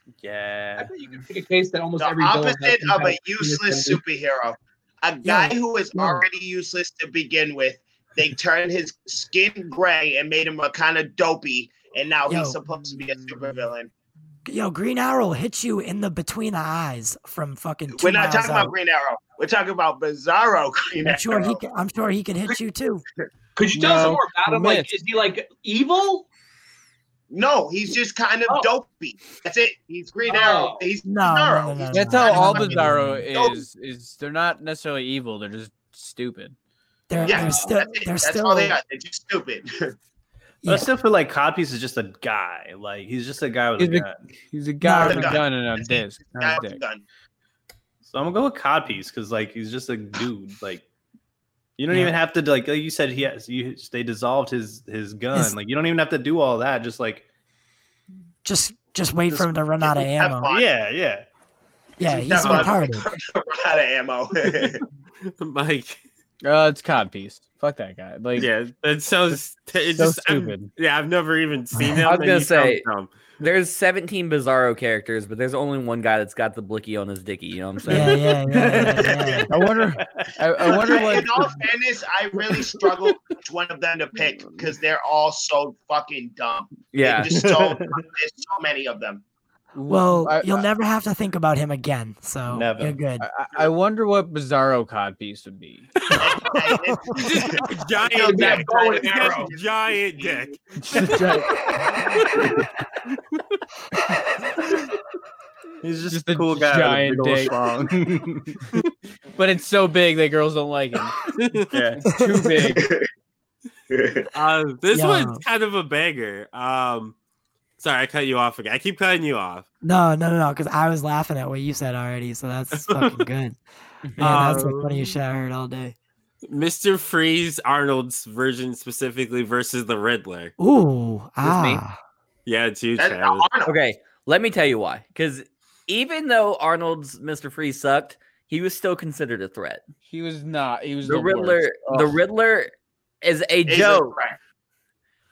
Speaker 8: I
Speaker 4: yeah.
Speaker 8: bet you can make a case that almost
Speaker 5: the
Speaker 8: every villain has
Speaker 5: opposite
Speaker 8: some
Speaker 5: of
Speaker 8: kind
Speaker 5: a useless
Speaker 8: penis
Speaker 5: superhero. A guy
Speaker 7: Yeah,
Speaker 5: who is
Speaker 7: no.
Speaker 5: already useless to begin with. They turned his skin gray and made him a kind of dopey, and now
Speaker 7: Yo.
Speaker 5: he's supposed to be a supervillain.
Speaker 7: Yo, Green Arrow hits you in the between the eyes from fucking. 2
Speaker 5: We're not
Speaker 7: miles
Speaker 5: talking
Speaker 7: out.
Speaker 5: about Green Arrow. We're talking about Bizarro Green
Speaker 7: I'm sure he.
Speaker 5: Arrow.
Speaker 7: Could, I'm sure he could hit you too.
Speaker 8: Could you tell us
Speaker 3: No,
Speaker 8: more about him? Like,
Speaker 3: miss.
Speaker 8: is he like evil? [LAUGHS]
Speaker 5: No, he's just kind of
Speaker 8: Oh.
Speaker 5: dopey. That's it. He's Green
Speaker 8: Oh.
Speaker 5: Arrow. He's
Speaker 7: No, no,
Speaker 5: Bizarro.
Speaker 7: no, no,
Speaker 5: He's
Speaker 7: no.
Speaker 3: That's how
Speaker 5: not a
Speaker 3: all
Speaker 5: fucking-
Speaker 3: Bizarro is. Is they're not necessarily evil. They're just stupid.
Speaker 7: They're,
Speaker 5: Yeah,
Speaker 7: they're still.
Speaker 5: that's it.
Speaker 7: They're
Speaker 5: That's
Speaker 7: still.
Speaker 5: all they got. They're just stupid.
Speaker 4: But I still feel like Codpiece is just a guy. Like he's just a guy with
Speaker 3: He's
Speaker 4: a
Speaker 3: a-
Speaker 4: gun.
Speaker 3: He's a guy
Speaker 7: No,
Speaker 3: with a
Speaker 5: no.
Speaker 3: gun and a
Speaker 5: That's it.
Speaker 3: disc.
Speaker 5: Guy
Speaker 3: Not a
Speaker 5: with a
Speaker 3: dick.
Speaker 5: gun.
Speaker 4: So I'm gonna go with Codpiece because like he's just a dude. Like you don't
Speaker 7: Yeah.
Speaker 4: even have to like like you said he has you they dissolved his his gun.
Speaker 7: His-
Speaker 4: like you don't even have to do all that. Just like
Speaker 7: Just, just wait
Speaker 4: Just
Speaker 7: for him to run out of
Speaker 5: Have
Speaker 7: ammo.
Speaker 5: fun.
Speaker 4: yeah, yeah.
Speaker 7: Yeah, he's
Speaker 5: Have fun.
Speaker 7: retarded.
Speaker 5: [LAUGHS] Run out of ammo. [LAUGHS]
Speaker 2: Mike.
Speaker 3: Uh, it's Codpiece. Fuck that guy. Like
Speaker 2: Yeah, that sounds it's
Speaker 3: so
Speaker 2: just I'm-
Speaker 3: stupid.
Speaker 2: yeah, I've never even seen him.
Speaker 7: I
Speaker 2: and
Speaker 6: was gonna
Speaker 2: he sounds
Speaker 6: say-
Speaker 2: dumb.
Speaker 6: There's 17 Bizarro characters, but there's only one guy that's got the blicky on his dicky. You know what I'm saying? [LAUGHS]
Speaker 7: Yeah, yeah, yeah, yeah, yeah.
Speaker 3: I wonder. I, I wonder
Speaker 5: I-
Speaker 3: what.
Speaker 5: in all fairness, I really struggled which one of them to pick because they're all so fucking dumb. They're
Speaker 6: Yeah.
Speaker 5: just so there's so many of them.
Speaker 7: Well,
Speaker 3: I-
Speaker 7: you'll
Speaker 3: I-
Speaker 7: never have to think about him again. So
Speaker 4: Never.
Speaker 7: you're good.
Speaker 3: I, I wonder what Bizarro Codpiece would be.
Speaker 5: I-
Speaker 2: [LAUGHS]
Speaker 5: it- [LAUGHS]
Speaker 2: giant
Speaker 8: Yeah,
Speaker 2: dick.
Speaker 8: bow and
Speaker 2: He's got
Speaker 8: arrow.
Speaker 2: a giant dick.
Speaker 4: He's just,
Speaker 3: Just
Speaker 4: a
Speaker 3: a
Speaker 4: cool guy with a
Speaker 3: giant
Speaker 4: big old
Speaker 3: dick.
Speaker 4: schlong.
Speaker 3: but it's so big that girls don't like him.
Speaker 4: yeah.
Speaker 3: It's too big.
Speaker 2: Uh, this
Speaker 7: Yeah.
Speaker 2: one's kind of a banger. Um, sorry, I cut you off again. I keep cutting you off.
Speaker 7: No, no, no, no. Because I was laughing at what you said already. So that's fucking [LAUGHS] good. Man, that's the funniest shit I heard all day.
Speaker 2: Mr. Freeze Arnold's version specifically versus the Riddler.
Speaker 7: Ooh,
Speaker 6: me?
Speaker 7: ah,
Speaker 2: Yeah, it's you,
Speaker 5: That's
Speaker 2: Travis.
Speaker 5: Arnold.
Speaker 6: Okay, let me tell you why. Because even though Arnold's Mr. Freeze sucked, he was still considered a threat.
Speaker 3: He was not. He was
Speaker 6: The
Speaker 3: the,
Speaker 6: Riddler,
Speaker 3: worst.
Speaker 6: the
Speaker 3: Ugh.
Speaker 6: Riddler is a
Speaker 5: He's a
Speaker 6: joke.
Speaker 5: threat.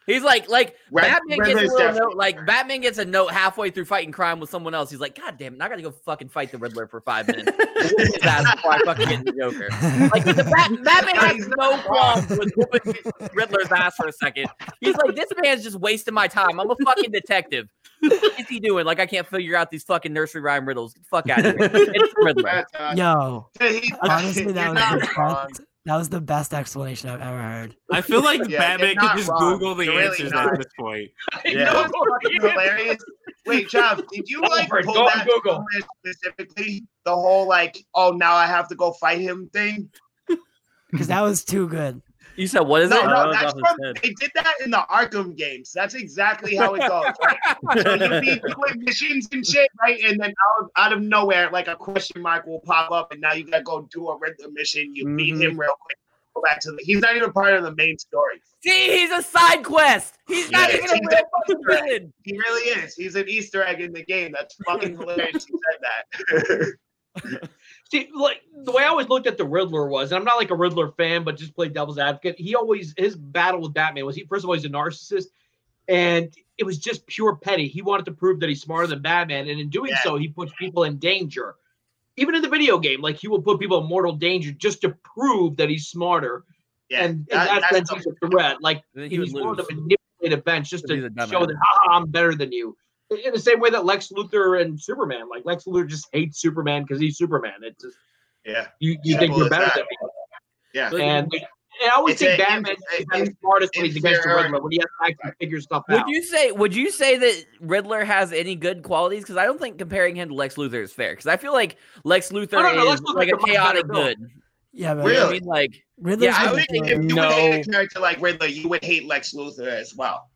Speaker 6: He's like, like
Speaker 5: Right,
Speaker 6: Batman
Speaker 5: Riddler's
Speaker 6: gets a little
Speaker 5: definitely
Speaker 6: note, like Batman gets a note halfway through fighting crime with someone else. He's like, God damn it, now I gotta go fucking fight the Riddler for
Speaker 5: [LAUGHS]
Speaker 6: five minutes. Whoop his ass before I fucking get the Joker. Like the
Speaker 5: [LAUGHS]
Speaker 6: Bat- Batman has no problem with whooping Riddler's ass for a second. He's like, this man's just wasting my time. I'm a fucking detective. What is he doing? Like I can't figure out these fucking nursery rhyme riddles. Get the fuck out of here. It's the
Speaker 5: [LAUGHS]
Speaker 6: Riddler.
Speaker 5: That's, uh,
Speaker 7: yo.
Speaker 5: he-
Speaker 7: Honestly,
Speaker 5: you're
Speaker 7: that was
Speaker 5: not
Speaker 7: the
Speaker 5: wrong.
Speaker 7: best, that was the best explanation I've ever heard.
Speaker 2: I feel like
Speaker 5: [LAUGHS] Yeah,
Speaker 2: Batman
Speaker 5: you're
Speaker 2: can
Speaker 5: not
Speaker 2: just
Speaker 5: wrong.
Speaker 2: Google the
Speaker 5: You're really
Speaker 2: answers
Speaker 5: not.
Speaker 2: at this point.
Speaker 5: [LAUGHS] Yeah. That was fucking hilarious. Wait, Job, did you like
Speaker 8: Alfred,
Speaker 5: pull
Speaker 8: go on
Speaker 5: that
Speaker 8: Google.
Speaker 5: somewhere specifically? The whole like, oh, now I have to go fight him thing.
Speaker 7: Because that was too good.
Speaker 6: You said what is
Speaker 5: No,
Speaker 6: it?
Speaker 5: no,
Speaker 4: was
Speaker 5: that's
Speaker 4: off his
Speaker 5: from,
Speaker 4: head.
Speaker 5: they did that in the Arkham games. That's exactly how it goes. Right? so
Speaker 8: [LAUGHS]
Speaker 5: you'll be doing missions and shit, right? And then out of, out of nowhere, like a question mark will pop up, and now you gotta go do a regular mission. You beat
Speaker 3: Mhm.
Speaker 8: Mm-hmm.
Speaker 5: him real quick. Go back to the. He's not even part of the main story.
Speaker 6: See, he's a side quest. He's not
Speaker 5: Yeah.
Speaker 6: even a real fucking villain.
Speaker 5: He really is. He's an Easter egg in the game. That's fucking hilarious. You said that. [LAUGHS]
Speaker 8: See, like the way I always looked at the Riddler was, and I'm not like a Riddler fan, but just play devil's advocate. He always his battle with Batman was he first of all he's a narcissist, and it was just pure petty. He wanted to prove that he's smarter than Batman, and in doing
Speaker 5: Yeah.
Speaker 8: so, he puts people in danger. Even in the video game, like he will put people in mortal danger just to prove that he's smarter,
Speaker 5: yeah,
Speaker 8: and,
Speaker 5: that-
Speaker 8: and that's,
Speaker 5: that's
Speaker 8: that's a threat. Like
Speaker 6: Then
Speaker 8: he
Speaker 6: he would
Speaker 8: he's willing
Speaker 6: lose.
Speaker 8: to manipulate a bench just to
Speaker 6: He's a dumbass.
Speaker 8: show that "Haha, I'm better than you. In the same way that Lex Luthor and Superman, like Lex Luthor just hates Superman because he's Superman. It's just
Speaker 5: the- yeah,
Speaker 8: you,
Speaker 5: Simple
Speaker 8: you think you're
Speaker 5: as
Speaker 8: better
Speaker 5: that.
Speaker 8: than me.
Speaker 5: yeah.
Speaker 8: And And I always
Speaker 5: It's
Speaker 8: think
Speaker 5: a-
Speaker 8: Batman
Speaker 5: it's
Speaker 8: is
Speaker 5: a-
Speaker 8: the smartest when
Speaker 5: it's
Speaker 8: he's against the
Speaker 5: fair-
Speaker 8: Riddler when he has to actually figure stuff
Speaker 6: Would
Speaker 8: out.
Speaker 6: you say would you say that Riddler has any good qualities? Because I don't think comparing him to Lex Luthor is fair. Because I feel like Lex Luthor
Speaker 8: no, no,
Speaker 6: is
Speaker 8: Lex Luthor's
Speaker 6: like
Speaker 8: a
Speaker 6: a
Speaker 8: much better
Speaker 6: chaotic
Speaker 8: villain.
Speaker 6: good.
Speaker 7: Yeah, but
Speaker 6: You know what I
Speaker 5: Really?
Speaker 6: mean, like
Speaker 7: Riddler's
Speaker 6: I
Speaker 5: I
Speaker 7: good
Speaker 5: would
Speaker 6: would
Speaker 5: think
Speaker 7: for-
Speaker 5: if you
Speaker 3: No.
Speaker 5: hated a character like Riddler, you would hate Lex Luthor as well.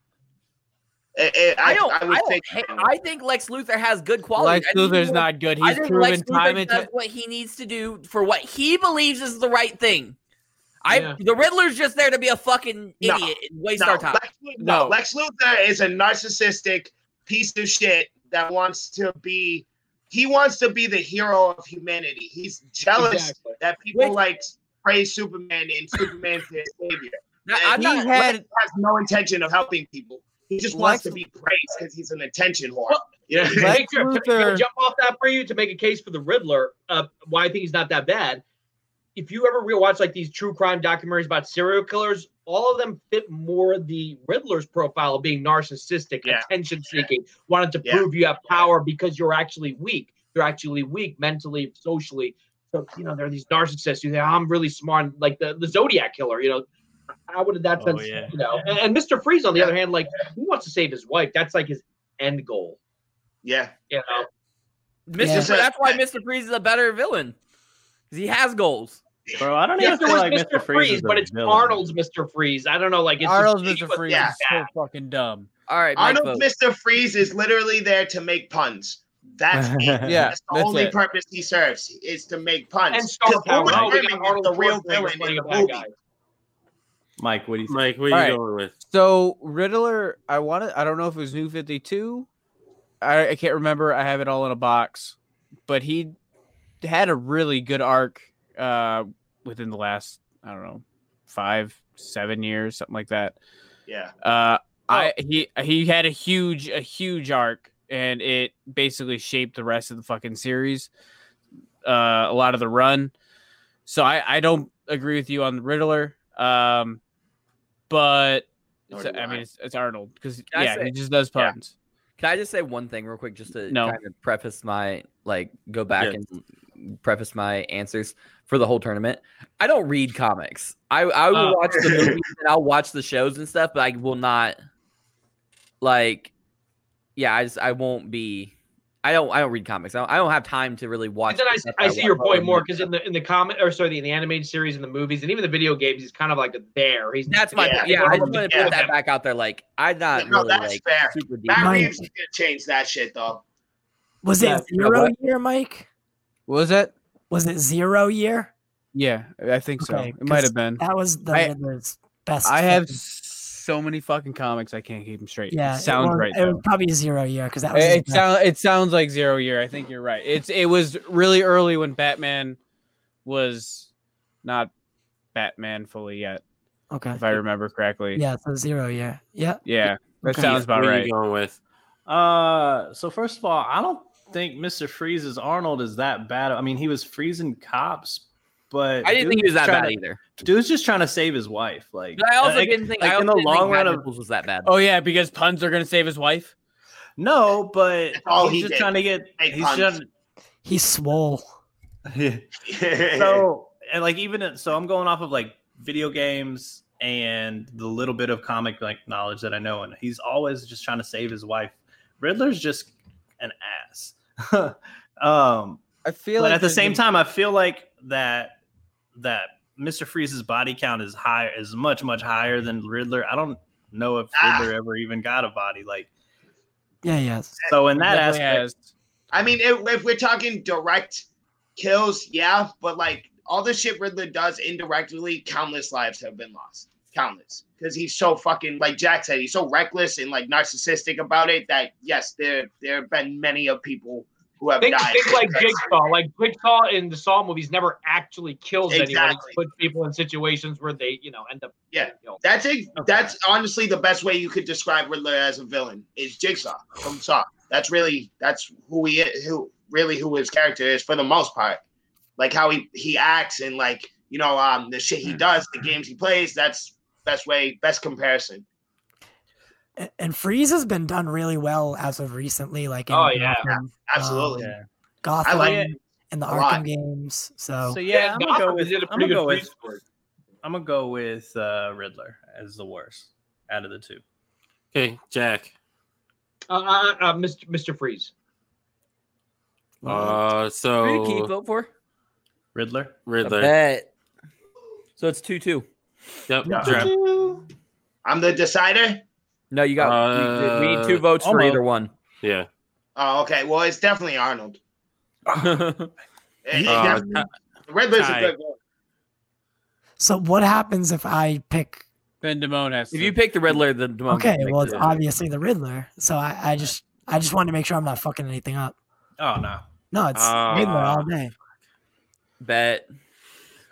Speaker 5: Eh, eh, I,
Speaker 6: I don't.
Speaker 5: I
Speaker 6: I,
Speaker 5: would
Speaker 6: don't
Speaker 5: think.
Speaker 6: hate- I think Lex Luthor has good
Speaker 3: Lex
Speaker 6: qualities. I think
Speaker 3: Luthor's
Speaker 6: he-
Speaker 3: not good.
Speaker 6: I
Speaker 3: He's
Speaker 6: think
Speaker 3: proven
Speaker 6: Lex
Speaker 3: time
Speaker 6: Luthor
Speaker 3: and
Speaker 6: does
Speaker 3: time.
Speaker 6: what he needs to do for what he believes is the right thing. I
Speaker 8: Yeah.
Speaker 6: the Riddler's just there to be a fucking
Speaker 5: No.
Speaker 6: idiot and waste
Speaker 5: no,
Speaker 6: our time.
Speaker 5: Lex, no,
Speaker 3: No.
Speaker 5: Lex Luthor is a narcissistic piece of shit that wants to be. He wants to be the hero of humanity. He's jealous
Speaker 8: Exactly.
Speaker 5: that people
Speaker 6: Which-
Speaker 5: like praise Superman and Superman's their savior.
Speaker 6: Now, I'm
Speaker 5: he
Speaker 6: not-
Speaker 5: Lex has no intention of helping people. He just wants to be praised because he's an attention whore.
Speaker 8: Well,
Speaker 5: You know?
Speaker 8: To
Speaker 3: Lex
Speaker 8: make your- to-
Speaker 3: Luthor-
Speaker 8: to jump off that for you to make a case for the Riddler. Uh, why I think he's not that bad. If you ever rewatch like these true crime documentaries about serial killers, all of them fit more the Riddler's profile of being narcissistic,
Speaker 5: Yeah.
Speaker 8: attention seeking, wanting to
Speaker 5: Yeah.
Speaker 8: prove you have power because you're actually weak. You're actually weak mentally, socially. So you know there are these narcissists who say, "I'm really smart," like the, the Zodiac killer. You know, I would in that
Speaker 4: Oh,
Speaker 8: sense,
Speaker 4: yeah.
Speaker 8: you know. And, and Mr. Freeze, on the
Speaker 5: Yeah.
Speaker 8: other hand, like he wants to save his wife. That's like his end goal.
Speaker 5: [LAUGHS] yeah.
Speaker 8: You know,
Speaker 6: Mr.
Speaker 7: Yeah.
Speaker 6: Fre- that's why Mr. Freeze is a better villain. 'Cause he has goals.
Speaker 4: [LAUGHS] Bro, I don't even
Speaker 8: Yes, it
Speaker 4: feel
Speaker 8: was
Speaker 4: like
Speaker 8: Mr. Freeze,
Speaker 4: is a
Speaker 8: but it's
Speaker 4: villain.
Speaker 8: Arnold's Mr. Freeze. I don't know, like it's
Speaker 3: Arnold's
Speaker 8: just,
Speaker 3: Mr. Freeze
Speaker 5: yeah.
Speaker 3: is so fucking dumb.
Speaker 6: All right, Mike
Speaker 5: Arnold
Speaker 6: votes.
Speaker 5: Mr. Freeze is literally there to make puns. That's it.
Speaker 3: Yeah,
Speaker 5: that's the
Speaker 3: that's
Speaker 5: only
Speaker 3: it.
Speaker 5: purpose he serves is to make puns.
Speaker 8: And Star
Speaker 5: 'Cause
Speaker 8: Power.
Speaker 5: Uma
Speaker 8: Oh, we
Speaker 5: Thurman
Speaker 8: got
Speaker 5: is
Speaker 8: Arnold
Speaker 5: the real
Speaker 8: Schwarzenegger
Speaker 5: villain in
Speaker 8: playing a
Speaker 5: the
Speaker 8: bad
Speaker 5: movie.
Speaker 8: guy.
Speaker 4: Mike, what do you think?
Speaker 2: Mike, what are
Speaker 3: All right.
Speaker 2: you going with?
Speaker 3: So Riddler, I wanted. I don't know if it was New Fifty Two. I, I can't remember. I have it all in a box, but he had a really good arc uh, within the last I don't know five seven years something like that.
Speaker 5: Yeah.
Speaker 3: Uh, I he he had a huge a huge arc, and it basically shaped the rest of the fucking series. Uh, a lot of the run. So I I don't agree with you on the Riddler. Um, but
Speaker 5: Nor
Speaker 3: it's-
Speaker 5: do
Speaker 3: I
Speaker 5: I.
Speaker 3: mean it's, it's Arnold because
Speaker 6: Can I
Speaker 3: yeah
Speaker 6: say-
Speaker 3: he just does
Speaker 5: Yeah.
Speaker 3: puns.
Speaker 6: Can I just say one thing real quick, just to
Speaker 3: No.
Speaker 6: kind of preface my like go back
Speaker 2: Yes.
Speaker 6: and preface my answers for the whole tournament? I don't read comics. I I will
Speaker 8: Oh.
Speaker 6: watch
Speaker 8: [LAUGHS]
Speaker 6: the movies and I'll watch the shows and stuff, but I will not like. Yeah, I just I won't be. I don't I don't read comics. I don't, I don't have time to really watch.
Speaker 8: But then
Speaker 6: the
Speaker 8: I,
Speaker 6: stuff
Speaker 8: I see your
Speaker 6: watch.
Speaker 8: point more because in the in the comment or sorry, the, in the animated series and the movies and even the video games, he's kind of like there. He's
Speaker 6: That's my
Speaker 5: Yeah.
Speaker 6: yeah. I just
Speaker 5: Yeah.
Speaker 6: want to put that back out there. Like I'm not
Speaker 5: Yeah, no,
Speaker 6: really
Speaker 5: that's
Speaker 6: like
Speaker 5: fair.
Speaker 6: super deep.
Speaker 5: Matt
Speaker 7: Mike-
Speaker 5: Reeves is gonna change that
Speaker 3: [LAUGHS]
Speaker 5: shit though.
Speaker 7: Was
Speaker 6: Yeah.
Speaker 7: it zero
Speaker 6: What?
Speaker 7: year, Mike?
Speaker 3: What was that?
Speaker 7: Was it zero year?
Speaker 3: Yeah, I think so.
Speaker 7: Okay,
Speaker 3: It might
Speaker 7: 'cause
Speaker 3: have been.
Speaker 7: That was the
Speaker 3: I-
Speaker 7: Riddler's best.
Speaker 3: I have
Speaker 7: fucking-
Speaker 3: so many fucking comics I can't keep them straight.
Speaker 7: Yeah,
Speaker 3: it sounds
Speaker 7: was,
Speaker 3: right.
Speaker 7: It was
Speaker 3: though.
Speaker 7: probably zero year because that was. his
Speaker 3: It, it
Speaker 7: best.
Speaker 3: sounds it sounds like zero year. I think you're right. It's it was really early when Batman was not Batman fully yet,
Speaker 7: okay.
Speaker 3: if I remember correctly.
Speaker 7: Yeah, so zero year. Yeah.
Speaker 3: Yeah, that
Speaker 7: Okay.
Speaker 3: sounds about
Speaker 2: What are
Speaker 3: right.
Speaker 2: you going with?
Speaker 4: Uh, so first of all, I don't think Mr. Freeze's Arnold is that bad. I mean, he was freezing cops, but
Speaker 6: I
Speaker 4: dude
Speaker 6: didn't think he was that
Speaker 4: trying
Speaker 6: bad
Speaker 4: to-
Speaker 6: either.
Speaker 4: Dude's just trying to save his wife. Like,
Speaker 6: But I also
Speaker 4: like-
Speaker 6: didn't think
Speaker 4: like
Speaker 6: I also
Speaker 4: in the
Speaker 6: didn't
Speaker 4: long
Speaker 6: think Matt
Speaker 4: run of
Speaker 6: Nichols was that bad.
Speaker 3: Oh yeah, because puns are gonna save his wife.
Speaker 4: no, but
Speaker 5: all
Speaker 4: he's
Speaker 5: he
Speaker 4: just
Speaker 5: did.
Speaker 4: trying to get.
Speaker 5: Make
Speaker 4: He's
Speaker 3: [LAUGHS]
Speaker 5: puns.
Speaker 4: trying.
Speaker 7: He swole.
Speaker 4: so and like even in- so i'm going off of like video games and the little bit of comic like knowledge that i know and he's always just trying to save his wife riddler's just an ass [LAUGHS] um
Speaker 3: I feel
Speaker 4: but
Speaker 3: like
Speaker 4: at the same time i feel like that that mr freeze's body count is higher is much much higher than riddler i don't know if
Speaker 5: Ah.
Speaker 4: riddler ever even got a body like
Speaker 7: Yeah, yes.
Speaker 5: Eh,
Speaker 4: so in that aspect
Speaker 5: I mean, if, if we're talking direct kills, yeah, but like all the shit Riddler does indirectly, countless lives have been lost. Countless. Because he's so fucking, like Jack said, he's so reckless and like narcissistic about it that, yes, there there have been many of people who have
Speaker 8: think,
Speaker 5: died.
Speaker 8: think like Jigsaw. Like Jigsaw in the Saw movies never actually kills anyone.
Speaker 5: Exactly.
Speaker 8: He puts people in situations where they, you know, end up.
Speaker 5: Yeah.
Speaker 8: You know,
Speaker 5: That's it. That's honestly the best way you could describe Riddler as a villain is Jigsaw from Saw. That's really that's who he is, who really who his character is for the most part. Like how he he acts and like you know um the shit he does, the games he plays. That's best way, best comparison.
Speaker 7: A- And Freeze has been done really well as of recently. Like, in
Speaker 8: Oh, yeah.
Speaker 7: Gotham,
Speaker 5: Absolutely.
Speaker 7: um,
Speaker 4: Yeah.
Speaker 7: Gotham
Speaker 5: like it
Speaker 7: and the
Speaker 5: a
Speaker 7: Arkham
Speaker 5: lot.
Speaker 7: games. So,
Speaker 4: so yeah i'm gonna
Speaker 8: Gotham
Speaker 4: go with
Speaker 8: did a
Speaker 4: i'm gonna
Speaker 8: pretty good
Speaker 4: go with
Speaker 8: freeze for it.
Speaker 4: I'm gonna go with uh, Riddler as the worst out of the two.
Speaker 2: Okay, Jack.
Speaker 8: Uh, uh, uh, Mr. Mr. Freeze.
Speaker 2: Uh,
Speaker 6: Who did Keith
Speaker 2: so
Speaker 6: vote for?
Speaker 4: Riddler.
Speaker 6: I
Speaker 2: Riddler.
Speaker 6: bet. So it's two two.
Speaker 2: Yep.
Speaker 5: Yeah.
Speaker 2: Drep.
Speaker 5: I'm the decider.
Speaker 6: No, you got. we we need two
Speaker 2: Uh,
Speaker 6: votes for either one.
Speaker 2: Yeah.
Speaker 5: Oh, okay. Well, it's definitely Arnold. It- it
Speaker 2: Uh,
Speaker 5: definitely- Riddler's a
Speaker 2: Ty.
Speaker 5: good one.
Speaker 7: So what happens if I pick?
Speaker 3: Then Damone has.
Speaker 6: If
Speaker 3: to-
Speaker 6: you pick the Riddler, then Demone
Speaker 7: Okay,
Speaker 6: can pick
Speaker 7: well it's
Speaker 6: the-
Speaker 7: obviously the Riddler. So I, I just I just wanted to make sure I'm not fucking anything up.
Speaker 4: Oh no.
Speaker 7: No, it's
Speaker 3: Uh,
Speaker 7: Riddler all
Speaker 2: Ah.
Speaker 7: day.
Speaker 6: bet.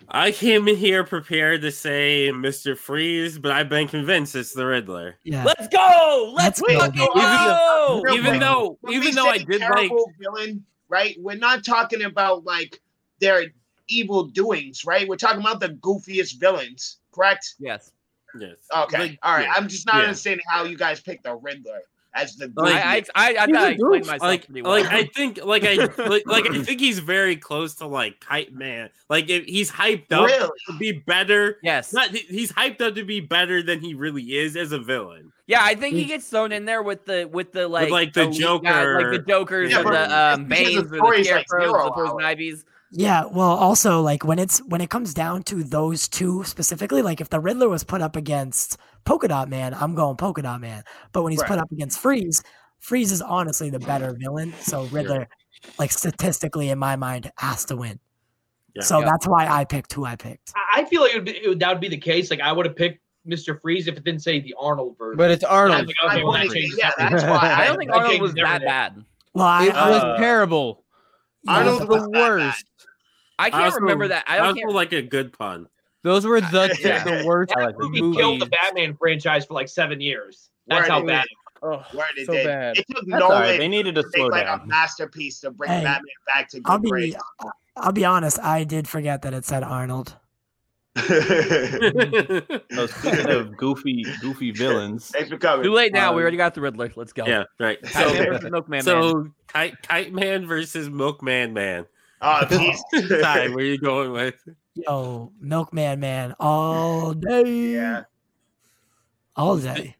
Speaker 2: I came in here prepared to say Mr. Freeze, but I've been convinced it's the Riddler.
Speaker 7: Yeah.
Speaker 6: Let's go. Let's
Speaker 7: Let's go.
Speaker 6: fucking
Speaker 5: Even
Speaker 6: go.
Speaker 5: Real
Speaker 2: even
Speaker 5: quick,
Speaker 2: though,
Speaker 5: when we
Speaker 2: even though I
Speaker 5: say
Speaker 2: did like,
Speaker 5: terrible villain, right? We're not talking about like their evil doings, right? We're talking about the goofiest villains, correct?
Speaker 6: yes.
Speaker 2: yes.
Speaker 5: Okay,
Speaker 2: Like,
Speaker 5: all right.
Speaker 2: yeah.
Speaker 5: I'm just not
Speaker 2: yeah.
Speaker 5: understanding how you guys picked the Riddler as the
Speaker 2: Like,
Speaker 5: goofiest.
Speaker 6: I, I, I, I,
Speaker 2: He's
Speaker 6: thought I
Speaker 2: a
Speaker 6: explained
Speaker 2: goof.
Speaker 6: myself
Speaker 2: like,
Speaker 6: pretty well.
Speaker 2: like I think, like
Speaker 5: [LAUGHS]
Speaker 2: I, like, like I think he's very close to like hype man. Like if he's hyped up
Speaker 5: really.
Speaker 2: to be better.
Speaker 6: yes.
Speaker 2: Not he- he's hyped up to be better than he really is as a villain.
Speaker 6: Yeah, I think he gets thrown in there with the with the like
Speaker 2: like, the
Speaker 6: elite guys, like
Speaker 2: Joker.
Speaker 6: the Jokers
Speaker 2: Yeah,
Speaker 6: or
Speaker 2: but
Speaker 6: the um,
Speaker 5: because the
Speaker 6: Banes or the
Speaker 5: story's, like,
Speaker 6: Scarecrows,
Speaker 5: zero
Speaker 6: the Poison
Speaker 5: hour.
Speaker 6: Ivies.
Speaker 7: Yeah, well, also like when it's when it comes down to those two specifically, like if the Riddler was put up against Polka Dot Man, I'm going Polka Dot Man. But when he's put up against Freeze, Freeze is honestly the better villain. So Riddler, like statistically in my mind, has to win.
Speaker 2: Yeah.
Speaker 7: so
Speaker 6: Yeah.
Speaker 7: that's why I picked who I picked.
Speaker 8: I- I feel like it would be, it would, that would be the case. Like I would have picked Mr. Freeze if it didn't say the Arnold version.
Speaker 3: But it's
Speaker 5: I,
Speaker 3: Arnold.
Speaker 8: okay,
Speaker 5: I
Speaker 8: well,
Speaker 5: wanna
Speaker 8: that
Speaker 5: say-
Speaker 8: changes
Speaker 5: yeah,
Speaker 4: everything.
Speaker 5: that's why.
Speaker 4: [LAUGHS]
Speaker 6: I
Speaker 5: I
Speaker 6: don't think
Speaker 8: that
Speaker 6: Arnold
Speaker 8: game's
Speaker 6: was
Speaker 8: never
Speaker 6: that
Speaker 8: there.
Speaker 6: bad.
Speaker 7: Well, I,
Speaker 3: It
Speaker 7: I-
Speaker 3: was terrible. It
Speaker 7: yeah,
Speaker 3: was
Speaker 5: uh, Arnold
Speaker 7: but
Speaker 5: was
Speaker 3: the
Speaker 5: not that
Speaker 3: worst.
Speaker 6: I can't
Speaker 2: also-
Speaker 6: remember that. I
Speaker 2: I
Speaker 6: don't
Speaker 2: also
Speaker 6: care.
Speaker 2: like a good
Speaker 6: [LAUGHS]
Speaker 2: pun. [LAUGHS]
Speaker 3: Those were [LAUGHS] the
Speaker 5: Yeah.
Speaker 3: the worst
Speaker 4: I like the
Speaker 8: movie
Speaker 3: movies.
Speaker 8: killed the Batman franchise for like seven years. That's
Speaker 5: Right,
Speaker 8: how
Speaker 5: it
Speaker 8: bad.
Speaker 3: Oh,
Speaker 5: Where it
Speaker 3: so
Speaker 5: did.
Speaker 3: bad.
Speaker 5: It took
Speaker 4: That's all right. They
Speaker 5: Nolan to
Speaker 4: needed to slow
Speaker 5: make like a
Speaker 4: down.
Speaker 5: masterpiece to bring
Speaker 7: Hey,
Speaker 5: Batman back to
Speaker 7: I'll
Speaker 5: good
Speaker 7: be
Speaker 5: grades.
Speaker 7: I'll be honest, I did forget that it said Arnold.
Speaker 2: [LAUGHS]
Speaker 4: So Oh, speaking of goofy, goofy villains,
Speaker 5: [LAUGHS] Thanks for coming.
Speaker 6: Too late now. we
Speaker 4: Um,
Speaker 6: already got the Riddler. Let's go.
Speaker 2: yeah, right. So,
Speaker 6: Kyle Mann versus Milkman Man.
Speaker 2: so kite, kite man versus milkman man.
Speaker 5: Oh,
Speaker 2: [LAUGHS]
Speaker 5: jeez.
Speaker 2: Ty, where you going with?
Speaker 7: Yo, Milkman Man all day.
Speaker 5: [LAUGHS] Yeah.
Speaker 7: All day.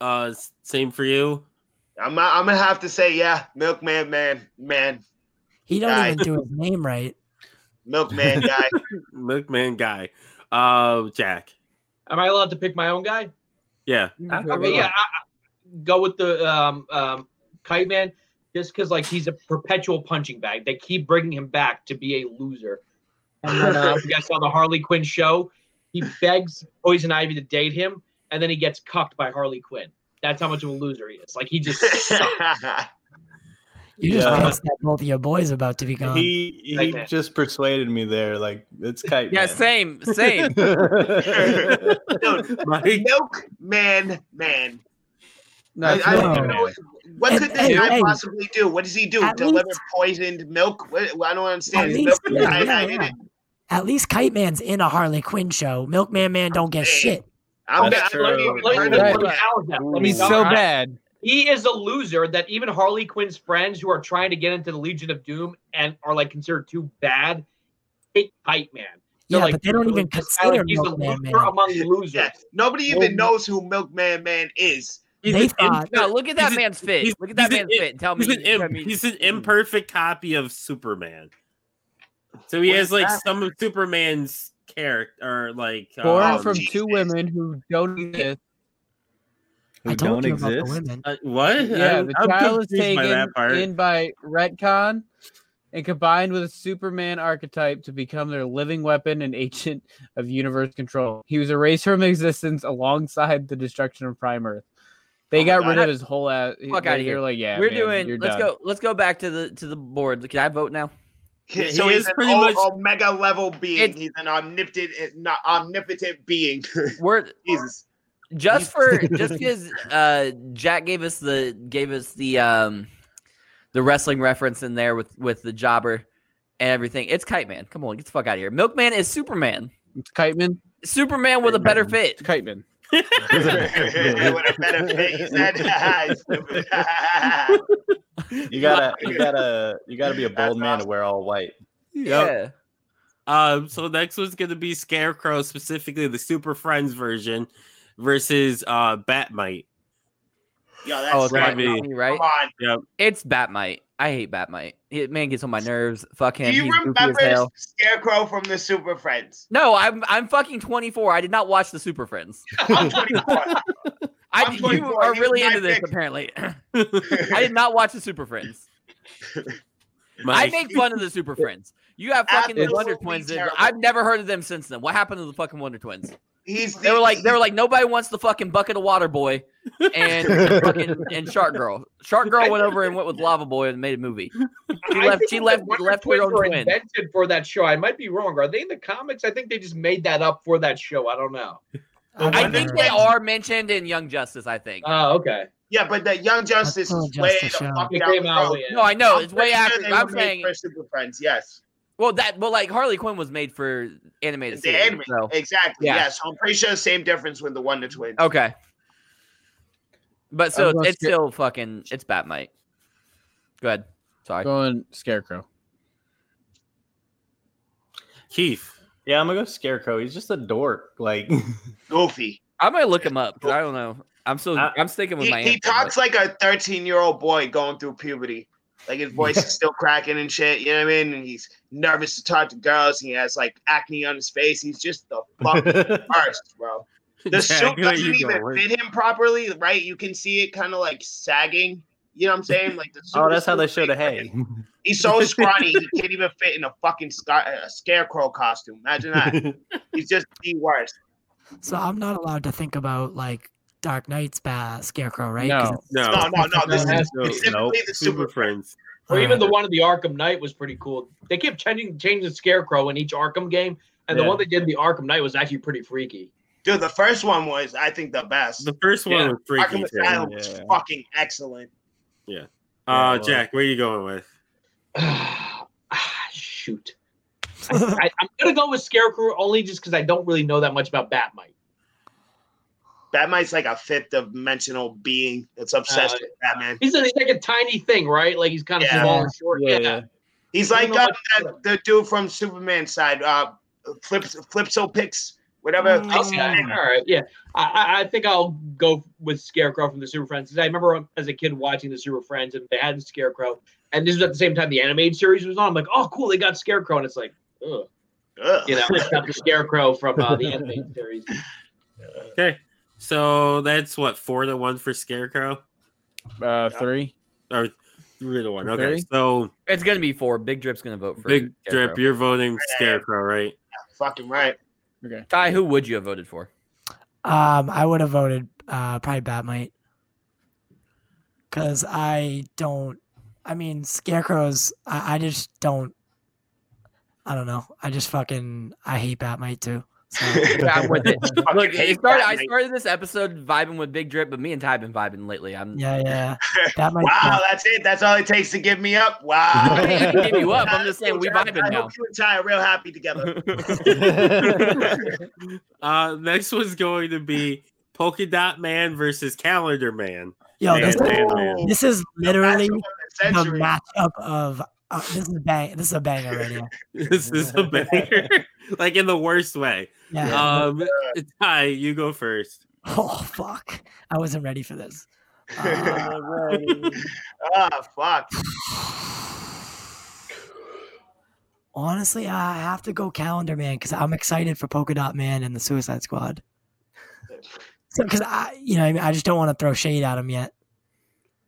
Speaker 2: Uh, s- same for you.
Speaker 5: I'm, I'm gonna have to say, yeah, Milkman, man, man,
Speaker 7: He don't
Speaker 5: Guy.
Speaker 7: even do his name right.
Speaker 5: Milkman guy.
Speaker 2: Milkman guy. Uh, Jack.
Speaker 8: Am I allowed to pick my own guy?
Speaker 2: Yeah.
Speaker 8: Okay, yeah, I, I- go with the um, um, Kite Man just because like he's a perpetual punching bag. They keep bringing him back to be a loser. And then uh, if you guys saw the Harley Quinn show, he begs Poison Ivy to date him, and then he gets cucked by Harley Quinn. That's how much of a loser he is. Like he
Speaker 5: [LAUGHS]
Speaker 8: just
Speaker 7: You just
Speaker 4: Yeah.
Speaker 7: pissed that both of your boys about to be gone.
Speaker 4: he he
Speaker 8: Like that.
Speaker 4: just persuaded me there. Like it's kite.
Speaker 6: Yeah,
Speaker 4: Man.
Speaker 2: [LAUGHS]
Speaker 4: [LAUGHS]
Speaker 6: same, same.
Speaker 5: [LAUGHS] Dude,
Speaker 2: Mike.
Speaker 5: Milkman, man.
Speaker 3: No,
Speaker 5: I,
Speaker 3: it's
Speaker 5: I don't
Speaker 3: Milkman
Speaker 5: even
Speaker 4: no.
Speaker 5: know [LAUGHS] what could this
Speaker 7: Hey,
Speaker 5: guy
Speaker 7: hey.
Speaker 5: possibly do. What does he do?
Speaker 7: At
Speaker 5: Deliver
Speaker 7: least-
Speaker 5: poisoned milk? What, I don't
Speaker 7: At
Speaker 5: understand. Is
Speaker 7: least,
Speaker 5: milk
Speaker 7: yeah, yeah,
Speaker 5: cyanide in
Speaker 7: yeah.
Speaker 5: it?
Speaker 7: At least Kite Man's in a Harley Quinn show. Milkman Man don't get
Speaker 5: Hey.
Speaker 7: shit.
Speaker 5: I'm
Speaker 4: That's
Speaker 5: not, I don't
Speaker 4: true.
Speaker 5: even
Speaker 8: let me,
Speaker 5: turn
Speaker 8: let
Speaker 5: the
Speaker 8: me challenge that. Let me
Speaker 3: He's
Speaker 8: tell
Speaker 3: so
Speaker 8: you.
Speaker 3: bad.
Speaker 8: He is a loser that even Harley Quinn's friends who are trying to get into the Legion of Doom and are like considered too bad hate Kite Man. They're
Speaker 7: yeah,
Speaker 8: like,
Speaker 7: but they don't
Speaker 8: "Dude,
Speaker 7: even
Speaker 8: this guy, like,
Speaker 7: consider
Speaker 8: he's a
Speaker 7: Milkman Man.
Speaker 8: loser among losers.
Speaker 5: Yeah, nobody even knows who Milkman Man is.
Speaker 2: He's
Speaker 7: They
Speaker 2: an
Speaker 7: thought-
Speaker 2: imper-
Speaker 6: No, look at that
Speaker 2: He's a-
Speaker 6: man's fit.
Speaker 2: he's-
Speaker 6: Look at that
Speaker 2: he's
Speaker 6: man's
Speaker 2: an-
Speaker 6: fit. Tell me.
Speaker 2: He's an,
Speaker 6: tell
Speaker 2: imp-
Speaker 6: me-
Speaker 2: he's an imperfect copy of Superman. So he
Speaker 5: What
Speaker 2: has
Speaker 5: is
Speaker 2: like
Speaker 5: that?
Speaker 2: some of Superman's character, or like
Speaker 3: Born
Speaker 5: Oh,
Speaker 2: um,
Speaker 3: from
Speaker 5: Jesus.
Speaker 3: two women who don't exist.
Speaker 4: Who
Speaker 7: I told
Speaker 4: don't
Speaker 7: you about the
Speaker 4: exist.
Speaker 7: women.
Speaker 2: uh, what?
Speaker 3: Yeah,
Speaker 2: I'm-
Speaker 3: the
Speaker 2: I'm
Speaker 3: child is
Speaker 2: confused by
Speaker 3: taken
Speaker 2: that part.
Speaker 3: in by retcon and combined with a Superman archetype to become their living weapon and agent of universe control. He was erased from existence alongside the destruction of Prime Earth.
Speaker 5: Oh
Speaker 3: They
Speaker 5: my
Speaker 3: got
Speaker 5: God.
Speaker 3: rid of his whole ass.
Speaker 6: Fuck
Speaker 3: they-
Speaker 6: outta here.
Speaker 3: They're like, yeah,
Speaker 6: We're
Speaker 3: man,
Speaker 6: doing.
Speaker 3: You're
Speaker 6: Let's
Speaker 3: done.
Speaker 6: go. Let's go back to the to the board. Can I vote now?
Speaker 2: Yeah,
Speaker 5: so
Speaker 2: he
Speaker 5: he's
Speaker 2: is
Speaker 5: an
Speaker 2: pretty
Speaker 5: o-
Speaker 2: much-
Speaker 5: omega level being.
Speaker 6: It's-
Speaker 5: he's an omnipotent, not omnipotent being. [LAUGHS]
Speaker 6: We're
Speaker 5: Jesus. [LAUGHS]
Speaker 6: just for just because uh, Jack gave us the gave us the um the wrestling reference in there with with the jobber and everything. It's Kite Man. Come on, get the fuck out of here. Milkman is Superman.
Speaker 3: It's Kiteman.
Speaker 6: Superman with a better fit.
Speaker 3: It's Kiteman.
Speaker 5: With a better fit,
Speaker 4: [LAUGHS]
Speaker 5: he said. [LAUGHS] Stupid. [LAUGHS] Oh,
Speaker 4: You gotta, you gotta, you gotta be a bold man to wear all white.
Speaker 6: Yeah.
Speaker 2: Um, so next one's gonna be Scarecrow, specifically the Super Friends version versus uh Batmite.
Speaker 5: Yo,
Speaker 6: Oh,
Speaker 5: that's
Speaker 6: it's
Speaker 2: right.
Speaker 5: right.
Speaker 6: Bat Mite, right?
Speaker 5: Come on.
Speaker 6: It's Batmite. I hate Batmite. It man gets on my nerves. Fuck him.
Speaker 5: Do you
Speaker 6: He's goofy as
Speaker 5: remember
Speaker 6: hell.
Speaker 5: Scarecrow from the Super Friends?
Speaker 6: No, I'm I'm fucking 24. I did not watch the Super Friends. [LAUGHS]
Speaker 5: I'm 24.
Speaker 6: I
Speaker 5: I'm
Speaker 6: you
Speaker 5: 24.
Speaker 6: are
Speaker 5: He was
Speaker 6: really
Speaker 5: my
Speaker 6: into this
Speaker 5: pick.
Speaker 6: apparently. [CLEARS THROAT] I did not watch the Super Friends. I
Speaker 2: Mike,
Speaker 6: make fun of the Super Friends. You have fucking the Wonder
Speaker 5: Absolutely
Speaker 6: Twins. that-
Speaker 5: terrible.
Speaker 6: I've never heard of them since then. What happened to the fucking Wonder
Speaker 5: [LAUGHS]
Speaker 6: Twins?
Speaker 5: He's the,
Speaker 6: They were like, they were like, nobody wants the fucking bucket of Water Boy
Speaker 5: [LAUGHS]
Speaker 6: and fucking and Shark Girl. Shark Girl went over and went with Lava Boy and made a movie. She
Speaker 8: I
Speaker 6: left.
Speaker 8: think
Speaker 6: She
Speaker 8: the
Speaker 6: left.
Speaker 8: Wonder
Speaker 6: Left her
Speaker 8: Twins
Speaker 6: own
Speaker 8: were
Speaker 6: twin.
Speaker 8: invented for that show. I might be wrong. Are they in the comics? I think they just made that up for that show. I don't know.
Speaker 7: I've
Speaker 6: I
Speaker 7: never
Speaker 6: think
Speaker 5: [LAUGHS]
Speaker 7: heard
Speaker 6: they
Speaker 7: of
Speaker 6: are mentioned in Young Justice. I think.
Speaker 8: Oh, okay.
Speaker 5: yeah, but that Young Justice
Speaker 7: That's
Speaker 5: is
Speaker 7: still
Speaker 5: way
Speaker 7: just a
Speaker 5: the
Speaker 7: show.
Speaker 5: fuck
Speaker 8: They
Speaker 5: down
Speaker 8: came
Speaker 5: the
Speaker 8: out.
Speaker 5: road.
Speaker 8: yeah.
Speaker 6: No, I know
Speaker 5: I'm
Speaker 6: it's
Speaker 5: pretty
Speaker 6: way
Speaker 5: sure
Speaker 6: after.
Speaker 5: they
Speaker 6: I'm
Speaker 5: were made
Speaker 6: saying,
Speaker 5: for Super Friends. Yes,
Speaker 6: well, that well, like Harley Quinn was made for animated
Speaker 5: the
Speaker 6: series.
Speaker 5: anime.
Speaker 6: So
Speaker 5: Exactly.
Speaker 6: Yeah.
Speaker 5: Yeah. so I'm pretty sure the same difference with the Wonder Twins.
Speaker 6: okay, but so
Speaker 3: I'm gonna
Speaker 6: it's
Speaker 3: skip-
Speaker 6: still fucking it's Batmite. Go ahead. Sorry.
Speaker 3: Going Scarecrow.
Speaker 2: Keith.
Speaker 4: Yeah, I'm gonna go Scarecrow. He's just a dork. Like
Speaker 5: Goofy.
Speaker 6: I'm gonna look him up. 'cause I don't know. I'm still
Speaker 4: Uh,
Speaker 6: I'm sticking with
Speaker 5: He,
Speaker 6: my.
Speaker 5: he
Speaker 6: answer,
Speaker 5: talks like a 13 year old boy going through puberty. Like his voice is still cracking and shit. You know what I mean? And he's nervous to talk to girls. And he has like acne on his face. He's just
Speaker 6: [LAUGHS]
Speaker 5: the fucking
Speaker 4: [LAUGHS]
Speaker 5: worst,
Speaker 2: [LAUGHS]
Speaker 5: bro. The suit
Speaker 2: Jack,
Speaker 5: doesn't
Speaker 2: you gonna
Speaker 5: even
Speaker 2: work?
Speaker 5: fit him properly, right? You can see it kind of like sagging.
Speaker 2: [LAUGHS]
Speaker 5: You know what I'm saying? Like the suit
Speaker 4: oh,
Speaker 5: is
Speaker 4: that's how
Speaker 5: so
Speaker 4: they show the
Speaker 5: big.
Speaker 4: hay. [LAUGHS]
Speaker 5: He's so scrawny he can't even fit in a fucking scar- a scarecrow costume.
Speaker 4: [LAUGHS]
Speaker 5: Imagine that. He's just the worst.
Speaker 7: it. So I'm not allowed to think about like Dark Knight's ba- Scarecrow, right? 'Cause
Speaker 3: No.
Speaker 7: it's-
Speaker 2: No.
Speaker 5: No, no,
Speaker 2: [LAUGHS]
Speaker 5: no.
Speaker 4: [LAUGHS]
Speaker 5: This
Speaker 2: No,
Speaker 5: is specifically
Speaker 4: nope.
Speaker 5: the
Speaker 2: Super
Speaker 5: super
Speaker 2: Friends.
Speaker 8: Or
Speaker 7: Alright.
Speaker 8: even the one in the Arkham Knight was pretty cool. They kept changing changing Scarecrow in each Arkham game, and the
Speaker 4: Yeah.
Speaker 8: one they did in the Arkham Knight was actually pretty freaky. [SIGHS]
Speaker 5: dude. The first one was, I think, the best.
Speaker 2: The first one
Speaker 4: Yeah.
Speaker 2: was freaky.
Speaker 5: Arkham
Speaker 2: too.
Speaker 5: Asylum was
Speaker 4: yeah.
Speaker 5: fucking excellent.
Speaker 2: Uh,
Speaker 4: Yeah, well-
Speaker 2: Jack, where you going with?
Speaker 8: Ah, Shoot, I, I'm gonna go with Scarecrow only just because I don't really know that much about Batmite.
Speaker 5: Batman's like a fifth dimensional being that's obsessed
Speaker 8: Uh,
Speaker 5: with Batman.
Speaker 8: He's, a, he's like a tiny thing, right? Like he's kind of
Speaker 5: Yeah.
Speaker 8: small and short.
Speaker 4: Yeah,
Speaker 8: Yeah,
Speaker 4: yeah.
Speaker 5: He's
Speaker 8: I
Speaker 5: like
Speaker 8: don't
Speaker 5: uh,
Speaker 8: know
Speaker 5: that, the dude from Superman's side, uh, flips, flipso picks, whatever.
Speaker 6: Oh,
Speaker 7: Mm.
Speaker 5: Pix-
Speaker 8: Okay, all right, yeah. I, I- I think I'll go with Scarecrow from the Super Friends. 'cause I remember as a kid watching the Super Friends, and they had Scarecrow, and this was at the same time the animated series was on. I'm like, oh, cool, they got Scarecrow, and it's like, ugh,
Speaker 5: Ugh.
Speaker 8: you know, it's not the Scarecrow from uh, the animated series.
Speaker 2: Okay. So that's what four to one for Scarecrow
Speaker 3: Uh, three.
Speaker 2: or three to one. Okay.
Speaker 3: Three?
Speaker 2: So
Speaker 6: It's gonna be four. Big Drip's gonna vote for
Speaker 2: Big
Speaker 6: Scarecrow.
Speaker 2: Drip, you're voting
Speaker 5: I am.
Speaker 2: Scarecrow, [LAUGHS] right?
Speaker 5: Fucking right.
Speaker 3: Okay.
Speaker 6: Ty, who would you have
Speaker 5: [LAUGHS]
Speaker 6: voted for?
Speaker 7: Um, I would have voted uh, probably Batmite because I don't. I mean, Scarecrows. I, I just don't. I don't know. I just fucking I hate Batmite too.
Speaker 5: [LAUGHS]
Speaker 7: So
Speaker 6: I'm with it.
Speaker 5: Fucking
Speaker 6: Look,
Speaker 5: hate
Speaker 6: it started, I
Speaker 5: Batman.
Speaker 6: started this episode vibing with Big Drip, but me and Ty been vibing lately. I'm
Speaker 7: yeah,
Speaker 5: [LAUGHS]
Speaker 7: yeah. Batmite.
Speaker 5: Wow, that's it. That's all it takes to give me up.
Speaker 6: [LAUGHS] I
Speaker 5: Wow.
Speaker 6: didn't even give you up. I'm
Speaker 5: [LAUGHS]
Speaker 6: just saying we
Speaker 5: I
Speaker 6: vibing now.
Speaker 5: hope you and Ty are real happy
Speaker 6: [LAUGHS]
Speaker 5: together.
Speaker 2: uh, next one's going to be Polka Dot Man versus Calendar Man.
Speaker 7: Yo,
Speaker 2: Man,
Speaker 7: this,
Speaker 2: man, man. [LAUGHS]
Speaker 7: this is literally
Speaker 5: Matchup of the
Speaker 7: the
Speaker 5: century.
Speaker 7: matchup of. Uh, this is bang. This is a banger right here.
Speaker 2: This is a banger, [LAUGHS] like in the worst way.
Speaker 7: Yeah.
Speaker 2: Um, Ty, you go first.
Speaker 7: [LAUGHS] oh fuck! I wasn't ready for this. Uh,
Speaker 5: [LAUGHS] Ah, fuck.
Speaker 7: Honestly, I have to go Calendar Man because I'm excited for Polka Dot Man and the Suicide Squad. So, because I, you know, what I, mean, I just don't want to throw shade at him yet.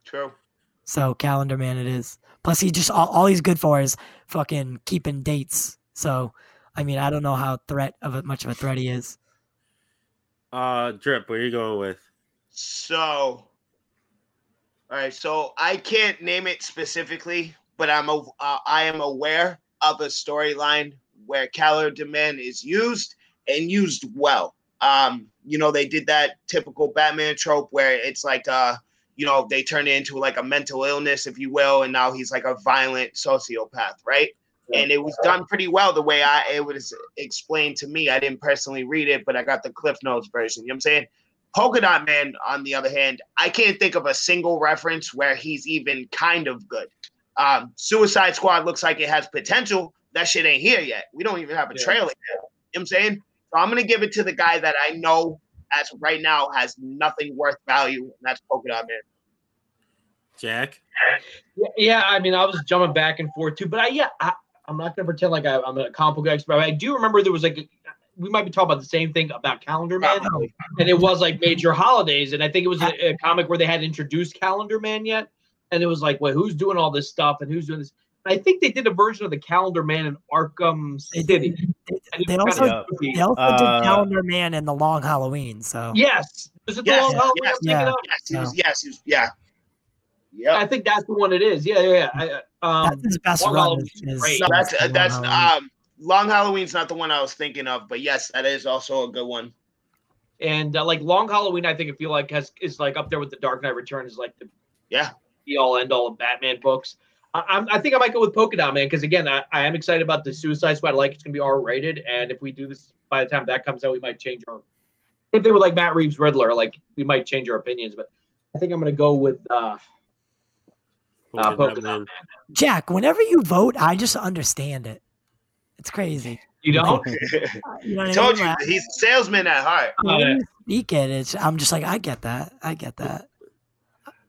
Speaker 5: True.
Speaker 7: So Calendar Man, it is. Plus, he just all, all he's good for is fucking keeping dates. So, I mean, I don't know how threat of a, much of a threat he is.
Speaker 2: Uh, Drip, where you going with?
Speaker 5: So, all right. So I can't name it specifically, but I'm a, uh, I am aware of a storyline where calendar man is used and used well. Um, you know, they did that typical Batman trope where it's like uh, you know, they turn it into like a mental illness, if you will, and now he's like a violent sociopath, right? And it was done pretty well the way I it was explained to me. I didn't personally read it, but I got the Cliff Notes version. You know what I'm saying? Polka Dot Man, on the other hand, I can't think of a single reference where he's even kind of good. Um, Suicide Squad looks like it has potential That shit ain't here yet. We don't even have a
Speaker 8: Yeah.
Speaker 5: trailer yet. You know what I'm saying? So I'm gonna give it to the guy that I know as of right now has nothing worth value, and that's Polka Dot Man.
Speaker 2: Jack.
Speaker 8: Yeah, yeah, I mean, I was jumping back and forth too, but I yeah, I, I'm not gonna pretend like I, I'm a comic book expert. But I do remember there was like we might be talking about the same thing about Calendar Man, and it was like major holidays, and I think it was a, a comic where they hadn't introduced Calendar Man yet, and it was like, well, who's doing all this stuff and who's doing this? I think they did a version of the Calendar Man in Arkham
Speaker 7: They
Speaker 8: City.
Speaker 7: They,
Speaker 8: and it
Speaker 7: they
Speaker 8: was
Speaker 7: also
Speaker 8: kinda
Speaker 4: also-
Speaker 8: spooky.
Speaker 7: they also
Speaker 4: Uh,
Speaker 7: did Calendar Man in the Long Halloween. So
Speaker 8: Yes, was it the
Speaker 5: Yes,
Speaker 8: long holiday? I'm
Speaker 5: yes,
Speaker 8: thinking
Speaker 7: yeah.
Speaker 8: of?
Speaker 5: Yes, he was.
Speaker 7: Oh, No.
Speaker 5: Yes, he was. Yeah. Yeah.
Speaker 8: I think that's the one it is. Yeah, yeah, yeah. I, um,
Speaker 7: that's his best
Speaker 8: Long
Speaker 7: run.
Speaker 8: Halloween
Speaker 7: Is,
Speaker 8: is
Speaker 7: is-
Speaker 8: great.
Speaker 5: No,
Speaker 7: is
Speaker 5: that's
Speaker 7: the
Speaker 5: uh,
Speaker 7: Long
Speaker 5: that's
Speaker 7: Halloween.
Speaker 5: um Long Halloween's not the one I was thinking of, but yes, that is also a good one.
Speaker 8: And uh, like Long Halloween, I think I feel like has is like up there with the Dark Knight Returns, like the
Speaker 5: Yeah.
Speaker 8: be all end all of Batman books. I, I'm, I think I might go with Polka Dot Man because again, I, I am excited about the Suicide Squad. I like it's gonna be R rated, and if we do this by the time that comes out, we might change our. If they were like Matt Reeves Riddler, like we might change our opinions, but I think I'm gonna go with uh, uh, Polka Dot Man.
Speaker 7: Jack, whenever you vote, I just understand it. It's crazy.
Speaker 4: [LAUGHS]
Speaker 5: [LAUGHS]
Speaker 8: You don't?
Speaker 7: You know
Speaker 5: I
Speaker 7: what
Speaker 5: told
Speaker 7: I
Speaker 5: you
Speaker 7: mean?
Speaker 5: he's a salesman at heart.
Speaker 7: Like,
Speaker 8: Uh,
Speaker 7: when you speak it, it's, I'm just like, I get that. I get that.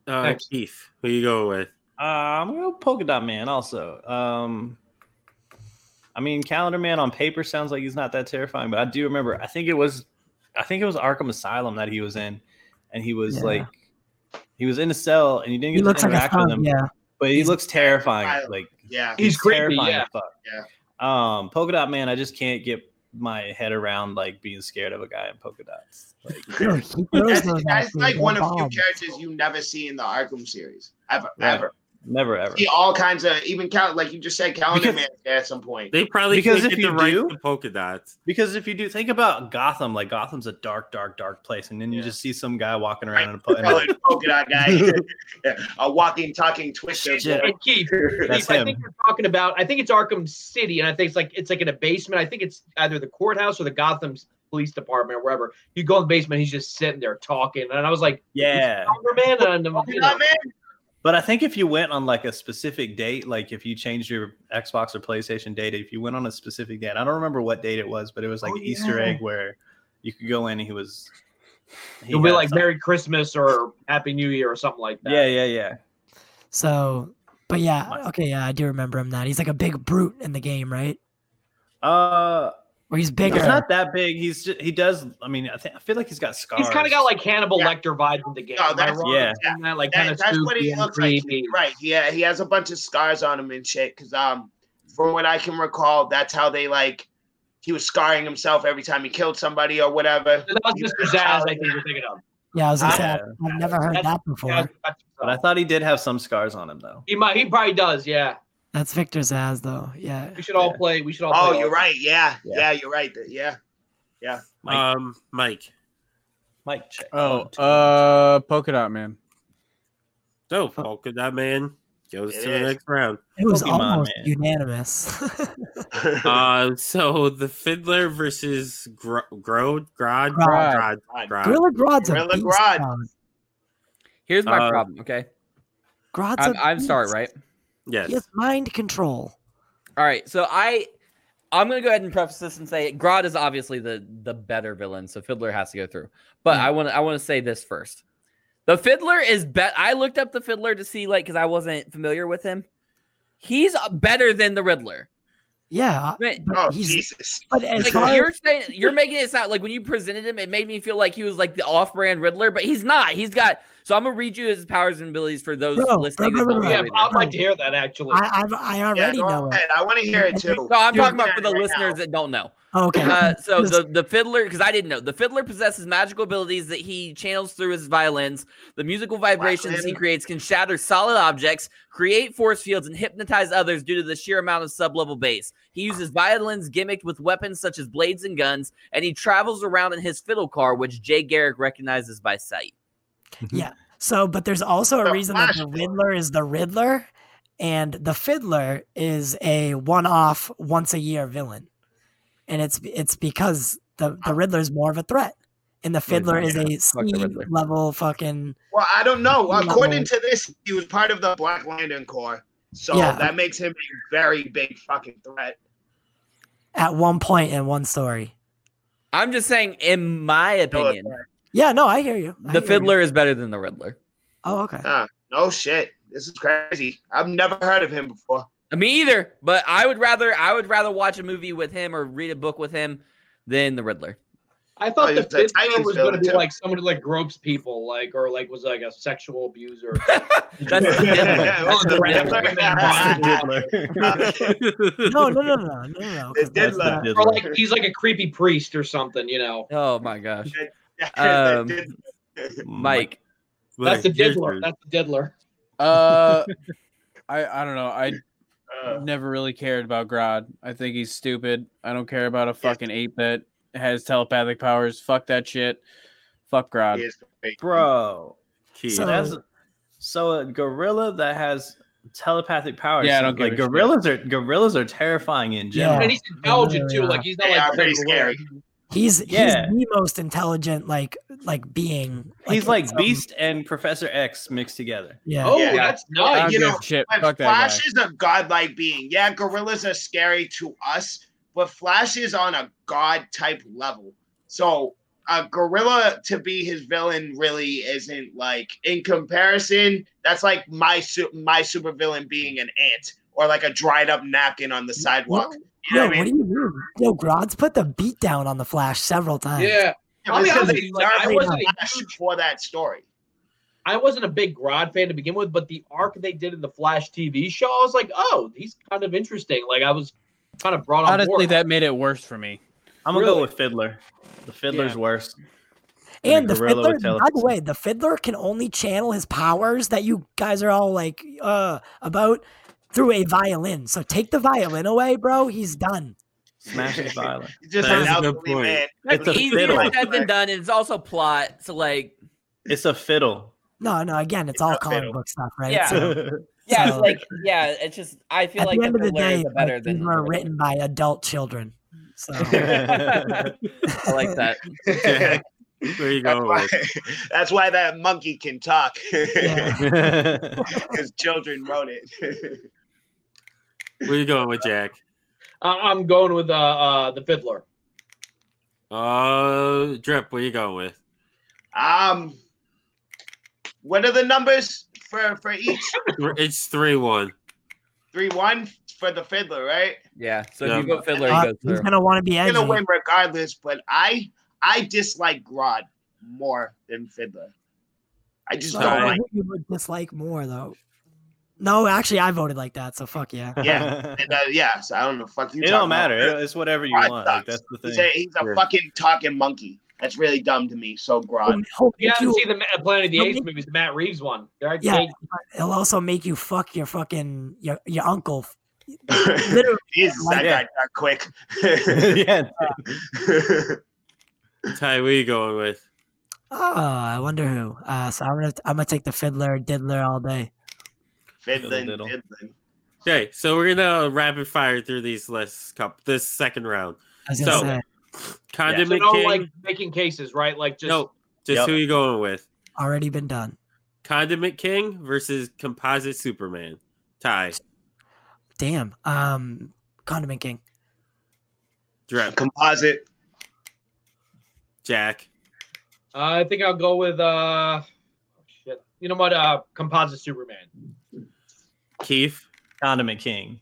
Speaker 2: Uh,
Speaker 8: Thanks.
Speaker 2: Keith, who you go with?
Speaker 4: Uh, I'm gonna go polka dot man. Also, um, I mean, calendar man on paper sounds like he's not that terrifying, but I do remember. I think it was, I think it was Arkham Asylum that he was in, and he was
Speaker 7: Yeah.
Speaker 4: like, he was in a cell and he didn't get
Speaker 7: He
Speaker 4: to
Speaker 7: looks like a
Speaker 4: interact with
Speaker 7: thug.
Speaker 4: him,
Speaker 7: Yeah.
Speaker 4: but he
Speaker 7: He's-
Speaker 4: looks terrifying.
Speaker 5: Asylum.
Speaker 4: Like
Speaker 5: Yeah.
Speaker 8: He's creepy, yeah.
Speaker 4: as fuck.
Speaker 5: Yeah.
Speaker 4: Um, polka dot man. I just can't get my head around like being scared of a guy in polka dots. Like, [LAUGHS]
Speaker 7: Yo, he throws
Speaker 5: That's,
Speaker 7: those
Speaker 5: that's
Speaker 7: at you,
Speaker 5: like
Speaker 7: they're
Speaker 5: one of few
Speaker 7: bombs.
Speaker 5: characters you never see in the Arkham series. Ever.
Speaker 4: Right.
Speaker 5: Ever.
Speaker 4: never ever.
Speaker 5: See all kinds of even count like you just said, Calendar
Speaker 4: Because-
Speaker 5: Man at some point.
Speaker 2: They probably
Speaker 4: Because
Speaker 2: can't
Speaker 4: if
Speaker 2: get
Speaker 4: you
Speaker 2: the right
Speaker 4: do-
Speaker 2: to polka dots.
Speaker 4: Because if you do think about Gotham, like Gotham's a dark, dark, dark place, and then you
Speaker 5: Yeah.
Speaker 4: just see some guy walking around in a
Speaker 5: [LAUGHS]
Speaker 4: po- in a
Speaker 5: Colored polka dot guy.
Speaker 4: [LAUGHS]
Speaker 5: [LAUGHS] a walking, talking twister.
Speaker 4: Shit.
Speaker 8: And Keith,
Speaker 4: That's
Speaker 8: Keith, I think
Speaker 4: him.
Speaker 8: you're talking about. I think it's Arkham City, and I think it's like it's like in a basement. I think it's either the courthouse or the Gotham Police Department or wherever. You go in the basement, he's just sitting there talking, and I was like,
Speaker 4: Yeah.
Speaker 8: Superman, and
Speaker 5: [LAUGHS]
Speaker 8: I'm,
Speaker 5: Polka
Speaker 8: you
Speaker 5: dot
Speaker 8: know,
Speaker 5: man.
Speaker 4: But I think if you went on like a specific date, like if you changed your Xbox or PlayStation date, if you went on a specific date, I don't remember what date it was, but it was like
Speaker 7: Oh,
Speaker 4: an Easter
Speaker 7: yeah.
Speaker 4: egg where you could go in and he was. He
Speaker 8: you'll be
Speaker 4: had
Speaker 8: like
Speaker 4: something.
Speaker 8: Merry Christmas or Happy New Year or something like that.
Speaker 4: Yeah, yeah, yeah.
Speaker 7: So, but yeah,
Speaker 4: My-
Speaker 7: okay, yeah, I do remember him that. He's like a big brute in the game, right?
Speaker 4: Uh,
Speaker 7: Or he's bigger.
Speaker 4: he's not that big. He's just, he does. I mean, I, think I feel like he's got scars.
Speaker 8: He's kind of got like Hannibal
Speaker 5: Yeah.
Speaker 8: Lecter vibes in the game.
Speaker 5: No,
Speaker 8: Am I
Speaker 5: that's-
Speaker 8: wrong
Speaker 4: Yeah.
Speaker 8: in saying that? Like
Speaker 5: That-
Speaker 8: kind of
Speaker 5: that's what
Speaker 8: spooky
Speaker 5: he
Speaker 8: and
Speaker 5: looks like.
Speaker 8: creepy.
Speaker 5: Right. Yeah, he has a bunch of scars on him and shit. Cause um, from what I can recall, that's how they like he was scarring himself every time he killed somebody or whatever.
Speaker 8: That was Mr. Zaz, I think you're thinking of.
Speaker 7: yeah, I was gonna say,
Speaker 4: Yeah.
Speaker 7: I've- I've never heard
Speaker 8: That's-
Speaker 7: that before.
Speaker 8: Yeah, that's-
Speaker 4: But I thought he did have some scars on him though.
Speaker 8: he might, he probably does. Yeah,
Speaker 7: That's Victor Zaz, though. Yeah.
Speaker 8: we should all
Speaker 4: Yeah.
Speaker 8: play. We should all.
Speaker 5: Oh,
Speaker 8: play
Speaker 5: you're
Speaker 8: all-
Speaker 5: right. Yeah,
Speaker 4: Yeah.
Speaker 5: yeah, you're right. th-
Speaker 4: [LAUGHS]
Speaker 5: Yeah,
Speaker 4: Mike.
Speaker 2: Um, Mike.
Speaker 4: Mike, check.
Speaker 3: Oh,
Speaker 4: One, two,
Speaker 3: uh, polka dot man.
Speaker 2: So polka dot man goes
Speaker 5: It
Speaker 2: to the
Speaker 5: is.
Speaker 2: next
Speaker 8: [LAUGHS]
Speaker 2: round.
Speaker 7: It was
Speaker 4: Pokemon,
Speaker 7: almost
Speaker 4: man.
Speaker 7: unanimous. [LAUGHS]
Speaker 4: Oh,
Speaker 2: Uh, so the fiddler versus Gro- Grod, Grod,
Speaker 7: Grod.
Speaker 2: Grod, Grod.
Speaker 7: Gorilla Grodd's a
Speaker 5: Gorilla
Speaker 7: beast.
Speaker 5: Grodd.
Speaker 7: dog.
Speaker 6: Here's my
Speaker 2: Uh,
Speaker 6: problem. Okay,
Speaker 7: Grodd's
Speaker 6: I'm,
Speaker 7: a
Speaker 6: I'm
Speaker 7: beast.
Speaker 6: sorry, right?
Speaker 2: Yes.
Speaker 7: He has mind control.
Speaker 6: All right, so I I'm gonna go ahead and preface this and say Grodd is obviously the the better villain, so Fiddler has to go through. But
Speaker 7: Hmm.
Speaker 6: I want to I want to say this first. The Fiddler is bet. I looked up the Fiddler to see like because I wasn't familiar with him. He's uh, better than the Riddler.
Speaker 7: Yeah.
Speaker 6: Right.
Speaker 7: but
Speaker 5: oh
Speaker 7: he's-
Speaker 5: Jesus.
Speaker 7: But as
Speaker 6: Like
Speaker 7: far as-
Speaker 6: you're saying, you're making it sound like when you presented him, it made me feel like he was like the off-brand Riddler, but he's not. He's got. So I'm gonna read you his powers and abilities for those
Speaker 7: Bro,
Speaker 6: listening.
Speaker 7: bro,
Speaker 6: that
Speaker 7: bro,
Speaker 6: don't
Speaker 7: bro,
Speaker 6: know
Speaker 8: Yeah,
Speaker 7: bro.
Speaker 6: either.
Speaker 8: I'd like to hear that actually.
Speaker 7: I, I've, I
Speaker 5: Yeah,
Speaker 7: already
Speaker 5: go
Speaker 7: know it.
Speaker 5: ahead. I want to hear it too.
Speaker 6: No, I'm
Speaker 5: You're
Speaker 6: talking about for the
Speaker 5: right now.
Speaker 6: listeners that don't know.
Speaker 7: Oh, okay.
Speaker 6: Uh, so
Speaker 7: Just-
Speaker 6: the, the fiddler, because I didn't know, the fiddler possesses magical abilities that he channels through his violins. The musical vibrations he
Speaker 5: Violin.
Speaker 6: creates can shatter solid objects, create force fields, and hypnotize others due to the sheer amount of sublevel bass. He uses violins gimmicked with weapons such as blades and guns, and he travels around in his fiddle car, which Jay Garrick recognizes by sight.
Speaker 7: So, but there's also a
Speaker 5: The
Speaker 7: reason that the
Speaker 5: Flash
Speaker 7: Riddler is the Riddler, and the Fiddler is a one-off, once-a-year villain, and it's it's because the the Riddler is more of a threat, and the Fiddler is a
Speaker 6: Fuck the Riddler.
Speaker 7: level fucking.
Speaker 5: Well, I don't know.
Speaker 7: No.
Speaker 5: According to this, he was part of the Black Lantern Corps, so
Speaker 7: Yeah.
Speaker 5: that makes him a very big fucking threat.
Speaker 7: at one point in one story.
Speaker 9: I'm just saying, in my opinion,
Speaker 7: Yeah, no, I hear you. I hear
Speaker 9: the
Speaker 7: you.
Speaker 9: Fiddler is better than the Riddler.
Speaker 7: Oh, okay.
Speaker 5: Huh. No shit. This is crazy. I've never heard of him before.
Speaker 9: Me either, but I would rather I would rather watch a movie with him or read a book with him than the Riddler.
Speaker 8: I thought
Speaker 5: Oh,
Speaker 8: the
Speaker 5: it's a
Speaker 8: fifth
Speaker 5: Titans
Speaker 8: one was going to
Speaker 5: villain,
Speaker 8: be
Speaker 5: too.
Speaker 8: like someone who like gropes people, like or like was like a
Speaker 5: [LAUGHS]
Speaker 8: sexual abuser.
Speaker 9: That's the Diddler.
Speaker 5: Oh, the
Speaker 7: No, no, no, no, no, no, no. 'cause
Speaker 5: It's
Speaker 7: that's
Speaker 5: Diddler.
Speaker 7: not-
Speaker 8: or like
Speaker 5: [LAUGHS]
Speaker 8: he's like a creepy priest or something, you know.
Speaker 9: Oh my gosh, Um,
Speaker 5: Diddler.
Speaker 4: Oh
Speaker 9: Mike.
Speaker 8: That's the diddler. That's the diddler.
Speaker 3: Uh, [LAUGHS] I I don't know. I
Speaker 5: Uh,
Speaker 3: never really cared about Grodd. I think he's stupid. I don't care about a fucking eight bit. Has telepathic powers. Fuck that shit. Fuck Grodd.
Speaker 5: he is great.
Speaker 4: bro.
Speaker 7: Jeez.
Speaker 4: So, that's, so a gorilla that has telepathic powers.
Speaker 3: Yeah, I don't
Speaker 4: like
Speaker 3: give a shit.
Speaker 4: gorillas are gorillas are terrifying in general.
Speaker 7: Yeah.
Speaker 8: And he's intelligent
Speaker 7: really
Speaker 8: too.
Speaker 7: are.
Speaker 8: Like he's not
Speaker 5: They
Speaker 8: like
Speaker 5: are
Speaker 8: some
Speaker 5: pretty
Speaker 8: gorilla.
Speaker 5: scary.
Speaker 7: He's
Speaker 4: Yeah.
Speaker 7: he's the most intelligent like like being.
Speaker 4: He's like
Speaker 7: some-
Speaker 4: Beast and Professor X mixed together.
Speaker 7: Yeah.
Speaker 8: Oh,
Speaker 5: Yeah.
Speaker 8: that's
Speaker 3: I
Speaker 8: nice.
Speaker 3: don't
Speaker 5: you
Speaker 3: give
Speaker 5: know,
Speaker 3: a shit.
Speaker 5: But
Speaker 3: Fuck that guy.
Speaker 5: Flash is a godlike being. Yeah, gorillas are scary to us, but Flash is on a god type level. So a gorilla to be his villain really isn't like in comparison. That's like my su- my supervillain being an ant or like a dried up napkin on the sidewalk. You know
Speaker 7: Yo,
Speaker 5: what I
Speaker 7: what do
Speaker 5: mean?
Speaker 7: you mean? Yo, Grodd's put the beat down on the Flash several times.
Speaker 8: Yeah, I'll be
Speaker 5: This
Speaker 8: honest
Speaker 5: is
Speaker 8: with you, like, I
Speaker 5: exactly
Speaker 8: wasn't a
Speaker 5: Flash for that story.
Speaker 8: I wasn't a big Grodd fan to begin with, but the arc they did in the Flash TV show, I was like, oh, he's kind of interesting. Like I was kind of brought on
Speaker 3: Honestly,
Speaker 8: board.
Speaker 3: that made it worse for me.
Speaker 4: I'm gonna
Speaker 8: Really?
Speaker 4: go with Fiddler. The Fiddler's
Speaker 3: Yeah.
Speaker 4: worse.
Speaker 7: And the
Speaker 4: gorilla
Speaker 7: fiddler,
Speaker 4: with
Speaker 7: by the
Speaker 4: telepathy.
Speaker 7: way, the fiddler can only channel his powers that you guys are all like uh about through a violin. So take the violin away, bro. He's done.
Speaker 4: Smash is violent.
Speaker 5: It's Just
Speaker 4: That
Speaker 5: an
Speaker 4: is a good
Speaker 5: elderly
Speaker 1: point.
Speaker 5: man.
Speaker 9: That's
Speaker 4: It's a
Speaker 9: easier
Speaker 4: fiddle.
Speaker 9: said than done, and it's also plot. So like,
Speaker 4: It's a fiddle.
Speaker 7: No, no. Again, it's,
Speaker 5: It's
Speaker 7: all
Speaker 5: not
Speaker 7: comic
Speaker 5: fiddle.
Speaker 7: book stuff, right?
Speaker 9: Yeah.
Speaker 7: So
Speaker 4: [LAUGHS]
Speaker 9: yeah, it's
Speaker 7: So-
Speaker 9: like yeah, it's just I feel
Speaker 7: at
Speaker 9: like
Speaker 7: the end of the
Speaker 9: Riddler
Speaker 7: day,
Speaker 9: is
Speaker 7: like,
Speaker 9: better
Speaker 7: these
Speaker 9: than the
Speaker 7: were
Speaker 9: Riddler.
Speaker 7: written by adult children. So
Speaker 9: I like that.
Speaker 1: Okay. There you
Speaker 5: That's
Speaker 1: go.
Speaker 5: why, [LAUGHS] that's why that monkey can talk.
Speaker 7: Yeah.
Speaker 5: [LAUGHS] Because children wrote it. [LAUGHS]
Speaker 2: Where you going with Jack?
Speaker 8: I- I'm going with uh, uh the fiddler.
Speaker 2: Uh, Drip. Where you going with?
Speaker 5: um, what are the numbers for for each?
Speaker 2: It's three one.
Speaker 5: Three one for the fiddler, right?
Speaker 9: Yeah. So
Speaker 2: Yeah.
Speaker 9: if you go Fiddler,
Speaker 7: uh,
Speaker 9: he goes
Speaker 7: he's
Speaker 9: through.
Speaker 7: gonna want to be
Speaker 5: He's
Speaker 7: edgy.
Speaker 5: gonna win regardless, but I I dislike Grodd more than fiddler. I just
Speaker 7: So
Speaker 5: don't
Speaker 2: Sorry.
Speaker 5: like.
Speaker 7: who you would dislike more though. No, actually, I voted like that, so fuck yeah.
Speaker 5: Yeah. And, uh, yeah, so I don't know. Fuck you.
Speaker 4: It
Speaker 5: talking
Speaker 4: don't matter.
Speaker 5: about.
Speaker 4: It- It's whatever you
Speaker 5: Grodd
Speaker 4: want.
Speaker 5: sucks.
Speaker 4: Like, that's the
Speaker 5: He's a,
Speaker 4: thing.
Speaker 5: he's a
Speaker 1: Yeah.
Speaker 5: fucking talking monkey. That's really dumb to me. So Grodd.
Speaker 4: [LAUGHS]
Speaker 5: [LAUGHS]
Speaker 7: He'll
Speaker 8: You
Speaker 7: make
Speaker 8: haven't
Speaker 7: you-
Speaker 8: seen the Ma- Planet of the
Speaker 7: Don't
Speaker 8: Apes
Speaker 7: make-
Speaker 8: movies, the Matt Reeves one. They're
Speaker 7: Yeah.
Speaker 8: yeah.
Speaker 7: He'll also make you fuck your fucking your your uncle.
Speaker 5: Literally,
Speaker 7: Literally,
Speaker 5: Jesus, that guy
Speaker 4: yeah.
Speaker 5: got
Speaker 4: [LAUGHS]
Speaker 5: quick. [LAUGHS]
Speaker 4: yeah.
Speaker 2: Ty, where you going with?
Speaker 7: Oh, I wonder who. Uh, so I'm gonna I'm gonna take the fiddler, diddler all day.
Speaker 5: Finland,
Speaker 4: Diddle.
Speaker 5: Finland.
Speaker 2: Okay, so we're gonna rapid fire through these lists. Cup this second round.
Speaker 7: I was gonna
Speaker 2: So,
Speaker 7: say
Speaker 2: Condiment
Speaker 8: So no
Speaker 2: King.
Speaker 8: like making cases, right? Like just
Speaker 2: no, just
Speaker 4: Yep.
Speaker 2: who you going with?
Speaker 7: already been done.
Speaker 2: Condiment King versus Composite Superman. Ty,
Speaker 7: Damn. Um, condiment king.
Speaker 2: Drip,
Speaker 5: Composite.
Speaker 2: Jack.
Speaker 8: Uh, I think I'll go with uh, shit. You know what? Uh, composite Superman.
Speaker 2: Keith,
Speaker 4: Condiment King.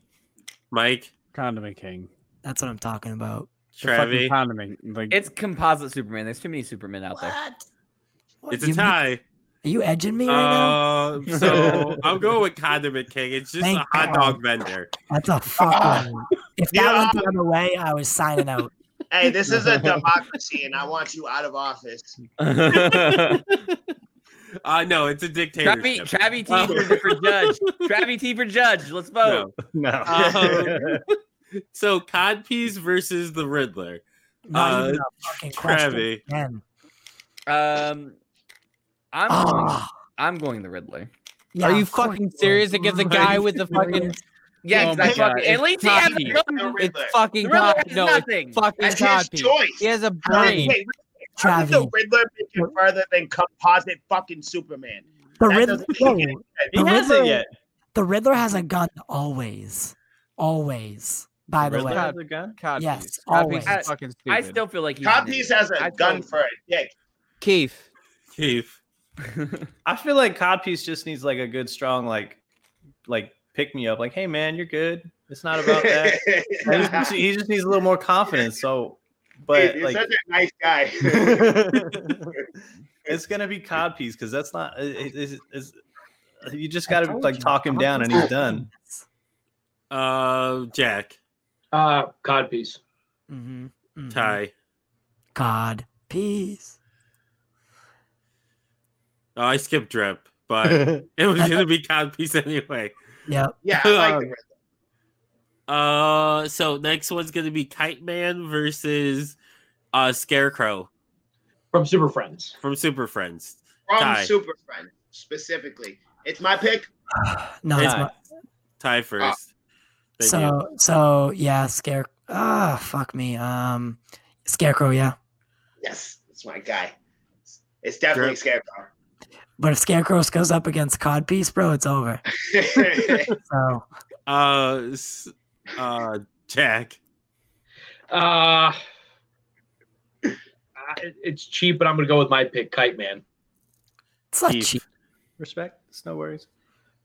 Speaker 2: Mike,
Speaker 3: Condiment King.
Speaker 7: That's what I'm talking about.
Speaker 3: The fucking
Speaker 2: Trevi.
Speaker 3: condiment. Like,
Speaker 9: It's composite Superman. There's too many Supermen out there.
Speaker 7: What,
Speaker 2: It's a
Speaker 7: you-
Speaker 2: tie.
Speaker 7: Are you edging me right now?
Speaker 2: Uh,
Speaker 7: [LAUGHS]
Speaker 2: so I'm going with Condiment King. It's just
Speaker 7: Thank
Speaker 2: a hot
Speaker 7: God.
Speaker 2: dog vendor.
Speaker 7: That's a
Speaker 2: [LAUGHS]
Speaker 7: fucking. if that
Speaker 5: Yeah.
Speaker 7: went the other way, I was signing out.
Speaker 5: Hey, this is a democracy, and I want you out of office.
Speaker 2: Uh, no, it's a dictatorship.
Speaker 9: Travi, Travi T for, for judge. Travi T for judge. Let's vote.
Speaker 2: No.
Speaker 4: [LAUGHS] No.
Speaker 2: Um, So Codpiece versus the Riddler.
Speaker 7: Not even
Speaker 2: Uh,
Speaker 7: a fucking question.
Speaker 2: Travi.
Speaker 7: Again.
Speaker 9: Um, I'm going,
Speaker 7: Oh,
Speaker 9: I'm going the Riddler.
Speaker 7: yeah,
Speaker 3: are you
Speaker 7: of course
Speaker 3: fucking
Speaker 7: will.
Speaker 3: serious against a guy with the fucking?
Speaker 9: Yeah,
Speaker 3: Oh
Speaker 9: 'cause
Speaker 3: my
Speaker 9: I
Speaker 3: God,
Speaker 9: fucking,
Speaker 3: it's
Speaker 9: at least he has a
Speaker 3: Codpiece.
Speaker 9: gun.
Speaker 5: The
Speaker 3: It's
Speaker 5: Riddler.
Speaker 3: fucking
Speaker 9: The Riddler
Speaker 3: God.
Speaker 9: has
Speaker 3: No, it's
Speaker 9: nothing.
Speaker 3: fucking
Speaker 5: That's his
Speaker 3: Codpiece.
Speaker 5: choice.
Speaker 3: He has a
Speaker 5: Hey,
Speaker 3: brain.
Speaker 5: wait, how did the
Speaker 7: Travi.
Speaker 5: Riddler make it further than composite fucking Superman?
Speaker 7: The
Speaker 5: That
Speaker 7: Riddler,
Speaker 5: doesn't make any
Speaker 7: yo, [LAUGHS]
Speaker 5: sense.
Speaker 4: he hasn't
Speaker 7: Riddler-
Speaker 4: yet.
Speaker 7: the Riddler has a gun always. Always. By the
Speaker 4: Riddler
Speaker 7: way,
Speaker 4: has a gun?
Speaker 3: Codpiece.
Speaker 7: Yes,
Speaker 3: Codpiece
Speaker 7: always.
Speaker 3: is
Speaker 9: I-
Speaker 3: fucking stupid.
Speaker 9: I still feel like he's an
Speaker 5: Codpiece
Speaker 9: idiot.
Speaker 5: has a
Speaker 9: I
Speaker 5: gun
Speaker 9: told-
Speaker 5: for a dick.
Speaker 3: Keith.
Speaker 2: Keith.
Speaker 4: I feel like Codpiece just needs like a good strong like like pick me up. Like, hey man, you're good. It's not about
Speaker 5: [LAUGHS]
Speaker 4: that. he, just, he just needs a little more confidence. So, but
Speaker 5: He's
Speaker 4: like,
Speaker 5: such a nice guy. [LAUGHS]
Speaker 4: it's gonna be Codpiece because that's not. It, it, it's, it's, you just gotta like talk him down, and he's done.
Speaker 2: Uh, Jack.
Speaker 8: Uh, Codpiece.
Speaker 7: Mm-hmm.
Speaker 2: Ty.
Speaker 7: God, peace.
Speaker 2: Oh, I skipped Drip,
Speaker 7: [LAUGHS]
Speaker 2: but it was gonna be Codpiece anyway.
Speaker 7: Yep. [SIGHS]
Speaker 5: yeah, I like the rest.
Speaker 2: Uh, so next one's gonna be Kite Man versus uh Scarecrow
Speaker 8: From Super Friends.
Speaker 2: from Super Friends.
Speaker 5: From
Speaker 2: Ty.
Speaker 5: Super Friend, specifically. It's my pick.
Speaker 7: No, it's
Speaker 4: Yeah.
Speaker 7: my,
Speaker 5: Ah.
Speaker 2: Ty first. Thank you.
Speaker 7: so so yeah. Scare. Ah, fuck me. Um, scarecrow. Yeah,
Speaker 5: Yes, it's my guy. It's definitely Scarecrow.
Speaker 7: but if scarecrow goes up against codpiece, bro, it's over. So
Speaker 2: Uh, s- uh, Jack.
Speaker 8: Uh, it- it's cheap, but I'm gonna go with my pick, Kite Man.
Speaker 7: it's not
Speaker 2: Keith.
Speaker 7: cheap.
Speaker 4: Respect. It's no worries.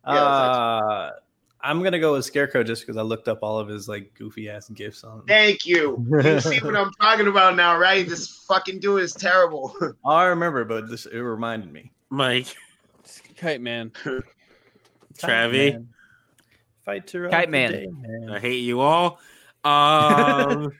Speaker 5: Yeah,
Speaker 4: uh, I'm gonna go with Scarecrow just because I looked up all of his like goofy ass gifts on.
Speaker 5: [LAUGHS] Thank you. You see what I'm talking about now, right? This fucking dude is terrible. [LAUGHS]
Speaker 4: Oh, I remember, but this it reminded me.
Speaker 2: Mike.
Speaker 3: Kite man.
Speaker 2: Travi.
Speaker 4: Man. Fight to
Speaker 9: Kite Man.
Speaker 2: I hate you all. Um,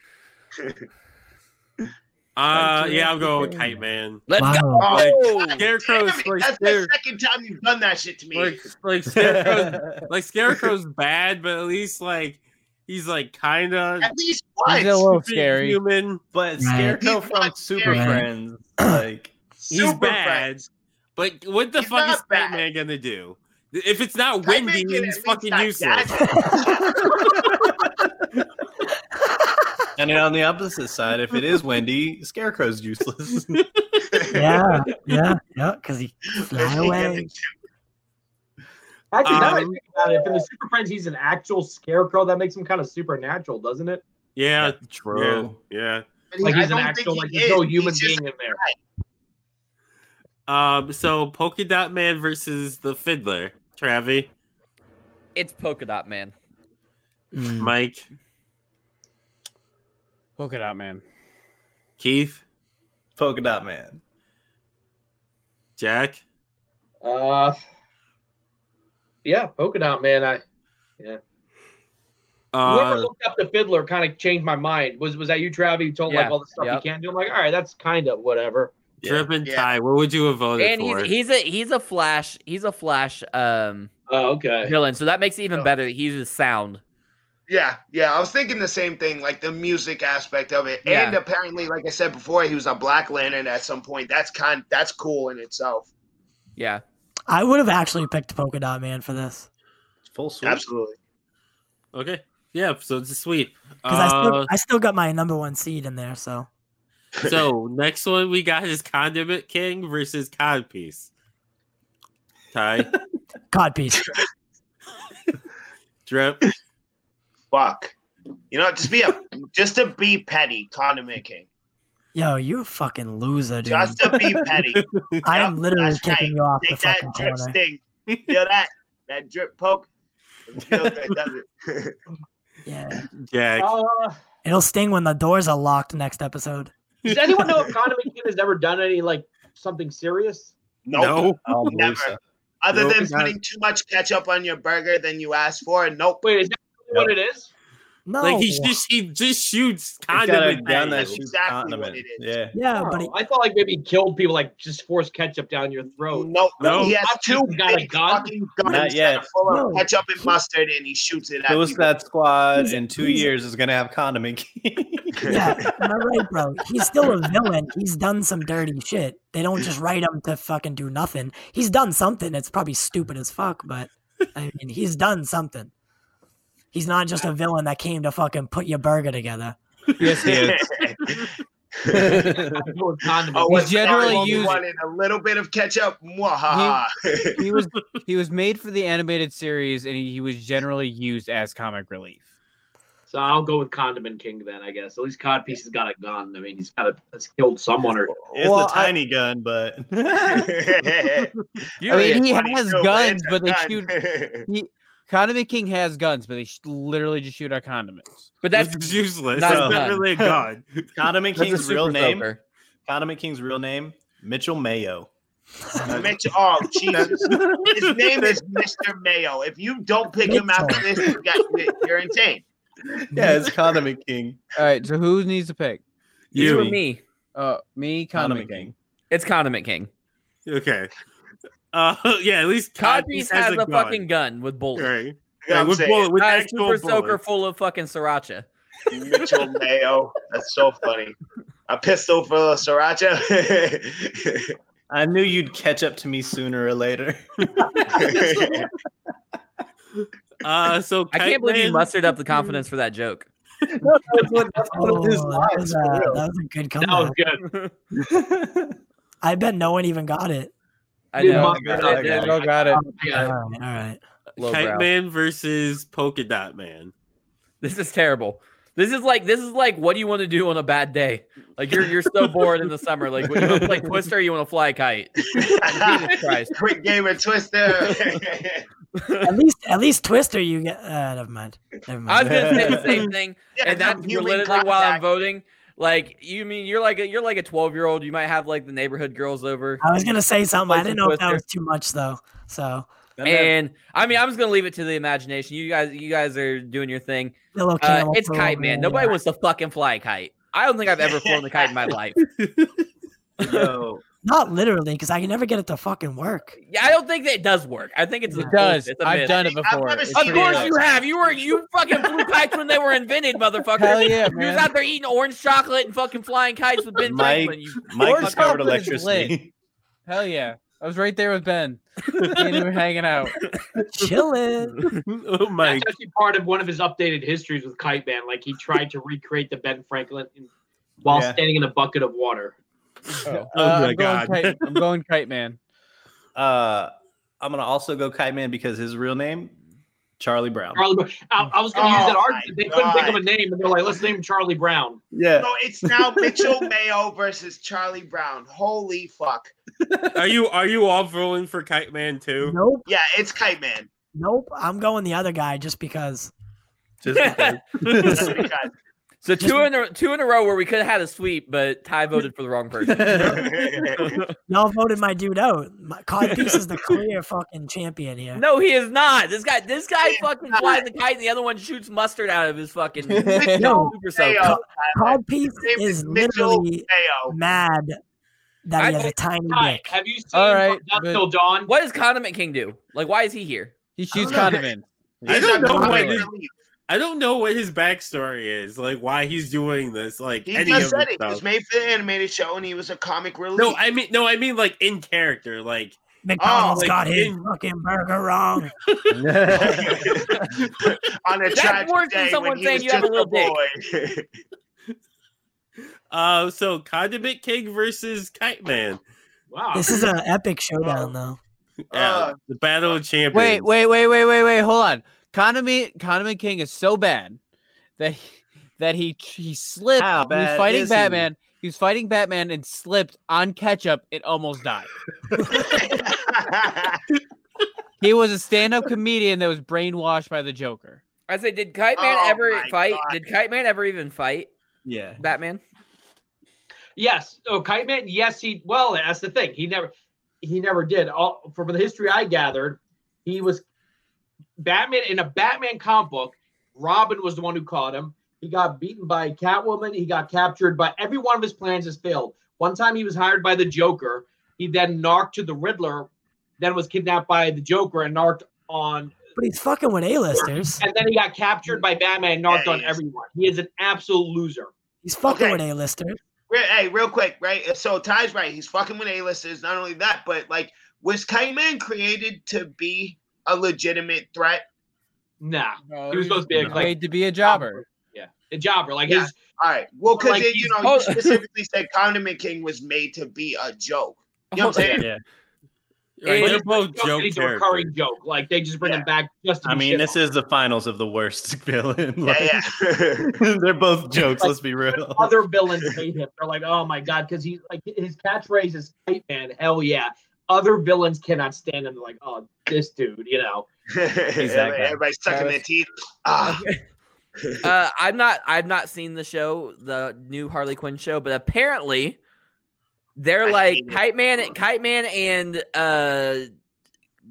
Speaker 2: uh, yeah, I'm going with Kite Man.
Speaker 9: Let's
Speaker 7: Wow.
Speaker 9: go.
Speaker 4: [LAUGHS]
Speaker 5: Oh,
Speaker 2: Scarecrow
Speaker 5: damn
Speaker 2: is
Speaker 5: it.
Speaker 2: like,
Speaker 5: That's
Speaker 2: scare-
Speaker 5: the second time you've done that shit to me.
Speaker 2: like, like Scarecrow's
Speaker 4: [LAUGHS]
Speaker 2: like Scarecrow's bad, but at least like he's like kind of
Speaker 5: At least
Speaker 3: He's a
Speaker 5: once.
Speaker 3: little scary.
Speaker 2: human.
Speaker 4: But
Speaker 7: Right.
Speaker 4: Scarecrow
Speaker 5: He's
Speaker 4: from
Speaker 5: not
Speaker 4: Super
Speaker 7: scary.
Speaker 4: Friends, [CLEARS THROAT] like
Speaker 2: He's
Speaker 5: Super
Speaker 2: bad.
Speaker 5: Friends.
Speaker 2: But what the
Speaker 5: He's
Speaker 2: fuck is
Speaker 5: not bad.
Speaker 2: Kite Man gonna do? If it's not
Speaker 5: Kite Man
Speaker 2: windy,
Speaker 5: can at
Speaker 2: he's
Speaker 5: least
Speaker 2: fucking
Speaker 5: not
Speaker 2: useless.
Speaker 5: dodge it.
Speaker 4: And then on the opposite side, if it is windy, Scarecrow's [LAUGHS] useless.
Speaker 7: Yeah, yeah, yeah. Because he
Speaker 8: [LAUGHS]
Speaker 4: [LAUGHS]
Speaker 7: fly
Speaker 5: He
Speaker 7: away.
Speaker 5: gets-
Speaker 8: Actually, now that I
Speaker 2: Um,
Speaker 8: think about it, from the Super Friends, he's an actual scarecrow. That makes him kind of supernatural, doesn't it?
Speaker 2: Yeah, yeah,
Speaker 4: True.
Speaker 2: yeah.
Speaker 5: but he-
Speaker 8: Like
Speaker 5: I
Speaker 8: he's an
Speaker 5: don't
Speaker 8: actual,
Speaker 5: think
Speaker 8: like
Speaker 5: he
Speaker 8: there's no
Speaker 5: is.
Speaker 8: human
Speaker 5: He's just-
Speaker 8: being in there.
Speaker 2: Um, so Polka Dot Man versus the Fiddler, Travi,
Speaker 9: It's polka dot man.
Speaker 7: Mm.
Speaker 2: Mike,
Speaker 3: Polka dot
Speaker 9: [LAUGHS]
Speaker 3: man.
Speaker 2: Keith,
Speaker 4: Polka dot man.
Speaker 2: Jack.
Speaker 8: Uh, yeah, polka dot man. I whoever
Speaker 2: Uh,
Speaker 8: looked up the fiddler kind of changed my mind. Was was that you, Travi? You told
Speaker 9: Yeah,
Speaker 8: like all the stuff
Speaker 9: yep.
Speaker 8: you can't do. I'm like, all right, that's kind of whatever.
Speaker 4: Yeah.
Speaker 2: Drip and
Speaker 5: Yeah.
Speaker 2: Ty, what would you have voted
Speaker 9: And
Speaker 2: for?
Speaker 9: he's he's a he's a flash he's a flash um
Speaker 8: Oh, okay.
Speaker 9: villain. So that makes it even
Speaker 5: No.
Speaker 9: better. that He uses sound.
Speaker 5: Yeah, yeah. I was thinking the same thing, like the music aspect of it. And
Speaker 9: Yeah.
Speaker 5: apparently, like I said before, he was on Black Lantern at some point. That's kind that's cool in itself.
Speaker 9: Yeah.
Speaker 7: I would have actually picked Polka Dot Man for this
Speaker 4: Full sweep.
Speaker 5: Absolutely.
Speaker 2: okay, yeah. So it's a sweep.
Speaker 7: because I still
Speaker 2: Uh,
Speaker 7: I still got my number one seed in there. So
Speaker 2: so next one we got is Condiment King versus Codpiece. Ty,
Speaker 7: [LAUGHS] codpiece.
Speaker 2: Drip,
Speaker 5: Fuck. You know, just be a just to be petty, Condiment King.
Speaker 7: Yo, you fucking loser, dude.
Speaker 5: Just to be petty.
Speaker 7: I am
Speaker 5: Yep,
Speaker 7: literally
Speaker 5: that's right.
Speaker 7: kicking you off the
Speaker 5: Take that
Speaker 7: fucking
Speaker 5: drip
Speaker 7: corner.
Speaker 5: sting. Feel that that drip poke. It feels good, doesn't it?
Speaker 7: Yeah.
Speaker 2: Jack.
Speaker 5: Oh,
Speaker 8: Uh,
Speaker 7: It'll sting when the doors are locked next episode.
Speaker 8: does anyone know if Condiment Kid has ever done any like something serious?
Speaker 5: Nope.
Speaker 4: I don't believe
Speaker 5: Never.
Speaker 4: so.
Speaker 5: Other
Speaker 4: Nope.
Speaker 5: than putting too much ketchup on your burger than you asked for, nope.
Speaker 8: Wait, is that what it is?
Speaker 7: No.
Speaker 2: Like he just he just shoots
Speaker 4: He's got a
Speaker 2: condiment.
Speaker 4: gun that
Speaker 2: at
Speaker 5: That's
Speaker 2: you.
Speaker 4: shoots
Speaker 5: exactly what
Speaker 4: condiment.
Speaker 5: it is.
Speaker 4: Yeah.
Speaker 7: yeah,
Speaker 8: Oh,
Speaker 7: but he,
Speaker 8: I thought like maybe he killed people, like just force ketchup down your [LAUGHS] throat.
Speaker 5: Nope.
Speaker 2: No.
Speaker 5: He has
Speaker 8: I
Speaker 5: two
Speaker 8: think he's got a
Speaker 5: big
Speaker 8: gun.
Speaker 5: fucking
Speaker 4: Not
Speaker 5: guns that
Speaker 4: yet.
Speaker 5: are full of
Speaker 7: No.
Speaker 5: ketchup and mustard, and he shoots it at
Speaker 4: Suicide
Speaker 5: people.
Speaker 4: Squad
Speaker 7: He's-
Speaker 4: in two
Speaker 7: he's-
Speaker 4: years is gonna have condiment. [LAUGHS] King.
Speaker 7: yeah, am I right, bro? He's still a villain. He's done some dirty shit. They don't just write him to fucking do nothing. He's done something. It's probably stupid as fuck, but I mean, he's done something. He's not just a villain that came to fucking put your burger together.
Speaker 5: [LAUGHS]
Speaker 3: Yes, he is.
Speaker 8: I'm going condiment.
Speaker 5: Oh,
Speaker 8: Oh,
Speaker 5: what's
Speaker 3: generally
Speaker 5: that?
Speaker 3: using-
Speaker 5: wanted a little bit of ketchup. Mwahaha. [LAUGHS]
Speaker 3: He was he was made for the animated series, and he, he was generally used as comic relief.
Speaker 8: So I'll go with Condiment King then, I guess. At least Codpiece has got a gun. I mean, he's got a has killed someone
Speaker 5: [LAUGHS]
Speaker 8: or
Speaker 4: It's
Speaker 3: Well, [LAUGHS]
Speaker 4: a
Speaker 3: I-
Speaker 4: tiny gun, [LAUGHS] but
Speaker 7: I mean,
Speaker 5: Elliot,
Speaker 7: he
Speaker 5: why do you
Speaker 3: has
Speaker 5: know
Speaker 3: guns,
Speaker 5: Lance
Speaker 3: but they
Speaker 5: has
Speaker 3: shoot-
Speaker 5: [LAUGHS] guns?
Speaker 3: Condiment King has guns, but they sh- literally just shoot our condiments.
Speaker 6: But
Speaker 2: That's
Speaker 6: that's [LAUGHS]
Speaker 2: useless.
Speaker 6: not
Speaker 2: That's
Speaker 6: a
Speaker 2: not
Speaker 6: gun.
Speaker 2: really a god.
Speaker 4: Condiment
Speaker 6: that's a
Speaker 4: King's real
Speaker 6: super
Speaker 4: name.
Speaker 6: soaker.
Speaker 4: Condiment King's real name Mitchell Mayo.
Speaker 5: Mitch-
Speaker 7: [LAUGHS]
Speaker 5: oh Jesus! His
Speaker 2: [LAUGHS]
Speaker 5: name is Mr. Mayo. If you don't pick him out for this, you got, you're insane.
Speaker 4: Yeah, it's Condiment King.
Speaker 3: All right, so who needs to pick?
Speaker 6: You,
Speaker 2: You.
Speaker 6: and me.
Speaker 3: Uh, me, Condiment,
Speaker 4: Condiment
Speaker 3: King.
Speaker 4: King.
Speaker 6: It's Condiment King.
Speaker 2: Okay. Uh, [LAUGHS] yeah, at least
Speaker 6: Codpiece
Speaker 2: Codpiece
Speaker 6: has, a,
Speaker 2: gun.
Speaker 6: fucking gun with bullets.
Speaker 2: Right.
Speaker 5: You know
Speaker 2: Yeah,
Speaker 5: what I'm
Speaker 2: with
Speaker 5: saying?
Speaker 2: bullet, with
Speaker 6: Not a
Speaker 2: actual
Speaker 6: super soaker
Speaker 2: bullets.
Speaker 6: full of fucking sriracha.
Speaker 5: Mitchell Mayo. That's so funny. A pistol for sriracha. [LAUGHS]
Speaker 4: I knew you'd catch up to me sooner or later.
Speaker 2: Uh, so
Speaker 6: [LAUGHS] I
Speaker 2: Kite
Speaker 6: can't believe you
Speaker 2: Man-
Speaker 6: mustered up the confidence for that joke.
Speaker 7: Oh, that, was a, that was a good
Speaker 8: that was
Speaker 7: comeback.
Speaker 8: good.
Speaker 7: I bet no one even got it.
Speaker 6: I
Speaker 8: Dude,
Speaker 6: know.
Speaker 8: my
Speaker 4: God,
Speaker 6: I
Speaker 4: I
Speaker 6: did.
Speaker 3: Y'all got it.
Speaker 8: Yeah.
Speaker 7: All right, all right.
Speaker 6: Low
Speaker 2: Kite
Speaker 6: brow.
Speaker 2: Man versus Polka Dot Man.
Speaker 6: This is terrible. This is like this is like what do you want to do on a bad day? Like you're you're so bored in the summer. Like what, you want to play Twister, or you want to fly a kite. Jesus
Speaker 5: [LAUGHS]
Speaker 6: Christ.
Speaker 5: Quick game of
Speaker 6: [LAUGHS]
Speaker 5: Twister.
Speaker 7: At least, at least Twister, you get. Uh, never mind. Never
Speaker 6: I was
Speaker 7: mind.
Speaker 6: gonna say the same thing, and that's
Speaker 5: human
Speaker 6: literally while I'm
Speaker 5: contact.
Speaker 6: voting. Like you mean you're like a, you're like a 12 year old. You might have like the neighborhood girls over,
Speaker 7: I was gonna say something. I
Speaker 6: Like
Speaker 7: didn't
Speaker 6: some
Speaker 7: know if that
Speaker 6: Twister.
Speaker 7: was too much though. So
Speaker 6: and I mean I'm just gonna leave it to the imagination. You guys you guys are doing your thing.
Speaker 7: Yellow
Speaker 6: Uh,
Speaker 7: Camel
Speaker 6: it's
Speaker 7: for
Speaker 6: kite
Speaker 7: over
Speaker 6: man.
Speaker 7: there.
Speaker 6: Nobody wants to fucking fly a kite. I don't think I've ever flown a kite in my life.
Speaker 4: [LAUGHS] Yo,
Speaker 7: Not literally, because I can never get it to fucking work.
Speaker 6: Yeah, I don't think that it does work. I think it's a
Speaker 3: It does.
Speaker 6: It's a
Speaker 3: I've
Speaker 6: myth.
Speaker 3: done it before.
Speaker 5: never
Speaker 3: It's
Speaker 5: seen
Speaker 6: Of
Speaker 5: it.
Speaker 3: pretty
Speaker 6: course
Speaker 3: awesome.
Speaker 6: you have. You were you fucking flew kites when they were invented, motherfucker.
Speaker 3: Hell yeah,
Speaker 6: [LAUGHS] You was
Speaker 3: man.
Speaker 6: out there eating orange chocolate and fucking flying kites with Ben
Speaker 4: Mike-
Speaker 6: Franklin. You,
Speaker 4: Mike
Speaker 3: Orange
Speaker 4: discovered
Speaker 3: chocolate is
Speaker 4: electricity.
Speaker 3: Hell yeah. I was right there with Ben. Me and him were hanging out.
Speaker 7: Chillin'.
Speaker 6: [LAUGHS]
Speaker 4: [LAUGHS]
Speaker 2: oh my
Speaker 8: That's actually part of one of his updated histories with Kite Man. Like he tried to recreate the Ben Franklin in- while
Speaker 4: Yeah.
Speaker 8: standing in a bucket of water.
Speaker 3: Oh,
Speaker 2: my
Speaker 3: I'm going
Speaker 2: God.
Speaker 3: Kite, I'm going Kite Man.
Speaker 4: Uh, I'm gonna also go Kite Man because his real name Charlie Brown.
Speaker 8: Charlie, Brown- I, I was going to
Speaker 5: Oh
Speaker 8: use that
Speaker 5: my
Speaker 8: argument. They couldn't think of a
Speaker 5: God.
Speaker 8: name, and they're like, "Let's name him Charlie Brown."
Speaker 4: Yeah,
Speaker 5: No, it's now Mitchell Mayo versus Charlie Brown. Holy fuck.
Speaker 2: Are you are you all voting for Kite Man too?
Speaker 7: Nope,
Speaker 5: Yeah, it's Kite Man.
Speaker 7: nope. I'm going the other guy just because.
Speaker 4: [LAUGHS] just because.
Speaker 5: [LAUGHS] Just because.
Speaker 6: [LAUGHS] so two in a, two in a row where we could have had a sweep, but Ty voted for the wrong person.
Speaker 3: [LAUGHS]
Speaker 7: Y'all voted my dude out. My,
Speaker 6: [LAUGHS]
Speaker 7: Codpiece is the clear fucking champion here.
Speaker 6: No, he is not. This guy this guy
Speaker 5: He is
Speaker 6: fucking
Speaker 5: not.
Speaker 6: flies a kite, and the other one shoots mustard out of his
Speaker 3: [LAUGHS]
Speaker 6: fucking [LAUGHS]
Speaker 7: No,
Speaker 6: super soaker.
Speaker 5: Mayo.
Speaker 7: Codpiece
Speaker 5: His name
Speaker 7: is
Speaker 5: is Mitchell
Speaker 7: literally
Speaker 5: Mayo.
Speaker 7: mad that he
Speaker 6: Oh. I
Speaker 7: has a tiny
Speaker 8: Hi,
Speaker 7: dick.
Speaker 8: have you seen
Speaker 3: All right,
Speaker 8: Dusk
Speaker 3: but-
Speaker 8: Till Dawn?
Speaker 6: What does Condiment King do? Like, why is he here?
Speaker 3: He shoots
Speaker 5: don't know.
Speaker 3: condiment.
Speaker 2: I
Speaker 5: He's
Speaker 2: don't
Speaker 5: a
Speaker 2: know
Speaker 5: comic
Speaker 2: what
Speaker 5: relief.
Speaker 2: his, I don't know what his backstory is, like why he's doing this, like
Speaker 5: He
Speaker 2: any
Speaker 5: just
Speaker 2: of
Speaker 5: said
Speaker 2: this
Speaker 5: it. He was
Speaker 2: stuff.
Speaker 5: made for the animated show and he was a comic relief.
Speaker 6: [LAUGHS]
Speaker 2: No, I mean no, I mean like in character, like
Speaker 7: McDonald's
Speaker 2: like,
Speaker 7: got his
Speaker 2: in-
Speaker 7: fucking
Speaker 6: [LAUGHS]
Speaker 7: burger wrong.
Speaker 5: [LAUGHS] on a
Speaker 6: That's worse
Speaker 5: tragic
Speaker 6: than
Speaker 5: day
Speaker 6: someone
Speaker 5: when he
Speaker 6: saying
Speaker 5: was
Speaker 6: you have
Speaker 5: just
Speaker 6: a
Speaker 5: a,
Speaker 6: little dick. [LAUGHS]
Speaker 5: boy.
Speaker 2: uh so Condiment King versus Kite Man.
Speaker 8: Wow.
Speaker 7: This is an epic
Speaker 6: Oh.
Speaker 7: showdown, though.
Speaker 2: Yeah,
Speaker 5: Uh,
Speaker 2: the Battle of Champions.
Speaker 3: Wait, wait, wait, wait, wait, wait. Hold on. Condiment, condiment King is so bad that he, that he he slipped.
Speaker 4: How
Speaker 3: when he was
Speaker 4: bad
Speaker 3: fighting
Speaker 4: is he?
Speaker 3: Batman. He? was fighting Batman and slipped on ketchup and almost died.
Speaker 5: Uh,
Speaker 3: He was a stand-up comedian that was brainwashed by the Joker.
Speaker 6: I say, did Kite Man
Speaker 5: Oh
Speaker 6: ever
Speaker 5: my
Speaker 6: fight?
Speaker 5: God.
Speaker 6: Did Kite Man ever even fight
Speaker 4: yeah.
Speaker 6: Batman?
Speaker 8: Yes. Oh, Kite Man. Yes, he. Well, that's the thing. He never. He never did. All from the history I gathered, he was Batman in a Batman comic book. Robin was the one who caught him. He got beaten by Catwoman. He got captured. But every one of his plans has failed. One time he was hired by the Joker. He then narked to the Riddler. Then was kidnapped by the Joker and narked on.
Speaker 7: But he's fucking with A-listers.
Speaker 8: And then he got captured by Batman and narked
Speaker 5: Yeah,
Speaker 8: on
Speaker 5: he is.
Speaker 8: everyone. He is an absolute loser.
Speaker 7: He's fucking
Speaker 5: Okay.
Speaker 7: with A-listers.
Speaker 5: [LAUGHS] Re- hey, real quick, right? So Ty's right. He's fucking with A-listers. Not only that, but like, was Kite Man created to be a legitimate threat?
Speaker 8: Nah.
Speaker 3: No,
Speaker 8: He was supposed to be a, like,
Speaker 3: made to be a jobber.
Speaker 8: Yeah, a jobber. Like
Speaker 5: Yeah.
Speaker 8: his
Speaker 5: All right. Well, because
Speaker 8: Like,
Speaker 5: you know, you
Speaker 6: hold- [LAUGHS]
Speaker 5: specifically said Condiment King was made to be a joke. You know what I'm
Speaker 6: Hold on.
Speaker 5: saying?
Speaker 4: Yeah.
Speaker 2: Like,
Speaker 8: But
Speaker 2: they're
Speaker 8: it's
Speaker 2: both
Speaker 8: a
Speaker 2: joke
Speaker 8: it's a
Speaker 2: characters.
Speaker 8: recurring joke. Like they just bring them back just. To
Speaker 4: I
Speaker 8: be
Speaker 4: mean,
Speaker 8: shit
Speaker 4: this
Speaker 8: on.
Speaker 4: is the finals of the worst [LAUGHS] villain. Like,
Speaker 5: Yeah,
Speaker 6: [LAUGHS]
Speaker 5: yeah.
Speaker 4: [LAUGHS] they're both jokes. let's be real. [LAUGHS]
Speaker 8: other villains hate him. They're like, oh my god, because he like his catchphrase is "hype man, hell yeah." Other villains cannot stand him. They're like, oh, this dude, you know.
Speaker 5: Everybody- Everybody's sucking their teeth. Ah,
Speaker 6: uh, I'm not. I've not seen the show, the new Harley Quinn show, but apparently they're
Speaker 5: I
Speaker 6: like
Speaker 5: hate it.
Speaker 6: Kite Man, Kite Man, and uh,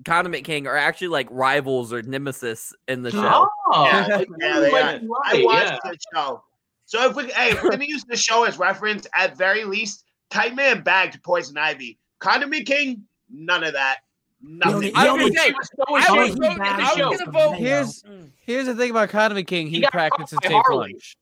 Speaker 6: Condiment King are actually like rivals or nemesis in the show.
Speaker 8: Oh,
Speaker 5: Yeah,
Speaker 8: like,
Speaker 5: yeah, they
Speaker 8: like,
Speaker 5: are.
Speaker 8: right,
Speaker 5: I watched
Speaker 8: yeah.
Speaker 5: the show. So if we, hey, if we're gonna use the show as reference, at very least, Kite Man bagged Poison Ivy. Condiment King, none of that. Nothing.
Speaker 7: He
Speaker 6: I
Speaker 7: only-
Speaker 6: was gonna say,
Speaker 8: So is
Speaker 6: I was,
Speaker 7: only he
Speaker 8: Harley
Speaker 6: voting-
Speaker 8: in the
Speaker 7: bagged
Speaker 6: I
Speaker 8: show.
Speaker 6: was gonna vote.
Speaker 3: Here's
Speaker 7: Mm.
Speaker 3: here's the thing about Condiment King. He,
Speaker 8: He got
Speaker 3: practices
Speaker 8: caught by
Speaker 3: tape
Speaker 8: Harley.
Speaker 3: lunch.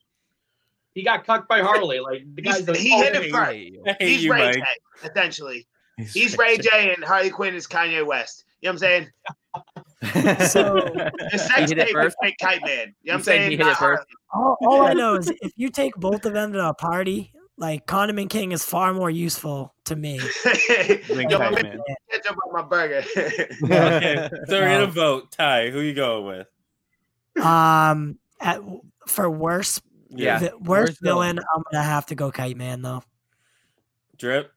Speaker 8: He got cucked by Harley. Like the
Speaker 5: He's-
Speaker 8: guy's like,
Speaker 5: he
Speaker 8: oh,
Speaker 5: hit
Speaker 8: [LAUGHS]
Speaker 5: it first.
Speaker 2: I hate
Speaker 5: He's
Speaker 2: you,
Speaker 5: Ray
Speaker 2: Mike.
Speaker 5: J, essentially. He's Ray J, and Harley Quinn is Kanye West. You know what I'm saying?
Speaker 4: [LAUGHS]
Speaker 6: [LAUGHS]
Speaker 7: So-
Speaker 5: The sex
Speaker 6: hit it
Speaker 5: tape is
Speaker 6: first?
Speaker 5: like Kite Man. You know what I'm
Speaker 6: You saying
Speaker 5: saying?
Speaker 6: he hit it
Speaker 5: Not Harley.
Speaker 7: All, all I know is if you take both of them to a party, like Condiment King is far more useful to me.
Speaker 4: Drink
Speaker 5: [LAUGHS] Yo, my
Speaker 4: Kite
Speaker 5: man
Speaker 4: Man.
Speaker 5: ketchup on my burger.
Speaker 2: [LAUGHS]
Speaker 5: [LAUGHS]
Speaker 2: Okay, so we're gonna
Speaker 7: No.
Speaker 2: vote. Ty, who you going with?
Speaker 7: Um, at, for worse,
Speaker 6: Yeah.
Speaker 7: vi- worst,
Speaker 3: worst
Speaker 7: villain, I'm gonna have to go Kite Man though.
Speaker 2: Drip.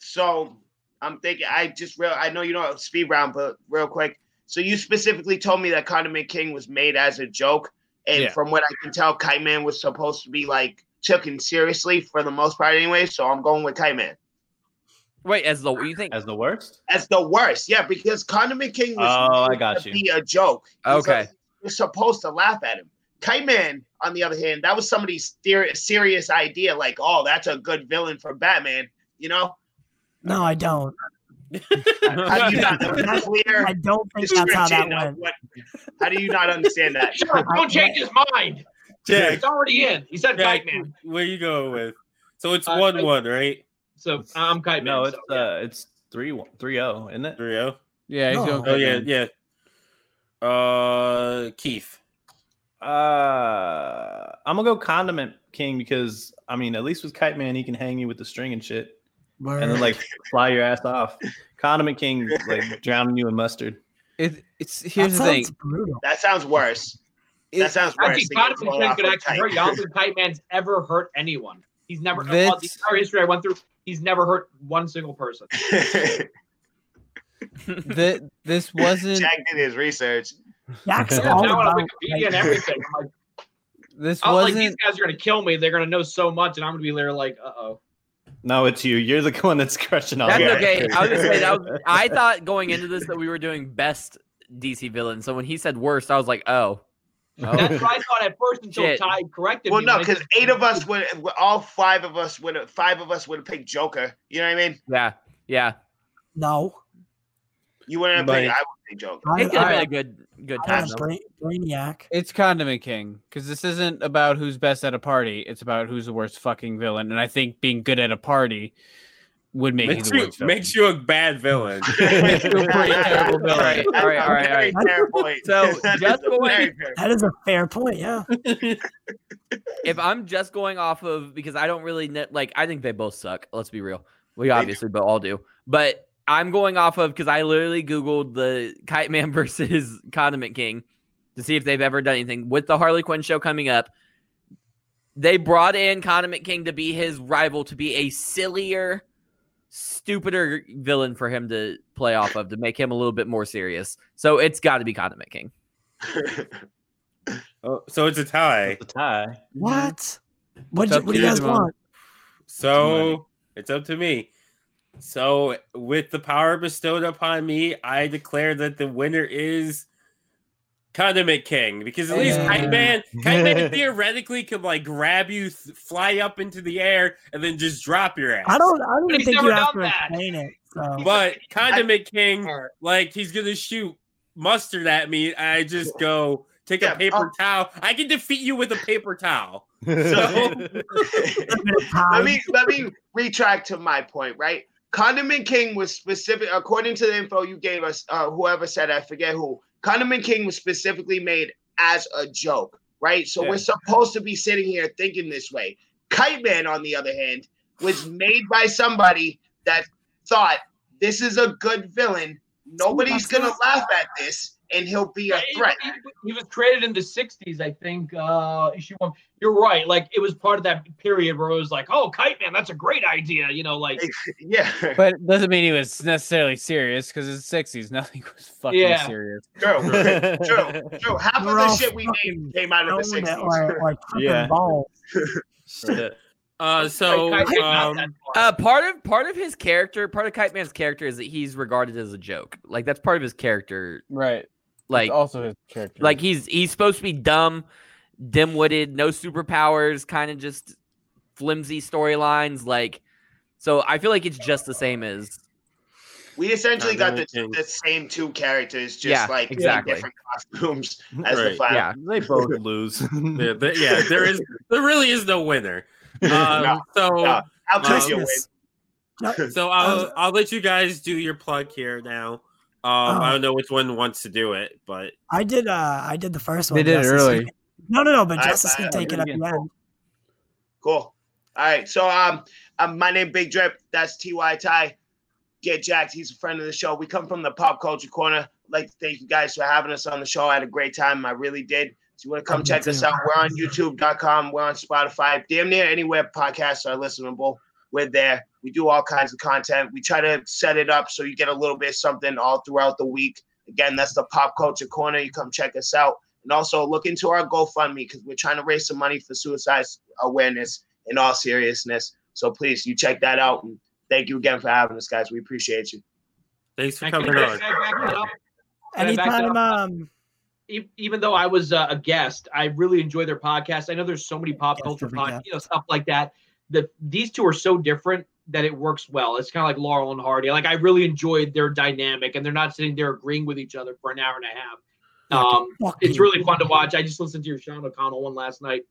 Speaker 5: so I'm thinking. I just real. I know you don't have speed round, but real quick. So you specifically told me that Condiment King was made as a joke, and
Speaker 4: Yeah.
Speaker 5: from what I can tell, Kite Man was supposed to be like taken seriously for the most part, anyway. So I'm going with Kite Man.
Speaker 6: Wait, as the you think?
Speaker 4: As the worst?
Speaker 5: As the worst, yeah, because Condiment King was
Speaker 4: Oh, I
Speaker 5: meant
Speaker 4: got
Speaker 5: to
Speaker 4: you.
Speaker 5: be a joke. He's
Speaker 6: Okay.
Speaker 5: like, you're supposed to laugh at him. Kite Man, on the other hand, that was somebody's ther- serious idea, like, oh, that's a good villain for Batman. You know,
Speaker 7: No, I don't.
Speaker 5: how do you not have a clear
Speaker 7: I don't think that's how that
Speaker 5: description of
Speaker 7: went.
Speaker 5: what? How do you not understand that?
Speaker 8: Sure, don't change his mind.
Speaker 2: Jack.
Speaker 8: It's already in. He said
Speaker 2: Jack,
Speaker 8: kite man.
Speaker 2: where you going with? So it's
Speaker 8: Uh,
Speaker 2: one
Speaker 8: I-
Speaker 2: one, right?
Speaker 8: So I'm kite
Speaker 4: [LAUGHS]
Speaker 8: man.
Speaker 4: No, it's
Speaker 8: so, yeah.
Speaker 4: uh, it's three one three zero, isn't it?
Speaker 2: Three oh.
Speaker 3: [LAUGHS] Yeah, he's
Speaker 7: No.
Speaker 3: going.
Speaker 2: Oh
Speaker 3: Kite
Speaker 2: yeah,
Speaker 3: Man.
Speaker 2: yeah. Uh, Keith.
Speaker 4: Uh, I'm gonna go Condiment King because I mean, at least with Kite Man, he can hang you with the string and shit,
Speaker 7: Word.
Speaker 4: and then like fly your ass off. Condiment King like drowning you in mustard.
Speaker 3: It, it's
Speaker 7: That
Speaker 3: here's the
Speaker 7: sounds
Speaker 3: thing.
Speaker 7: brutal.
Speaker 3: [LAUGHS]
Speaker 5: That sounds worse. That
Speaker 3: It's-
Speaker 5: sounds
Speaker 8: I
Speaker 5: worse.
Speaker 8: think
Speaker 5: than getting
Speaker 8: Donovan
Speaker 5: blown
Speaker 8: King
Speaker 5: off
Speaker 8: could
Speaker 5: with
Speaker 8: actually
Speaker 5: Kite
Speaker 8: hurt you. I
Speaker 5: Man.
Speaker 8: don't think Kite Man's ever hurt anyone. He's never all the
Speaker 3: Vince-
Speaker 8: entire history I went through. He's never hurt one single person.
Speaker 3: Th- this wasn't
Speaker 5: [LAUGHS] Jack did his research.
Speaker 7: Jack's
Speaker 4: Yeah,
Speaker 7: all
Speaker 8: now on
Speaker 7: about
Speaker 8: Wikipedia and everything, I'm like,
Speaker 3: this
Speaker 8: I was like, these
Speaker 3: wasn't
Speaker 8: guys are gonna kill me. They're gonna know so much, and I'm gonna be there like, uh oh.
Speaker 4: No, it's you. You're the [LAUGHS] one that's crushing all
Speaker 6: That's
Speaker 4: the
Speaker 5: yeah.
Speaker 6: okay.
Speaker 4: actors. [LAUGHS]
Speaker 6: I was gonna say that was, I thought going into this that we were doing best DC villain. So when he said worst, I was like, oh,
Speaker 8: [LAUGHS] That's what I thought at first until
Speaker 6: Shit.
Speaker 8: Ty corrected
Speaker 5: Well,
Speaker 8: me.
Speaker 5: no,
Speaker 8: when I
Speaker 5: because
Speaker 8: said-
Speaker 5: eight of us would, all five of us would, five of us would have picked Joker. You know what I mean?
Speaker 6: yeah, yeah.
Speaker 7: no.
Speaker 5: You wouldn't have
Speaker 2: Like-
Speaker 5: picked. I would pick Joker.
Speaker 6: [LAUGHS]
Speaker 7: I,
Speaker 6: It could have been
Speaker 7: I,
Speaker 6: a good good
Speaker 7: I,
Speaker 6: time.
Speaker 7: am
Speaker 6: though.
Speaker 7: Bra- Brainiac.
Speaker 3: it's Condiment King because this isn't about who's best at a party. It's about who's the worst fucking villain. And I think being good at a party would make you
Speaker 2: Makes
Speaker 3: the
Speaker 2: you
Speaker 3: worst villain.
Speaker 2: makes you a bad
Speaker 3: [LAUGHS]
Speaker 2: villain.
Speaker 3: terrible
Speaker 5: All
Speaker 3: villain.
Speaker 5: [LAUGHS] right,
Speaker 6: All right, all right, all right.
Speaker 7: [LAUGHS]
Speaker 6: So, just going-
Speaker 7: That is a fair point. Yeah.
Speaker 6: if I'm just going off of because I don't really kn- like I think they both suck. Let's be real. We obviously but all do. But I'm going off of because I literally googled the Kite Man [LAUGHS] versus Condiment King to see if they've ever done anything with the Harley Quinn show coming up. They brought in Condiment King to be his rival to be a sillier, stupider villain for him to play off of to make him a little bit more serious. So it's got to be Condiment King.
Speaker 2: Oh, so it's a tie.
Speaker 4: That's a tie.
Speaker 7: [LAUGHS] What? What,
Speaker 3: It's up
Speaker 7: what
Speaker 3: to
Speaker 7: do you guys
Speaker 3: Jamal.
Speaker 7: want?
Speaker 2: So it's up to me. So with the power bestowed upon me, I declare that the winner is Condiment King because at least
Speaker 7: Yeah.
Speaker 2: Kite Man, Kite Man theoretically could like grab you, th- fly up into the air, and then just drop your ass.
Speaker 7: I don't. I don't even
Speaker 8: He's
Speaker 7: think you
Speaker 8: never
Speaker 7: have to
Speaker 8: done that.
Speaker 7: explain it. So.
Speaker 2: But Condiment King,
Speaker 8: Alright.
Speaker 2: like he's gonna shoot mustard at me. I just go take
Speaker 5: Yeah,
Speaker 2: a paper towel. I can defeat you with a paper towel.
Speaker 4: So-
Speaker 5: [LAUGHS] let me let me retract to my point, right? Condiment King was specific according to the info you gave us, uh, whoever said I forget who, Condiment King was specifically made as a joke, right? So we're supposed to be sitting here thinking this way. Kite Man, on the other hand, was made by somebody that thought this is a good villain Nobody's gonna laugh at this, and he'll be a
Speaker 8: He-
Speaker 7: [LAUGHS]
Speaker 5: threat.
Speaker 8: He, he was created in the '60s, I think. Uh, issue one. You're right. Like it was part of that period where it was like, "Oh, Kite Man, that's a great idea." You know, like
Speaker 5: Yeah,
Speaker 3: But it [LAUGHS] doesn't mean he was necessarily serious because it's sixties. [LAUGHS] Nothing was fucking
Speaker 8: Yeah.
Speaker 3: serious.
Speaker 5: true, true, true. Half of
Speaker 7: We're all
Speaker 5: the shit we
Speaker 7: fucking
Speaker 5: named came out of the
Speaker 7: Donut Or,
Speaker 5: sixties.
Speaker 7: or fucking
Speaker 4: Yeah.
Speaker 7: balls.
Speaker 6: [LAUGHS] Shit.
Speaker 2: Uh, so
Speaker 8: Like, Kite Man, not that
Speaker 2: um,
Speaker 8: far.
Speaker 6: Uh, part of part of his character, part of Kite Man's character is that he's regarded as a joke. Like that's part of his character.
Speaker 3: Right.
Speaker 6: Like
Speaker 3: also his character.
Speaker 6: like he's he's supposed to be dumb, dim-witted, no superpowers, kind of just flimsy storylines. Like, so I feel like it's just the same as
Speaker 5: We essentially
Speaker 2: Not
Speaker 5: got the,
Speaker 2: really.
Speaker 5: the same two characters, just
Speaker 6: Yeah,
Speaker 5: like in
Speaker 6: exactly.
Speaker 5: different costumes [LAUGHS] as the
Speaker 2: Right,
Speaker 5: five.
Speaker 6: yeah.
Speaker 4: They both lose. [LAUGHS]
Speaker 2: yeah, there, yeah, there is there really is no winner. Um,
Speaker 5: [LAUGHS] No,
Speaker 2: so
Speaker 5: no. I'll take
Speaker 2: Um,
Speaker 5: you.
Speaker 7: Christmas.
Speaker 6: [LAUGHS] Uh,
Speaker 2: so I'll I'll let you guys do your plug here now. Um,
Speaker 6: Oh.
Speaker 2: I don't know which one wants to do it, but
Speaker 7: I did. Uh, I did the first one.
Speaker 3: they did it
Speaker 7: Justice
Speaker 3: early.
Speaker 7: League. No, no, no. But
Speaker 5: I-
Speaker 7: Justice
Speaker 5: I-
Speaker 7: can take it up the end.
Speaker 5: Cool. All right. So um, um my name Big Drip. That's Ty Ty. Get jacked. He's a friend of the show. We come from the pop culture corner. I'd like to thank you guys for having us on the show. I had a great time. I really did. So you want to come
Speaker 7: Oh, Me
Speaker 5: check us
Speaker 7: too.
Speaker 5: out? We're on YouTube.com. We're on Spotify. Damn near anywhere podcasts are listenable. We're there. We do all kinds of content. We try to set it up so you get a little bit of something all throughout the week. Again, that's the pop culture corner. You come check us out. And also look into our GoFundMe because we're trying to raise some money for suicide awareness in all seriousness. So please, you check that out. And thank you again for having us, guys. We appreciate you.
Speaker 2: thanks for
Speaker 8: And
Speaker 2: coming
Speaker 8: can I-
Speaker 2: on.
Speaker 8: can I back it up? Can I back it
Speaker 7: Anytime.
Speaker 8: up?
Speaker 7: Um,
Speaker 8: e- even though I was uh, a guest, I really enjoy their podcast. I know there's so many pop
Speaker 7: Yes,
Speaker 8: culture
Speaker 7: every
Speaker 8: pod,
Speaker 7: guest.
Speaker 8: you know, stuff like that. The these two are so different that it works well. It's kind of like Laurel and Hardy. Like I really enjoyed their dynamic, and they're not sitting there agreeing with each other for an hour and a half. Um,
Speaker 7: fuck
Speaker 8: it's
Speaker 7: you.
Speaker 8: really fun to watch. I just listened to your Sean O'Connell one last night.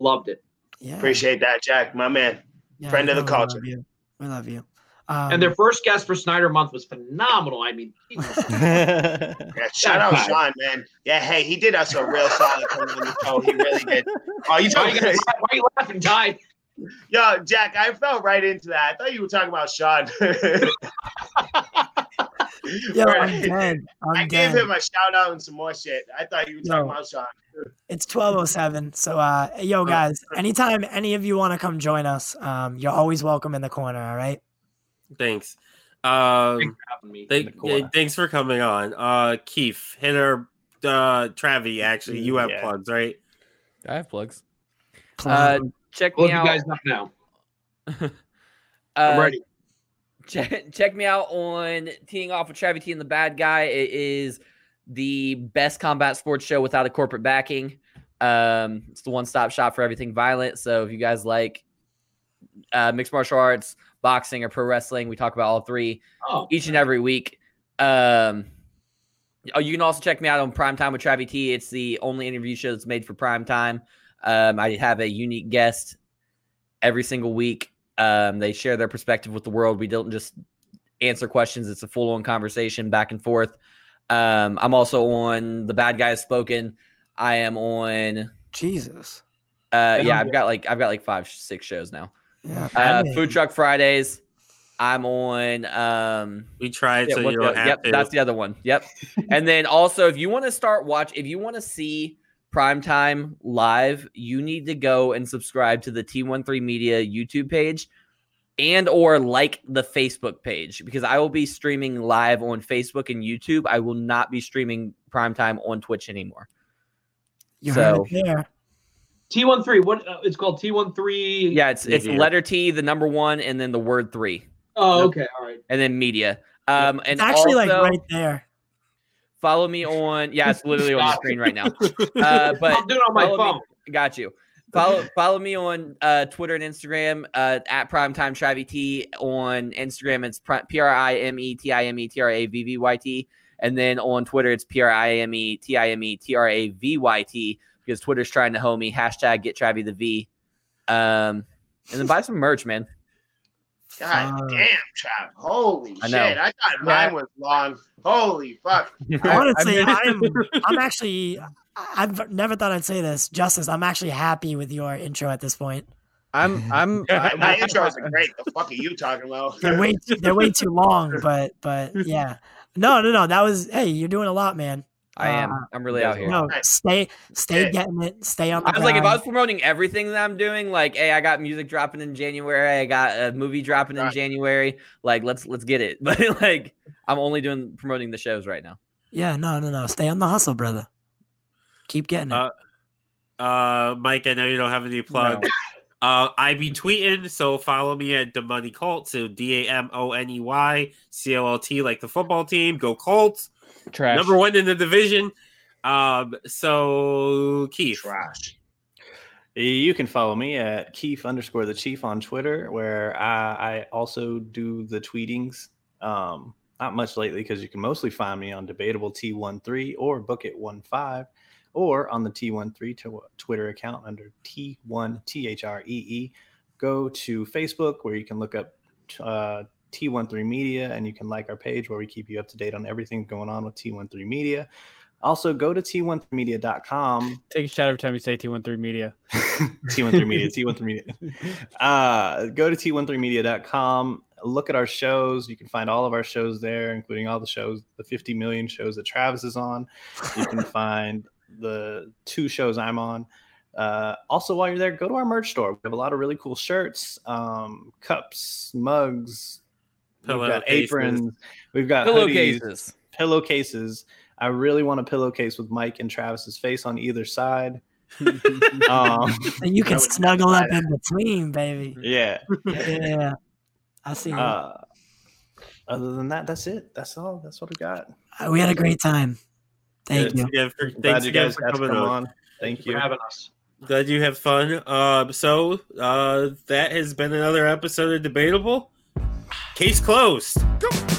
Speaker 8: Loved it.
Speaker 7: Yeah.
Speaker 5: Appreciate that, Jack, my man.
Speaker 7: Yeah,
Speaker 5: friend of the
Speaker 7: we
Speaker 5: culture.
Speaker 7: love you. We love you. Um,
Speaker 8: and their first guest for Snyder Month was phenomenal.
Speaker 7: [LAUGHS]
Speaker 8: I mean,
Speaker 5: Yeah, shout out
Speaker 8: High
Speaker 5: Sean, man. Yeah, hey, he did us a real solid coming on the show. He really did. Oh, you
Speaker 8: why are you,
Speaker 5: talking?
Speaker 8: guys- why are you laughing, Ty?
Speaker 5: Yo, Jack, I fell right into that. I thought you were talking about Sean.
Speaker 7: Yo,
Speaker 5: Right. [LAUGHS]
Speaker 7: I'm dead. I'm
Speaker 5: I
Speaker 7: dead.
Speaker 5: gave him a shout out and some more shit. I thought you were talking
Speaker 7: No.
Speaker 5: about Sean.
Speaker 7: It's 1207. So uh
Speaker 5: Oh.
Speaker 7: yo guys, anytime any of you want to come join us, um you're always welcome in the corner, all right?
Speaker 2: Thanks. Um,
Speaker 8: Having me.
Speaker 2: thank,
Speaker 4: Nicola.
Speaker 2: yeah, thanks for coming on. Uh, Keith, hit her. Uh, Travi, actually, you have
Speaker 4: Yeah.
Speaker 2: plugs, right?
Speaker 6: I have plugs. Uh,
Speaker 7: Clown.
Speaker 6: check
Speaker 8: Well,
Speaker 6: me
Speaker 8: you
Speaker 6: out.
Speaker 8: guys up now. I'm
Speaker 6: uh,
Speaker 8: ready.
Speaker 6: check, check me out on teeing off with Travis T and the Bad Guy. It is the best combat sports show without a corporate backing. Um, it's the one-stop shop for everything violent. So if you guys like uh, mixed martial arts, boxing, or pro wrestling, we talk about all three
Speaker 8: Oh,
Speaker 6: each and every week. Um, oh, you can also check me out on Primetime with Travi T. It's the only interview show that's made for primetime. Um, I have a unique guest every single week. Um, they share their perspective with the world. We don't just answer questions, it's a full on conversation back and forth. Um, I'm also on The Bad Guys Spoken. I am on, uh,
Speaker 7: Jesus.
Speaker 6: yeah, I've got like, I've got like five, six shows now.
Speaker 7: Yeah.
Speaker 6: Uh,
Speaker 7: Batman.
Speaker 6: Food Truck Fridays. I'm on, um,
Speaker 2: We tried,
Speaker 6: yeah,
Speaker 2: so
Speaker 6: what's
Speaker 2: you
Speaker 6: the-
Speaker 2: don't have
Speaker 6: yep,
Speaker 2: to.
Speaker 6: that's the other one. Yep. and then also, if you want to start watch, if you want to see primetime live, you need to go and subscribe to the T13 Media YouTube page and or like the Facebook page because I will be streaming live on Facebook and YouTube. I will not be streaming primetime on Twitch anymore.
Speaker 7: you heard
Speaker 6: so-
Speaker 7: it there.
Speaker 8: T13. What uh, it's called? T13.
Speaker 6: Yeah, it's it's
Speaker 2: Media.
Speaker 6: letter T, the number 1 and then the word 3
Speaker 8: Oh, okay. All right.
Speaker 6: and then media. Um and
Speaker 7: It's actually like
Speaker 6: also-
Speaker 7: right there.
Speaker 6: Follow me on. Yeah, it's literally on the
Speaker 8: Stop.
Speaker 6: screen right
Speaker 7: [LAUGHS]
Speaker 6: now. Uh,
Speaker 8: I'll
Speaker 6: but
Speaker 8: do it on my
Speaker 6: follow me-
Speaker 8: phone.
Speaker 6: got you. [LAUGHS] Follow follow me on uh, Twitter and Instagram uh, at primetime Travi T on Instagram. It's P R I M E T I M E T R A V V Y T, and then on Twitter it's P R I M E T I M E T R A V Y T because Twitter's trying to hoe me. Hashtag get Travi the V. Um, and then buy some merch, man.
Speaker 5: God
Speaker 7: Fuck.
Speaker 5: damn, Trav. Holy
Speaker 6: I
Speaker 5: shit.
Speaker 6: know.
Speaker 5: I thought mine was long. Holy fuck.
Speaker 3: I-
Speaker 7: Honestly,
Speaker 3: I've
Speaker 9: [LAUGHS]
Speaker 7: I'm I'm actually I- I've never thought I'd say this, Justice. I'm actually happy with your intro at this point.
Speaker 3: [LAUGHS] I'm I'm [LAUGHS]
Speaker 5: My intros are great. The fuck are you talking about?
Speaker 7: They're way too, they're way too long, but but yeah, No, no, no. That was hey, you're doing a lot, man.
Speaker 9: I am.
Speaker 7: Uh,
Speaker 9: I'm really out here.
Speaker 7: No,
Speaker 5: Right.
Speaker 7: stay, stay
Speaker 5: Yeah.
Speaker 7: getting it. Stay on. The
Speaker 9: I was like, if I
Speaker 7: grind.
Speaker 9: was promoting everything that I'm doing, like, hey, I got music dropping in January, I got a movie dropping in
Speaker 5: Right.
Speaker 9: January, like, let's let's get it. [LAUGHS] But like, I'm only doing promoting the shows right now.
Speaker 7: yeah, no, no, no. Stay on the hustle, brother. Keep getting it.
Speaker 2: Uh, Uh, Mike, I know you don't have any plug. Uh, I be tweeting, so follow me at the Money Colts. So D A M O N E Y C O L T, like the football team. Go Colts!
Speaker 3: Trash.
Speaker 2: Number one in the division. Um, so Keith,
Speaker 5: Trash.
Speaker 4: You can follow me at Keef underscore the Chief on Twitter, where I, I also do the tweetings. Um, not much lately because you can mostly find me on Debatable T13 or Book It 15 or on the T13 tw- Twitter account under T1 T H R E E. Go to Facebook where you can look up uh, T13 Media and you can like our page where we keep you up to date on everything going on with T13 Media. Also, go to T13media.com
Speaker 3: Take a shot every time you say T13 Media.
Speaker 4: [LAUGHS] T13 Media, T13 Media. Uh, go to T13media.com. Look at our shows. You can find all of our shows there, including all the shows, the 50 million shows that Travis is on. You can find the two shows I'm on. Uh, also, while you're there, go to our merch store. We have a lot of really cool shirts, um, cups, mugs, we've got
Speaker 2: Pillowcases.
Speaker 4: aprons, we've got hoodies
Speaker 9: Pillowcases.
Speaker 4: pillowcases. I really want a pillowcase with Mike and Travis's face on either side. um,
Speaker 7: and you
Speaker 5: I
Speaker 7: can
Speaker 5: would
Speaker 7: snuggle
Speaker 5: buy
Speaker 7: up in between, baby.
Speaker 9: [LAUGHS]
Speaker 4: yeah.
Speaker 7: Yeah, I see. you.
Speaker 4: Uh, other than that, that's it. That's all. That's what we got.
Speaker 7: Uh, we had a great time. Thank you.
Speaker 2: Yeah, for,
Speaker 4: Glad
Speaker 2: thanks
Speaker 4: you
Speaker 2: again
Speaker 4: guys
Speaker 2: for
Speaker 4: got to
Speaker 2: coming
Speaker 4: come
Speaker 2: on.
Speaker 4: on. Thank
Speaker 8: for
Speaker 4: you.
Speaker 8: having us.
Speaker 2: Glad you have fun. Um, so uh, that has been another episode of Debatable. Case closed.
Speaker 1: Come